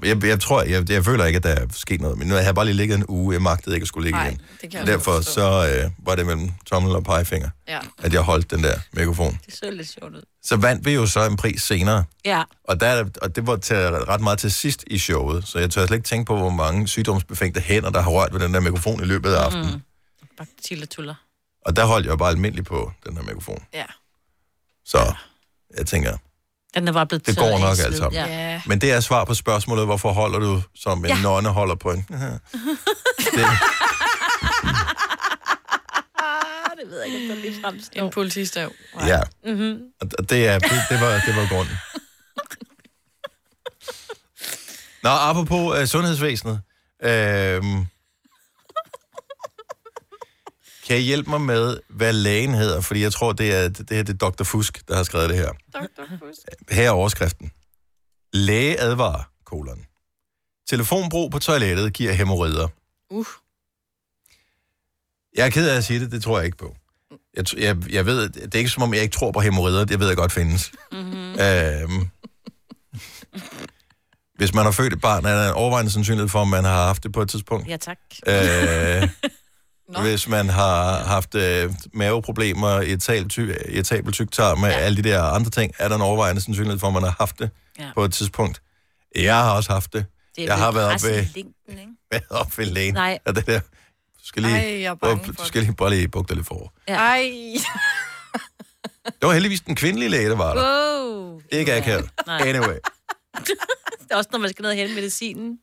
[SPEAKER 1] men Jeg, jeg tror, jeg, jeg føler ikke, at der er sket noget. Men nu har jeg bare lige ligget en uge. Jeg magtede ikke at skulle ligge
[SPEAKER 3] Nej,
[SPEAKER 1] igen.
[SPEAKER 3] det kan jeg
[SPEAKER 1] Derfor
[SPEAKER 3] godt
[SPEAKER 1] så øh, var det mellem tommel og pegefinger,
[SPEAKER 2] Ja.
[SPEAKER 1] at jeg holdt den der mikrofon.
[SPEAKER 2] Det så lidt sjovt ud.
[SPEAKER 1] Så vandt vi jo så en pris senere.
[SPEAKER 2] Ja.
[SPEAKER 1] Og, der, er- og det var til, ret meget til sidst i showet, så jeg tør slet ikke tænke på, hvor mange sygdomsbefængte hænder, der har rørt ved den der mikrofon i løbet af aftenen. Mm.
[SPEAKER 2] Bare tuller.
[SPEAKER 1] Og der holdt jeg jo bare almindeligt på den her mikrofon.
[SPEAKER 3] Ja.
[SPEAKER 1] Så jeg tænker,
[SPEAKER 2] Den er bare blevet
[SPEAKER 1] det
[SPEAKER 2] tørret
[SPEAKER 1] går nok
[SPEAKER 2] helt
[SPEAKER 1] alt
[SPEAKER 2] sløv.
[SPEAKER 1] sammen.
[SPEAKER 2] Ja.
[SPEAKER 1] Men det er svar på spørgsmålet, hvorfor holder du, som en
[SPEAKER 2] Ja.
[SPEAKER 1] ja. nonne holder på en...
[SPEAKER 2] Ah, det ved jeg ikke, om lige fremstår.
[SPEAKER 3] En politistav.
[SPEAKER 1] Ja,
[SPEAKER 3] Mm-hmm.
[SPEAKER 1] og og det, er, det, det, var, det var grunden. Nå, apropos uh, sundhedsvæsenet. Øhm, kan I hjælpe mig med, hvad lægen hedder? Fordi jeg tror, det er, det her det er Dr. Fusk, der har skrevet det her. Her er overskriften. Læge advarer, kolon. Telefonbrug på toilettet giver hemorrider.
[SPEAKER 3] Uh.
[SPEAKER 1] Jeg er ked af at sige det, det tror jeg ikke på. Jeg, tr- jeg, jeg ved, det er ikke som om, jeg ikke tror på hemorrider, det ved jeg godt findes. Mm-hmm. Øhm, hvis man har født et barn, er der en overvejende sandsynlighed for, at man har haft det på et tidspunkt.
[SPEAKER 2] Ja, tak.
[SPEAKER 1] Øh, hvis man har haft øh, maveproblemer, irritabel ty- irritabel tyktarm med ja. alle de der andre ting, er der en overvejende sandsynlighed for, at man har haft det
[SPEAKER 2] Ja.
[SPEAKER 1] ja. på et tidspunkt. Jeg har også haft det.
[SPEAKER 2] Det er
[SPEAKER 1] jeg har
[SPEAKER 2] blevet
[SPEAKER 1] været
[SPEAKER 2] presset
[SPEAKER 1] ved,
[SPEAKER 2] i længden, ikke?
[SPEAKER 1] været op ved lægen.
[SPEAKER 2] Nej.
[SPEAKER 1] Og det der, du skal lige,
[SPEAKER 2] Ej, jeg er bange for
[SPEAKER 1] du skal lige bare lige bukke dig lidt forover.
[SPEAKER 2] Ja. Ej.
[SPEAKER 1] Det var heldigvis den kvindelige læge, der var der.
[SPEAKER 2] Wow.
[SPEAKER 1] Ikke akavet.
[SPEAKER 2] Nej.
[SPEAKER 1] Anyway.
[SPEAKER 2] Det er også, når man skal ned og hente medicinen.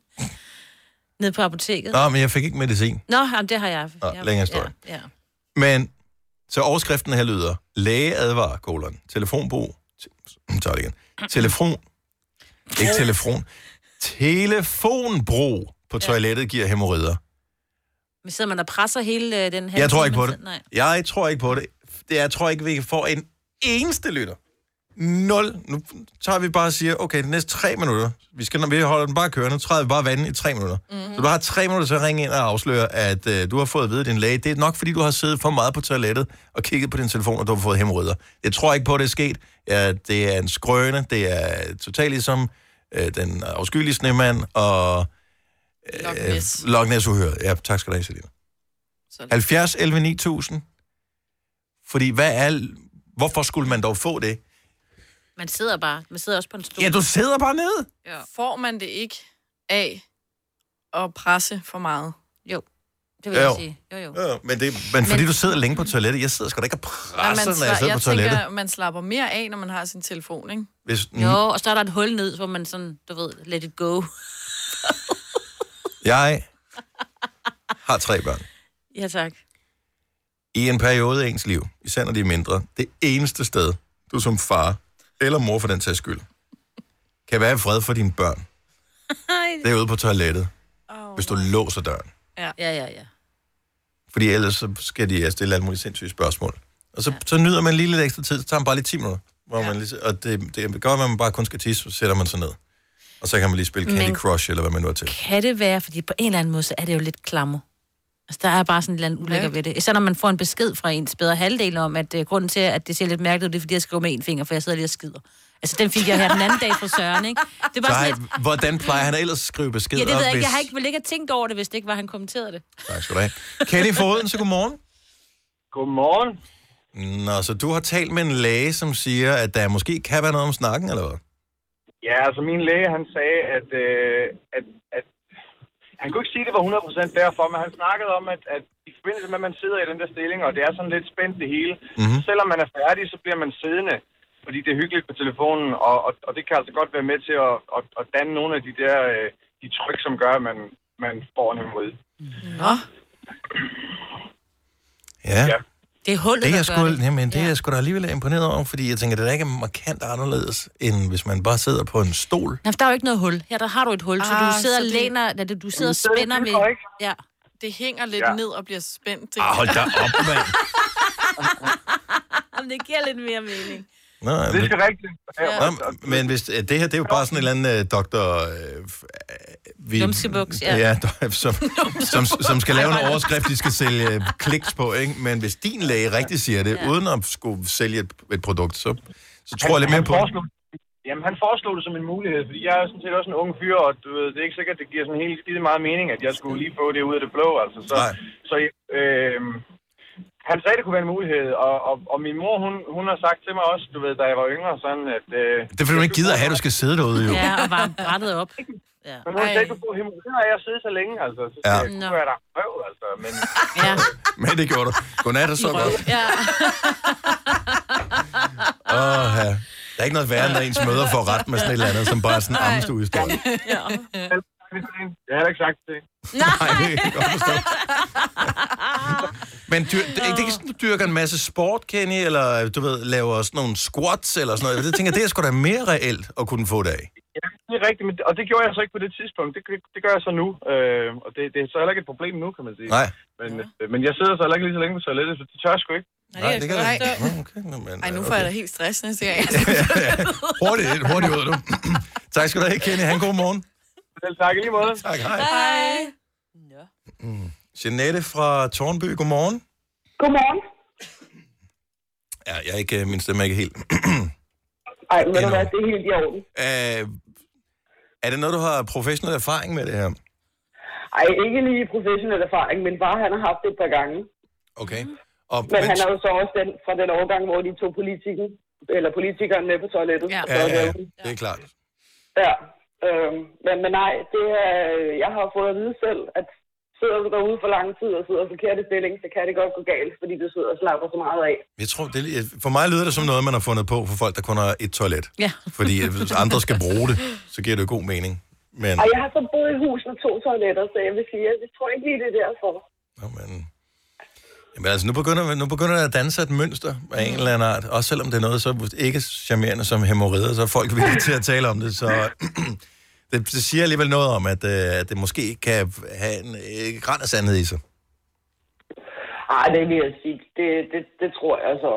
[SPEAKER 2] Ned på apoteket.
[SPEAKER 1] Nå, men jeg fik ikke medicin.
[SPEAKER 2] Nå jamen, det har jeg.
[SPEAKER 1] Nå,
[SPEAKER 2] jeg
[SPEAKER 1] længere historie.
[SPEAKER 2] Ja, ja.
[SPEAKER 1] Men, så overskriften her lyder, læge advarer, kolon, telefonbrug, te- tager det igen, telefon, ikke telefon, telefonbrug på toilettet giver hemorrider.
[SPEAKER 2] Men sidder man og presser hele øh, den her...
[SPEAKER 1] Jeg tror ikke
[SPEAKER 2] time,
[SPEAKER 1] på
[SPEAKER 2] man
[SPEAKER 1] det.
[SPEAKER 2] sidder- Nej.
[SPEAKER 1] Jeg tror ikke på det. det. Jeg tror ikke, vi får en eneste lytter. Nul. Nu tager vi bare og siger, okay, de næste tre minutter, vi, skal, når vi holder den bare kørende, træder vi bare vandet i tre minutter. Mm-hmm.
[SPEAKER 3] Mhm.
[SPEAKER 1] Så du har tre minutter til at ringe ind og afsløre, at øh, du har fået at vide af din læge. Det er nok, fordi du har siddet for meget på toilettet og kigget på din telefon, og du har fået hemorrider. Jeg tror ikke på, at det er sket. Ja, det er en skrøne. Det er totalt ligesom øh, den afskyelige snemand og... øh,
[SPEAKER 3] Loch Ness.
[SPEAKER 1] Loch Ness uhøret. Ja, tak skal du have, Selina. 70, 11, 9000. Fordi hvad er... Hvorfor skulle man dog få det?
[SPEAKER 2] Man sidder bare. Man sidder også på en stol.
[SPEAKER 1] Ja, du sidder bare nede.
[SPEAKER 3] Ja. Får man det ikke af at presse for meget?
[SPEAKER 2] Jo.
[SPEAKER 3] Det
[SPEAKER 1] vil jeg Jo. sige.
[SPEAKER 2] Jo, jo.
[SPEAKER 1] Ja, men, det, men fordi du sidder længe på toilettet, jeg sidder sgu da ikke og presser, når jeg sidder
[SPEAKER 3] jeg
[SPEAKER 1] på toilettet.
[SPEAKER 3] tænker, man slapper mere af, når man har sin telefon, ikke?
[SPEAKER 1] Hvis, mm,
[SPEAKER 2] Jo, og så er der et hul ned, hvor man sådan, du ved, let it go.
[SPEAKER 1] Jeg har tre børn.
[SPEAKER 2] Ja, tak.
[SPEAKER 1] I en periode af ens liv, især når de er mindre, det eneste sted, du som far, eller mor for den sags skyld, kan være i fred for dine børn, det er ude på toilettet, oh, hvis du låser døren.
[SPEAKER 2] Ja, ja, ja. ja.
[SPEAKER 1] Fordi ellers så skal de øh, stille alle mulige sindssyge spørgsmål. Og så, ja. så nyder man lige lidt ekstra tid, så tager man bare lige 10 minutter. Hvor ja. man lige, og det, det kan godt være, at man bare kun skal tisse, så sætter man sig ned. Og så kan man lige spille Candy
[SPEAKER 2] Men-
[SPEAKER 1] Crush, eller hvad man nu er til.
[SPEAKER 2] Kan det være, fordi på en eller anden måde, så er det jo lidt klammer. Altså, der er bare sådan et eller andet ulækker ved det. Især når man får en besked fra ens bedre halvdel om, at uh, grunden til, at det ser lidt mærkeligt ud, det er, fordi jeg skriver med en finger, for jeg sidder lige og skider. Altså, den fik jeg her den anden dag fra Søren, ikke? Det var
[SPEAKER 1] Så
[SPEAKER 2] sådan
[SPEAKER 1] hej,
[SPEAKER 2] lidt...
[SPEAKER 1] hvordan plejer han ellers at skrive beskeder?
[SPEAKER 2] Ja, det ved jeg
[SPEAKER 1] hvis...
[SPEAKER 2] ikke. Jeg har ikke, vel ikke have tænkt over det, hvis det ikke var, han kommenterede det.
[SPEAKER 1] Tak skal du have. Kenny Foden, så godmorgen.
[SPEAKER 18] Godmorgen.
[SPEAKER 1] Nå, så du har talt med en læge, som siger, at der måske kan være noget om snakken, eller hvad?
[SPEAKER 18] Ja, altså min læge, han sagde, at, øh, at, at han kunne ikke sige, at det var 100% derfor, men han snakkede om, at, at i forbindelse med, at man sidder i den der stilling, og det er sådan lidt spændt det hele, mm-hmm. selvom man er færdig, så bliver man siddende, fordi det er hyggeligt på telefonen, og, og, og det kan altså godt være med til at, at, at danne nogle af de der øh, de tryk, som gør, at man, man får en imod.
[SPEAKER 3] Nå.
[SPEAKER 1] Ja. ja.
[SPEAKER 2] Det er hullet,
[SPEAKER 1] det er jeg
[SPEAKER 2] der
[SPEAKER 1] sgu,
[SPEAKER 2] gør det.
[SPEAKER 1] Jamen, det er jeg sgu da alligevel imponeret over, fordi jeg tænker, det er da ikke markant anderledes, end hvis man bare sidder på en stol.
[SPEAKER 2] Nå, for der er jo ikke noget hul. Her der har du et hul, så
[SPEAKER 3] Ah,
[SPEAKER 2] du sidder
[SPEAKER 3] så
[SPEAKER 2] og
[SPEAKER 3] det-
[SPEAKER 2] læner, det... du sidder og
[SPEAKER 3] Det er det,
[SPEAKER 2] spænder
[SPEAKER 3] det
[SPEAKER 2] med...
[SPEAKER 3] går ikke.
[SPEAKER 2] Ja.
[SPEAKER 3] Det hænger lidt
[SPEAKER 2] Ja.
[SPEAKER 3] ja. ned og bliver spændt. Det.
[SPEAKER 1] Ah, hold da op, mand.
[SPEAKER 2] Jamen, det giver lidt mere mening.
[SPEAKER 1] Nå, det
[SPEAKER 18] er sgu rigtigt.
[SPEAKER 2] Ja.
[SPEAKER 1] Nå, men- men hvis, øh, det her, det er jo bare sådan en eller anden uh, doktor... Uh, vi,
[SPEAKER 2] Lumsebuks, ja.
[SPEAKER 1] ja do- som, som, som skal lave en overskrift, de skal sælge øh, kliks på, ikke? Men hvis din læge rigtig siger det, uden at skulle sælge et, et produkt, så, så tror jeg lidt mere på det.
[SPEAKER 18] Jamen, han foreslog det som en mulighed, fordi jeg er sådan set også en ung fyr, og du ved, det er ikke sikkert, det giver sådan helt skide meget mening, at jeg skulle lige få det ud af det blå, altså. Så, så øh, han sagde, det kunne være en mulighed, og, og, og min mor, hun, hun har sagt til mig også, du ved, da jeg var yngre, sådan at... Øh,
[SPEAKER 1] Det er fordi, man ikke gider at have, at du skal sidde derude, jo.
[SPEAKER 2] Ja, og varme brættet op.
[SPEAKER 18] Ja. Men hun sagde, du kunne hemorrider af at sidde så længe, altså. Så
[SPEAKER 1] Ja.
[SPEAKER 18] ja. det kunne være der røv, altså. Men,
[SPEAKER 1] Men det gjorde du. Godnat og så godt.
[SPEAKER 2] Ja.
[SPEAKER 1] Åh, ja. Der er ikke noget værre, end når ens møder får ret med sådan et eller andet, som bare er sådan en ammestudestol.
[SPEAKER 18] ja. Jeg har heller ikke sagt det.
[SPEAKER 1] Nej, det kan jeg godt forstå. Men dyr, det, det er ikke sådan, du dyrker en masse sport, Kenny, eller du ved, laver sådan nogle squats eller sådan noget. Det tænker jeg, det er sgu da mere reelt at kunne få det af.
[SPEAKER 18] Ja, det er rigtigt, men, og det gjorde jeg så ikke på det tidspunkt. Det, det gør jeg så nu, øh, og det, det er så heller ikke et problem nu, kan man sige.
[SPEAKER 1] Nej.
[SPEAKER 18] Men, øh, men jeg sidder så heller ikke lige så længe på toilettet, så det tør jeg sgu ikke.
[SPEAKER 1] Nej, det kan jeg
[SPEAKER 3] Nej.
[SPEAKER 1] ikke. Okay, nå, men,
[SPEAKER 3] Ej, nu
[SPEAKER 1] øh,
[SPEAKER 3] får jeg da helt stress næste gang.
[SPEAKER 1] Hurtigt ind, hurtigt ud, du. tak skal du have, Kenny. Han god morgen.
[SPEAKER 18] Selv tak i lige måde.
[SPEAKER 1] Tak, hej.
[SPEAKER 3] Hej.
[SPEAKER 1] Jeanette fra Tornby, godmorgen.
[SPEAKER 4] Godmorgen.
[SPEAKER 1] Ja, jeg er ikke, øh, min stemme er ikke helt.
[SPEAKER 4] Ej, men du hvad, det er helt i orden.
[SPEAKER 1] Øh, er det noget, du har professionel erfaring med det her?
[SPEAKER 4] Ej, ikke lige professionel erfaring, men bare han har haft det et par gange.
[SPEAKER 1] Okay. Og,
[SPEAKER 4] Men han er jo så også den, fra den årgang, hvor de tog politikken, eller politikeren med på toilettet.
[SPEAKER 1] Ja,
[SPEAKER 4] Så
[SPEAKER 1] ja,
[SPEAKER 4] det er
[SPEAKER 1] ja,
[SPEAKER 4] jo-
[SPEAKER 1] det er klart.
[SPEAKER 4] ja. Øhm, men, men nej, det er, jeg har fået at vide selv, at sidder du derude for lang tid og sidder i forkert stilling, så kan det godt gå galt, fordi du sidder og slapper så meget af.
[SPEAKER 1] Jeg tror, det, er- for mig lyder det som noget, man har fundet på for folk, der kun har et toilet.
[SPEAKER 4] Ja.
[SPEAKER 1] Fordi øh, hvis andre skal bruge det, så giver det jo god mening. Men
[SPEAKER 4] Og jeg har så boet i hus med to toiletter, så jeg vil sige, at jeg tror ikke lige, det er derfor.
[SPEAKER 1] jamen, altså, nu begynder, nu begynder der at danse et mønster af en eller anden art. Også selvom det er noget så ikke charmerende som hemorrider, så er folk villige til at tale om det. Så det, det siger alligevel noget om, at, øh, at det måske kan have en øh, græn af sandhed i sig.
[SPEAKER 4] Ej, det vil jeg sige. Det, det, det tror jeg så.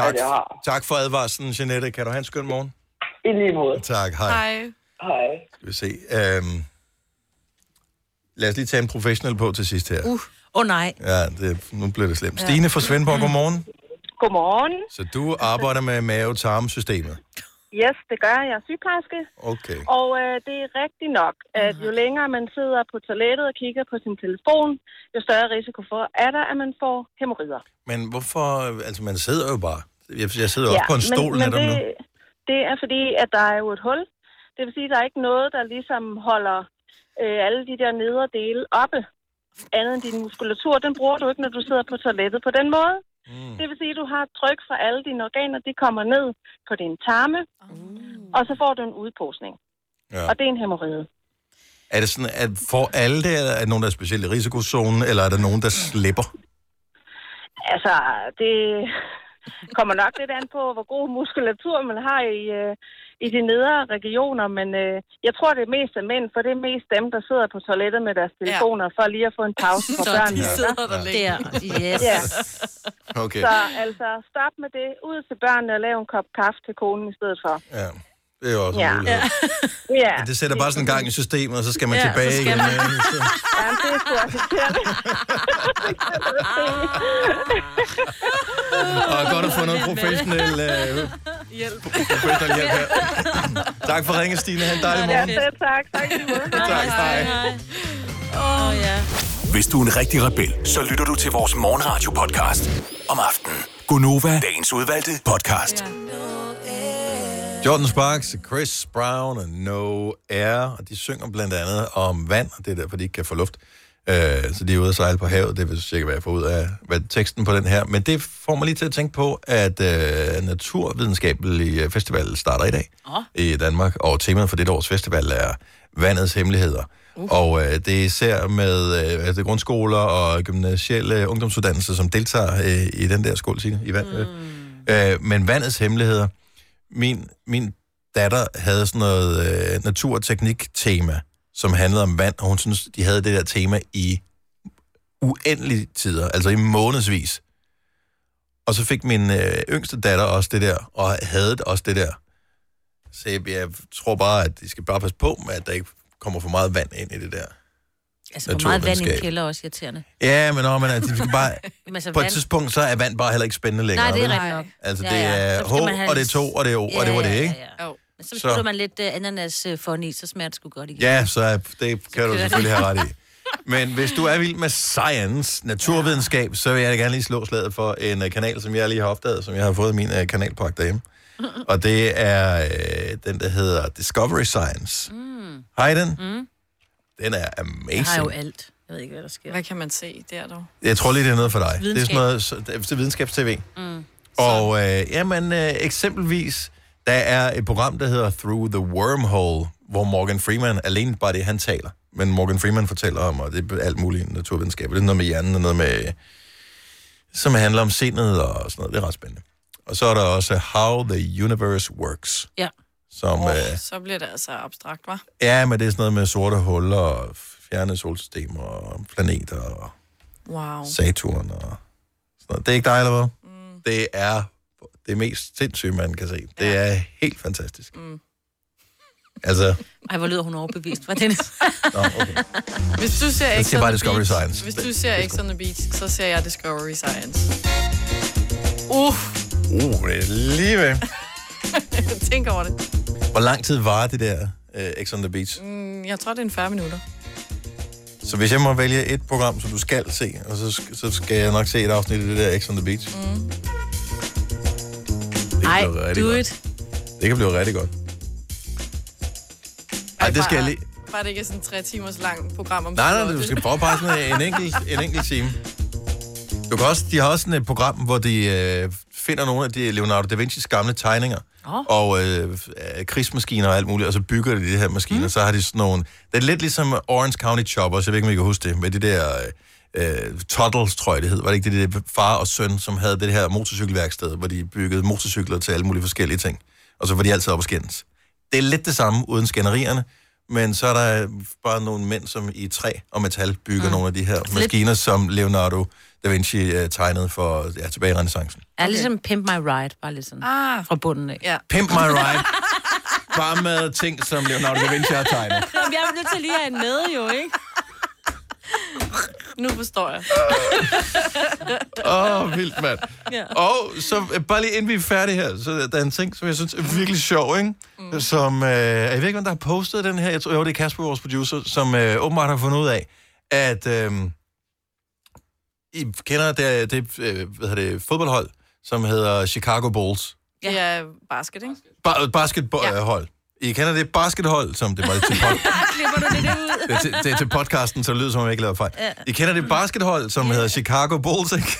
[SPEAKER 1] Tak,
[SPEAKER 4] at jeg har.
[SPEAKER 1] tak for advarslen, Jeanette. Kan du have en skøn morgen?
[SPEAKER 4] I lige måde.
[SPEAKER 1] Tak, hej.
[SPEAKER 4] Hej.
[SPEAKER 1] Skal vi se. Øhm, lad os lige tage en professionel på til sidst her.
[SPEAKER 2] Uh. Åh oh, nej.
[SPEAKER 1] Ja, det, nu bliver det slemt.
[SPEAKER 2] Ja.
[SPEAKER 1] Stine fra Svendborg, godmorgen.
[SPEAKER 6] Godmorgen.
[SPEAKER 1] Så du arbejder med mave-tarmsystemet.
[SPEAKER 6] Yes, det gør jeg. Jeg er sygeplejerske.
[SPEAKER 1] Okay. Mhm.
[SPEAKER 6] Og øh, det er rigtigt nok, at jo længere man sidder på toilettet og kigger på sin telefon, jo større risiko for er der, at man får hæmorider.
[SPEAKER 1] Men hvorfor... Altså, man sidder jo bare. Jeg, jeg sidder jo også på en stol
[SPEAKER 6] men,
[SPEAKER 1] netop
[SPEAKER 6] men
[SPEAKER 1] nu.
[SPEAKER 6] det, det er fordi, at der er jo et hul. Det vil sige, at der er ikke noget, der ligesom holder øh, alle de der nedre dele oppe. Andet end din muskulatur, den bruger du ikke, når du sidder på toilettet på den måde. Mm. Det vil sige, at du har et tryk fra alle dine organer, de kommer ned på din tarme, mm. og så får du en udposning.
[SPEAKER 1] Ja.
[SPEAKER 6] Og det er en hæmoride.
[SPEAKER 1] Er det sådan, at for alle det, eller er der nogen, der er specielt i risikozonen, eller er der nogen, der slipper?
[SPEAKER 6] Altså, det kommer nok lidt an på, hvor god muskulatur man har i, øh, i de nedre regioner, men øh, jeg tror, det er mest af mænd, for det er mest dem, der sidder på toilettet med deres telefoner, ja. for lige at få en pause fra
[SPEAKER 2] Så
[SPEAKER 6] børnene.
[SPEAKER 2] de sidder der længe. Der. Yes.
[SPEAKER 6] Ja.
[SPEAKER 1] Okay.
[SPEAKER 6] Så altså, stop med det. Ud til børnene og lav en kop kaffe til konen i stedet for.
[SPEAKER 1] Ja, det er jo også en mulighed.
[SPEAKER 6] ja.
[SPEAKER 1] Men Det sætter bare sådan en gang i systemet, og så skal man
[SPEAKER 6] Ja, så
[SPEAKER 1] tilbage
[SPEAKER 6] skal
[SPEAKER 1] igen.
[SPEAKER 6] man.
[SPEAKER 1] ikke?
[SPEAKER 6] Ja, det er sgu altså også irriterende.
[SPEAKER 1] Og godt at få noget professionel, øh,
[SPEAKER 6] Hjælp.
[SPEAKER 1] professionel hjælp her. tak for ringen, Stine. Ha' en dejlig morgen.
[SPEAKER 6] Ja, selv tak. Tak, i lige måde.
[SPEAKER 1] Tak, hej.
[SPEAKER 2] Åh, oh, ja.
[SPEAKER 7] Hvis du er en rigtig rebel, så lytter du til vores morgenradio-podcast om aftenen.
[SPEAKER 1] Gunova.
[SPEAKER 7] Dagens udvalgte podcast. Ja.
[SPEAKER 1] Jordan Sparks, Chris Brown og No Air, og de synger blandt andet om vand, og det er derfor, de ikke kan få luft. Øh, så de er ude at sejle på havet, det vil sikkert være få ud af hvad teksten på den her. Men det får mig lige til at tænke på, at øh, Naturvidenskabelig øh, Festival starter i dag
[SPEAKER 2] Åh.
[SPEAKER 1] i Danmark, og temaet for dette års festival er vandets hemmeligheder. Uh. Og øh, det er især med øh, altså grundskoler og gymnasielle ungdomsuddannelser, som deltager øh, i den der skål, Signe, i vand. Mm. Øh, men vandets hemmeligheder, min, min datter havde sådan noget øh, natur- og teknik-tema, som handlede om vand, og hun synes, de havde det der tema i uendelige tider, altså i månedsvis. Og så fik min øh, yngste datter også det der, og havde også det der. Så jeg, jeg tror bare, at de skal bare passe på med, at der ikke kommer for meget vand ind i det der.
[SPEAKER 2] Altså, for meget vand i en
[SPEAKER 1] Naturvidenskab.
[SPEAKER 2] kælder er også irriterende.
[SPEAKER 1] Ja, men, nå, men altså, de skal bare,
[SPEAKER 2] Men altså,
[SPEAKER 1] på et
[SPEAKER 2] vand-
[SPEAKER 1] tidspunkt, så er vand bare heller ikke spændende længere.
[SPEAKER 2] Nej, det er
[SPEAKER 1] vel?
[SPEAKER 2] rigtigt nok.
[SPEAKER 1] Altså,
[SPEAKER 2] Ja,
[SPEAKER 1] det
[SPEAKER 2] ja.
[SPEAKER 1] er
[SPEAKER 2] Så
[SPEAKER 1] H,
[SPEAKER 2] skal man have
[SPEAKER 1] og det
[SPEAKER 2] lidt-
[SPEAKER 1] er 2, og det er O, og det var det, ikke?
[SPEAKER 2] Ja, ja. Men Så hvis
[SPEAKER 1] Så-
[SPEAKER 2] putter man lidt uh, ananas øh, for i, så smager det sgu godt igen.
[SPEAKER 1] Ja, så er- det kan du
[SPEAKER 2] det.
[SPEAKER 1] selvfølgelig have ret i. Men hvis du er vild med science, naturvidenskab, så vil jeg da gerne lige slå slaget for en øh, kanal, som jeg lige har opdaget, som jeg har fået i min øh, kanalpakke derhjemme. Og det er øh, den, der hedder Discovery Science. Mm. Har I den?
[SPEAKER 3] Mm.
[SPEAKER 1] Den er
[SPEAKER 3] Jeg har jo
[SPEAKER 1] amazing.
[SPEAKER 3] alt. Jeg ved ikke, hvad der sker. Hvad kan man se der dog?
[SPEAKER 1] Jeg tror lige, det er noget for dig. Det er
[SPEAKER 3] Videnskab.
[SPEAKER 1] sådan noget så- det er videnskabstv.
[SPEAKER 3] Mm.
[SPEAKER 1] Og øh, jamen, øh, eksempelvis, der er et program, der hedder Through the Wormhole, hvor Morgan Freeman, alene bare det, han taler. Men Morgan Freeman fortæller om, og det er alt muligt naturvidenskab. Det er noget med hjernen og noget med, som handler om sindet og sådan noget. Det er ret spændende. Og så er der også How the Universe Works,
[SPEAKER 3] Ja.
[SPEAKER 1] som... Oh. Øh,
[SPEAKER 3] Så bliver det altså abstrakt, hva'?
[SPEAKER 1] ja, men det er sådan noget med sorte huller og fjerne solsystemer og planeter og
[SPEAKER 3] Wow.
[SPEAKER 1] Saturn og sådan noget. Det er ikke dig, eller hvad? Mm. Det er det mest sindssyge, man kan se. Det er helt fantastisk.
[SPEAKER 2] Mm.
[SPEAKER 1] Altså,
[SPEAKER 2] Ej, hvor lyder hun overbevist. Var det
[SPEAKER 1] nå, okay.
[SPEAKER 3] Hvis du ser
[SPEAKER 1] Jeg
[SPEAKER 3] ikke
[SPEAKER 1] siger bare
[SPEAKER 3] sådan
[SPEAKER 1] Discovery
[SPEAKER 3] Beach,
[SPEAKER 1] Science.
[SPEAKER 3] Hvis
[SPEAKER 1] Det-
[SPEAKER 3] du ser
[SPEAKER 1] det er
[SPEAKER 3] ikke sådan Beach, så ser jeg Discovery Science. Uh,
[SPEAKER 1] Uh, det er lige ved.
[SPEAKER 3] tænk over det.
[SPEAKER 1] Hvor lang tid var det der uh, X on the Beach?
[SPEAKER 3] Mm, jeg tror, det er en 40 minutter.
[SPEAKER 1] Så hvis jeg må vælge et program, som du skal se, og så, sk- så skal jeg nok se et afsnit af det der X on the Beach. Mm. Det
[SPEAKER 2] Ej,
[SPEAKER 1] blive rigtig
[SPEAKER 2] do
[SPEAKER 1] godt.
[SPEAKER 2] it.
[SPEAKER 1] Det kan blive rigtig godt. Ej, det skal jeg lige...
[SPEAKER 3] Bare det ikke er sådan en tre timers lang program om
[SPEAKER 1] Nej, nej,
[SPEAKER 3] slottet.
[SPEAKER 1] du skal prøve bare sådan en enkelt, en enkelt time. Du kan også, de har også sådan et program, hvor de øh, finder nogle af de Leonardo da Vinci's gamle tegninger.
[SPEAKER 2] Åh.
[SPEAKER 1] Og øh, øh, krigsmaskiner og alt muligt, og så bygger de de her maskiner. Mm. Så har de sådan nogle... Det er lidt ligesom Orange County Choppers, jeg ved ikke, om I kan huske det, med de der... Øh, øh, Toddles, tror jeg det hed. Var det ikke det, det der far og søn, som havde det her motorcykelværksted, hvor de byggede motorcykler til alle mulige forskellige ting. Og så var de altid op og skændes. Det er lidt det samme uden skænderierne, men så er der bare nogle mænd, som i træ og metal bygger mm. nogle af de her
[SPEAKER 2] lidt-
[SPEAKER 1] maskiner, som Leonardo da Vinci øh, tegnede for ja, tilbage i renaissancen.
[SPEAKER 2] Er ligesom Pimp My Ride, bare lidt sådan ah. fra bunden af.
[SPEAKER 3] Ja.
[SPEAKER 1] Pimp my ride. Bare med ting, som Leonardo da Vinci har tegnet.
[SPEAKER 2] Jamen, jeg er nødt til lige at have en med, jo, ikke?
[SPEAKER 3] Nu forstår jeg.
[SPEAKER 1] Åh, oh, vildt mand.
[SPEAKER 3] Ja.
[SPEAKER 1] Og så øh, bare lige inden vi er færdige her, så der er en ting, som jeg synes er virkelig sjov, ikke? Mm. Som, øh, jeg ved ikke, hvem der har postet den her, jeg tror, jo, det er Kasper, vores producer, som øh, åbenbart har fundet ud af, at øh, I kender det, det, øh, hvad hedder det fodboldhold, som hedder Chicago Bulls.
[SPEAKER 3] Det er basket, ikke?
[SPEAKER 1] Ba- basketball-hold. Ja. I kender det baskethold, som det var til, pod-
[SPEAKER 3] Klipper du det ud?
[SPEAKER 1] det, er til, det er til podcasten, så det lyder, som om jeg ikke laver fejl.
[SPEAKER 3] Ja.
[SPEAKER 1] I kender det baskethold, som hedder Chicago Bulls, ikke?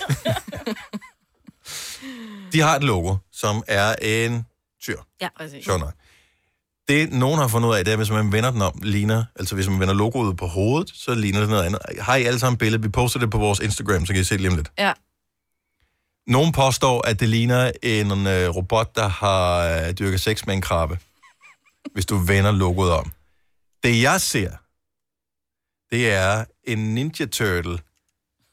[SPEAKER 1] De har et logo, som er en tyr.
[SPEAKER 2] Ja, præcis.
[SPEAKER 1] Sjovt nok. Det, nogen har fundet ud af, det er, hvis man vender den om, ligner, altså hvis man vender logoet på hovedet, så ligner det noget andet. Har I alle sammen billedet? Vi poster det på vores Instagram, så kan I se det lige om lidt.
[SPEAKER 3] Ja.
[SPEAKER 1] Nogen påstår, at det ligner en øh, robot, der har øh, dyrket sex med en krabbe, hvis du vender logoet om. Det jeg ser, det er en Ninja Turtle,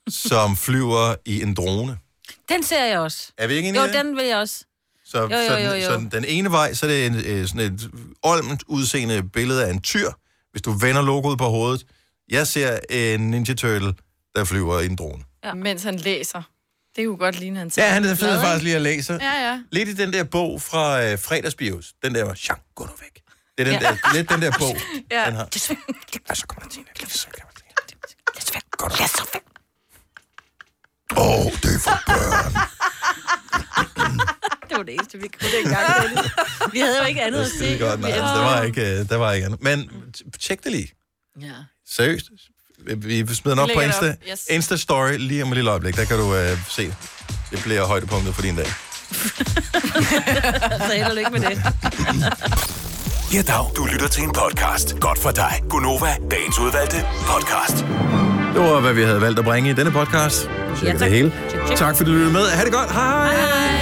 [SPEAKER 1] som flyver i en drone.
[SPEAKER 2] Den ser jeg også.
[SPEAKER 1] Er vi ikke enige
[SPEAKER 2] Jo,
[SPEAKER 1] i det?
[SPEAKER 2] den vil jeg også.
[SPEAKER 1] Så, jo, jo, jo, jo. så den, den ene vej, så er det en, øh, sådan et olmt udseende billede af en tyr, hvis du vender logoet på hovedet. Jeg ser en Ninja Turtle, der flyver i en drone.
[SPEAKER 3] Ja. Mens han læser. Det kunne godt ligne, han
[SPEAKER 1] Ja, han er fed faktisk lige at læse.
[SPEAKER 3] Ja, ja.
[SPEAKER 1] Lidt i den der bog fra øh, fredagsbios. Den der, Jean, gå nu væk. Det er den ja.
[SPEAKER 3] Ja.
[SPEAKER 1] der, lidt den der bog,
[SPEAKER 3] Ja.
[SPEAKER 1] den har.
[SPEAKER 2] Og så kommer Tina. Lad os være. Lad os være.
[SPEAKER 1] Åh, oh, det er for børn.
[SPEAKER 2] Det var det eneste, vi kunne dengang. Vi havde jo ikke andet
[SPEAKER 1] Det
[SPEAKER 2] at
[SPEAKER 1] er
[SPEAKER 2] se.
[SPEAKER 1] skide godt, nej.
[SPEAKER 2] Vi-
[SPEAKER 1] Der var ikke, øh, der var ikke andet. Men t- tjek det lige.
[SPEAKER 2] Ja.
[SPEAKER 1] Seriøst. Vi vi smider den op
[SPEAKER 2] Vi
[SPEAKER 1] på
[SPEAKER 2] lægger det
[SPEAKER 1] Insta,
[SPEAKER 2] op, yes.
[SPEAKER 1] Insta Story lige om et lille øjeblik. Der kan du øh, se. Det bliver højdepunktet for din dag.
[SPEAKER 2] Så held og lykke med det.
[SPEAKER 7] Ja, dag. Du lytter til en podcast. Godt for dig. Gunova, dagens udvalgte podcast.
[SPEAKER 1] Det var, hvad vi havde valgt at bringe i denne podcast. Cirka
[SPEAKER 7] Ja,
[SPEAKER 1] ja,
[SPEAKER 7] tak.
[SPEAKER 1] det hele. Tak fordi du lyttede med. Ha' det godt. Hej.
[SPEAKER 2] Hej.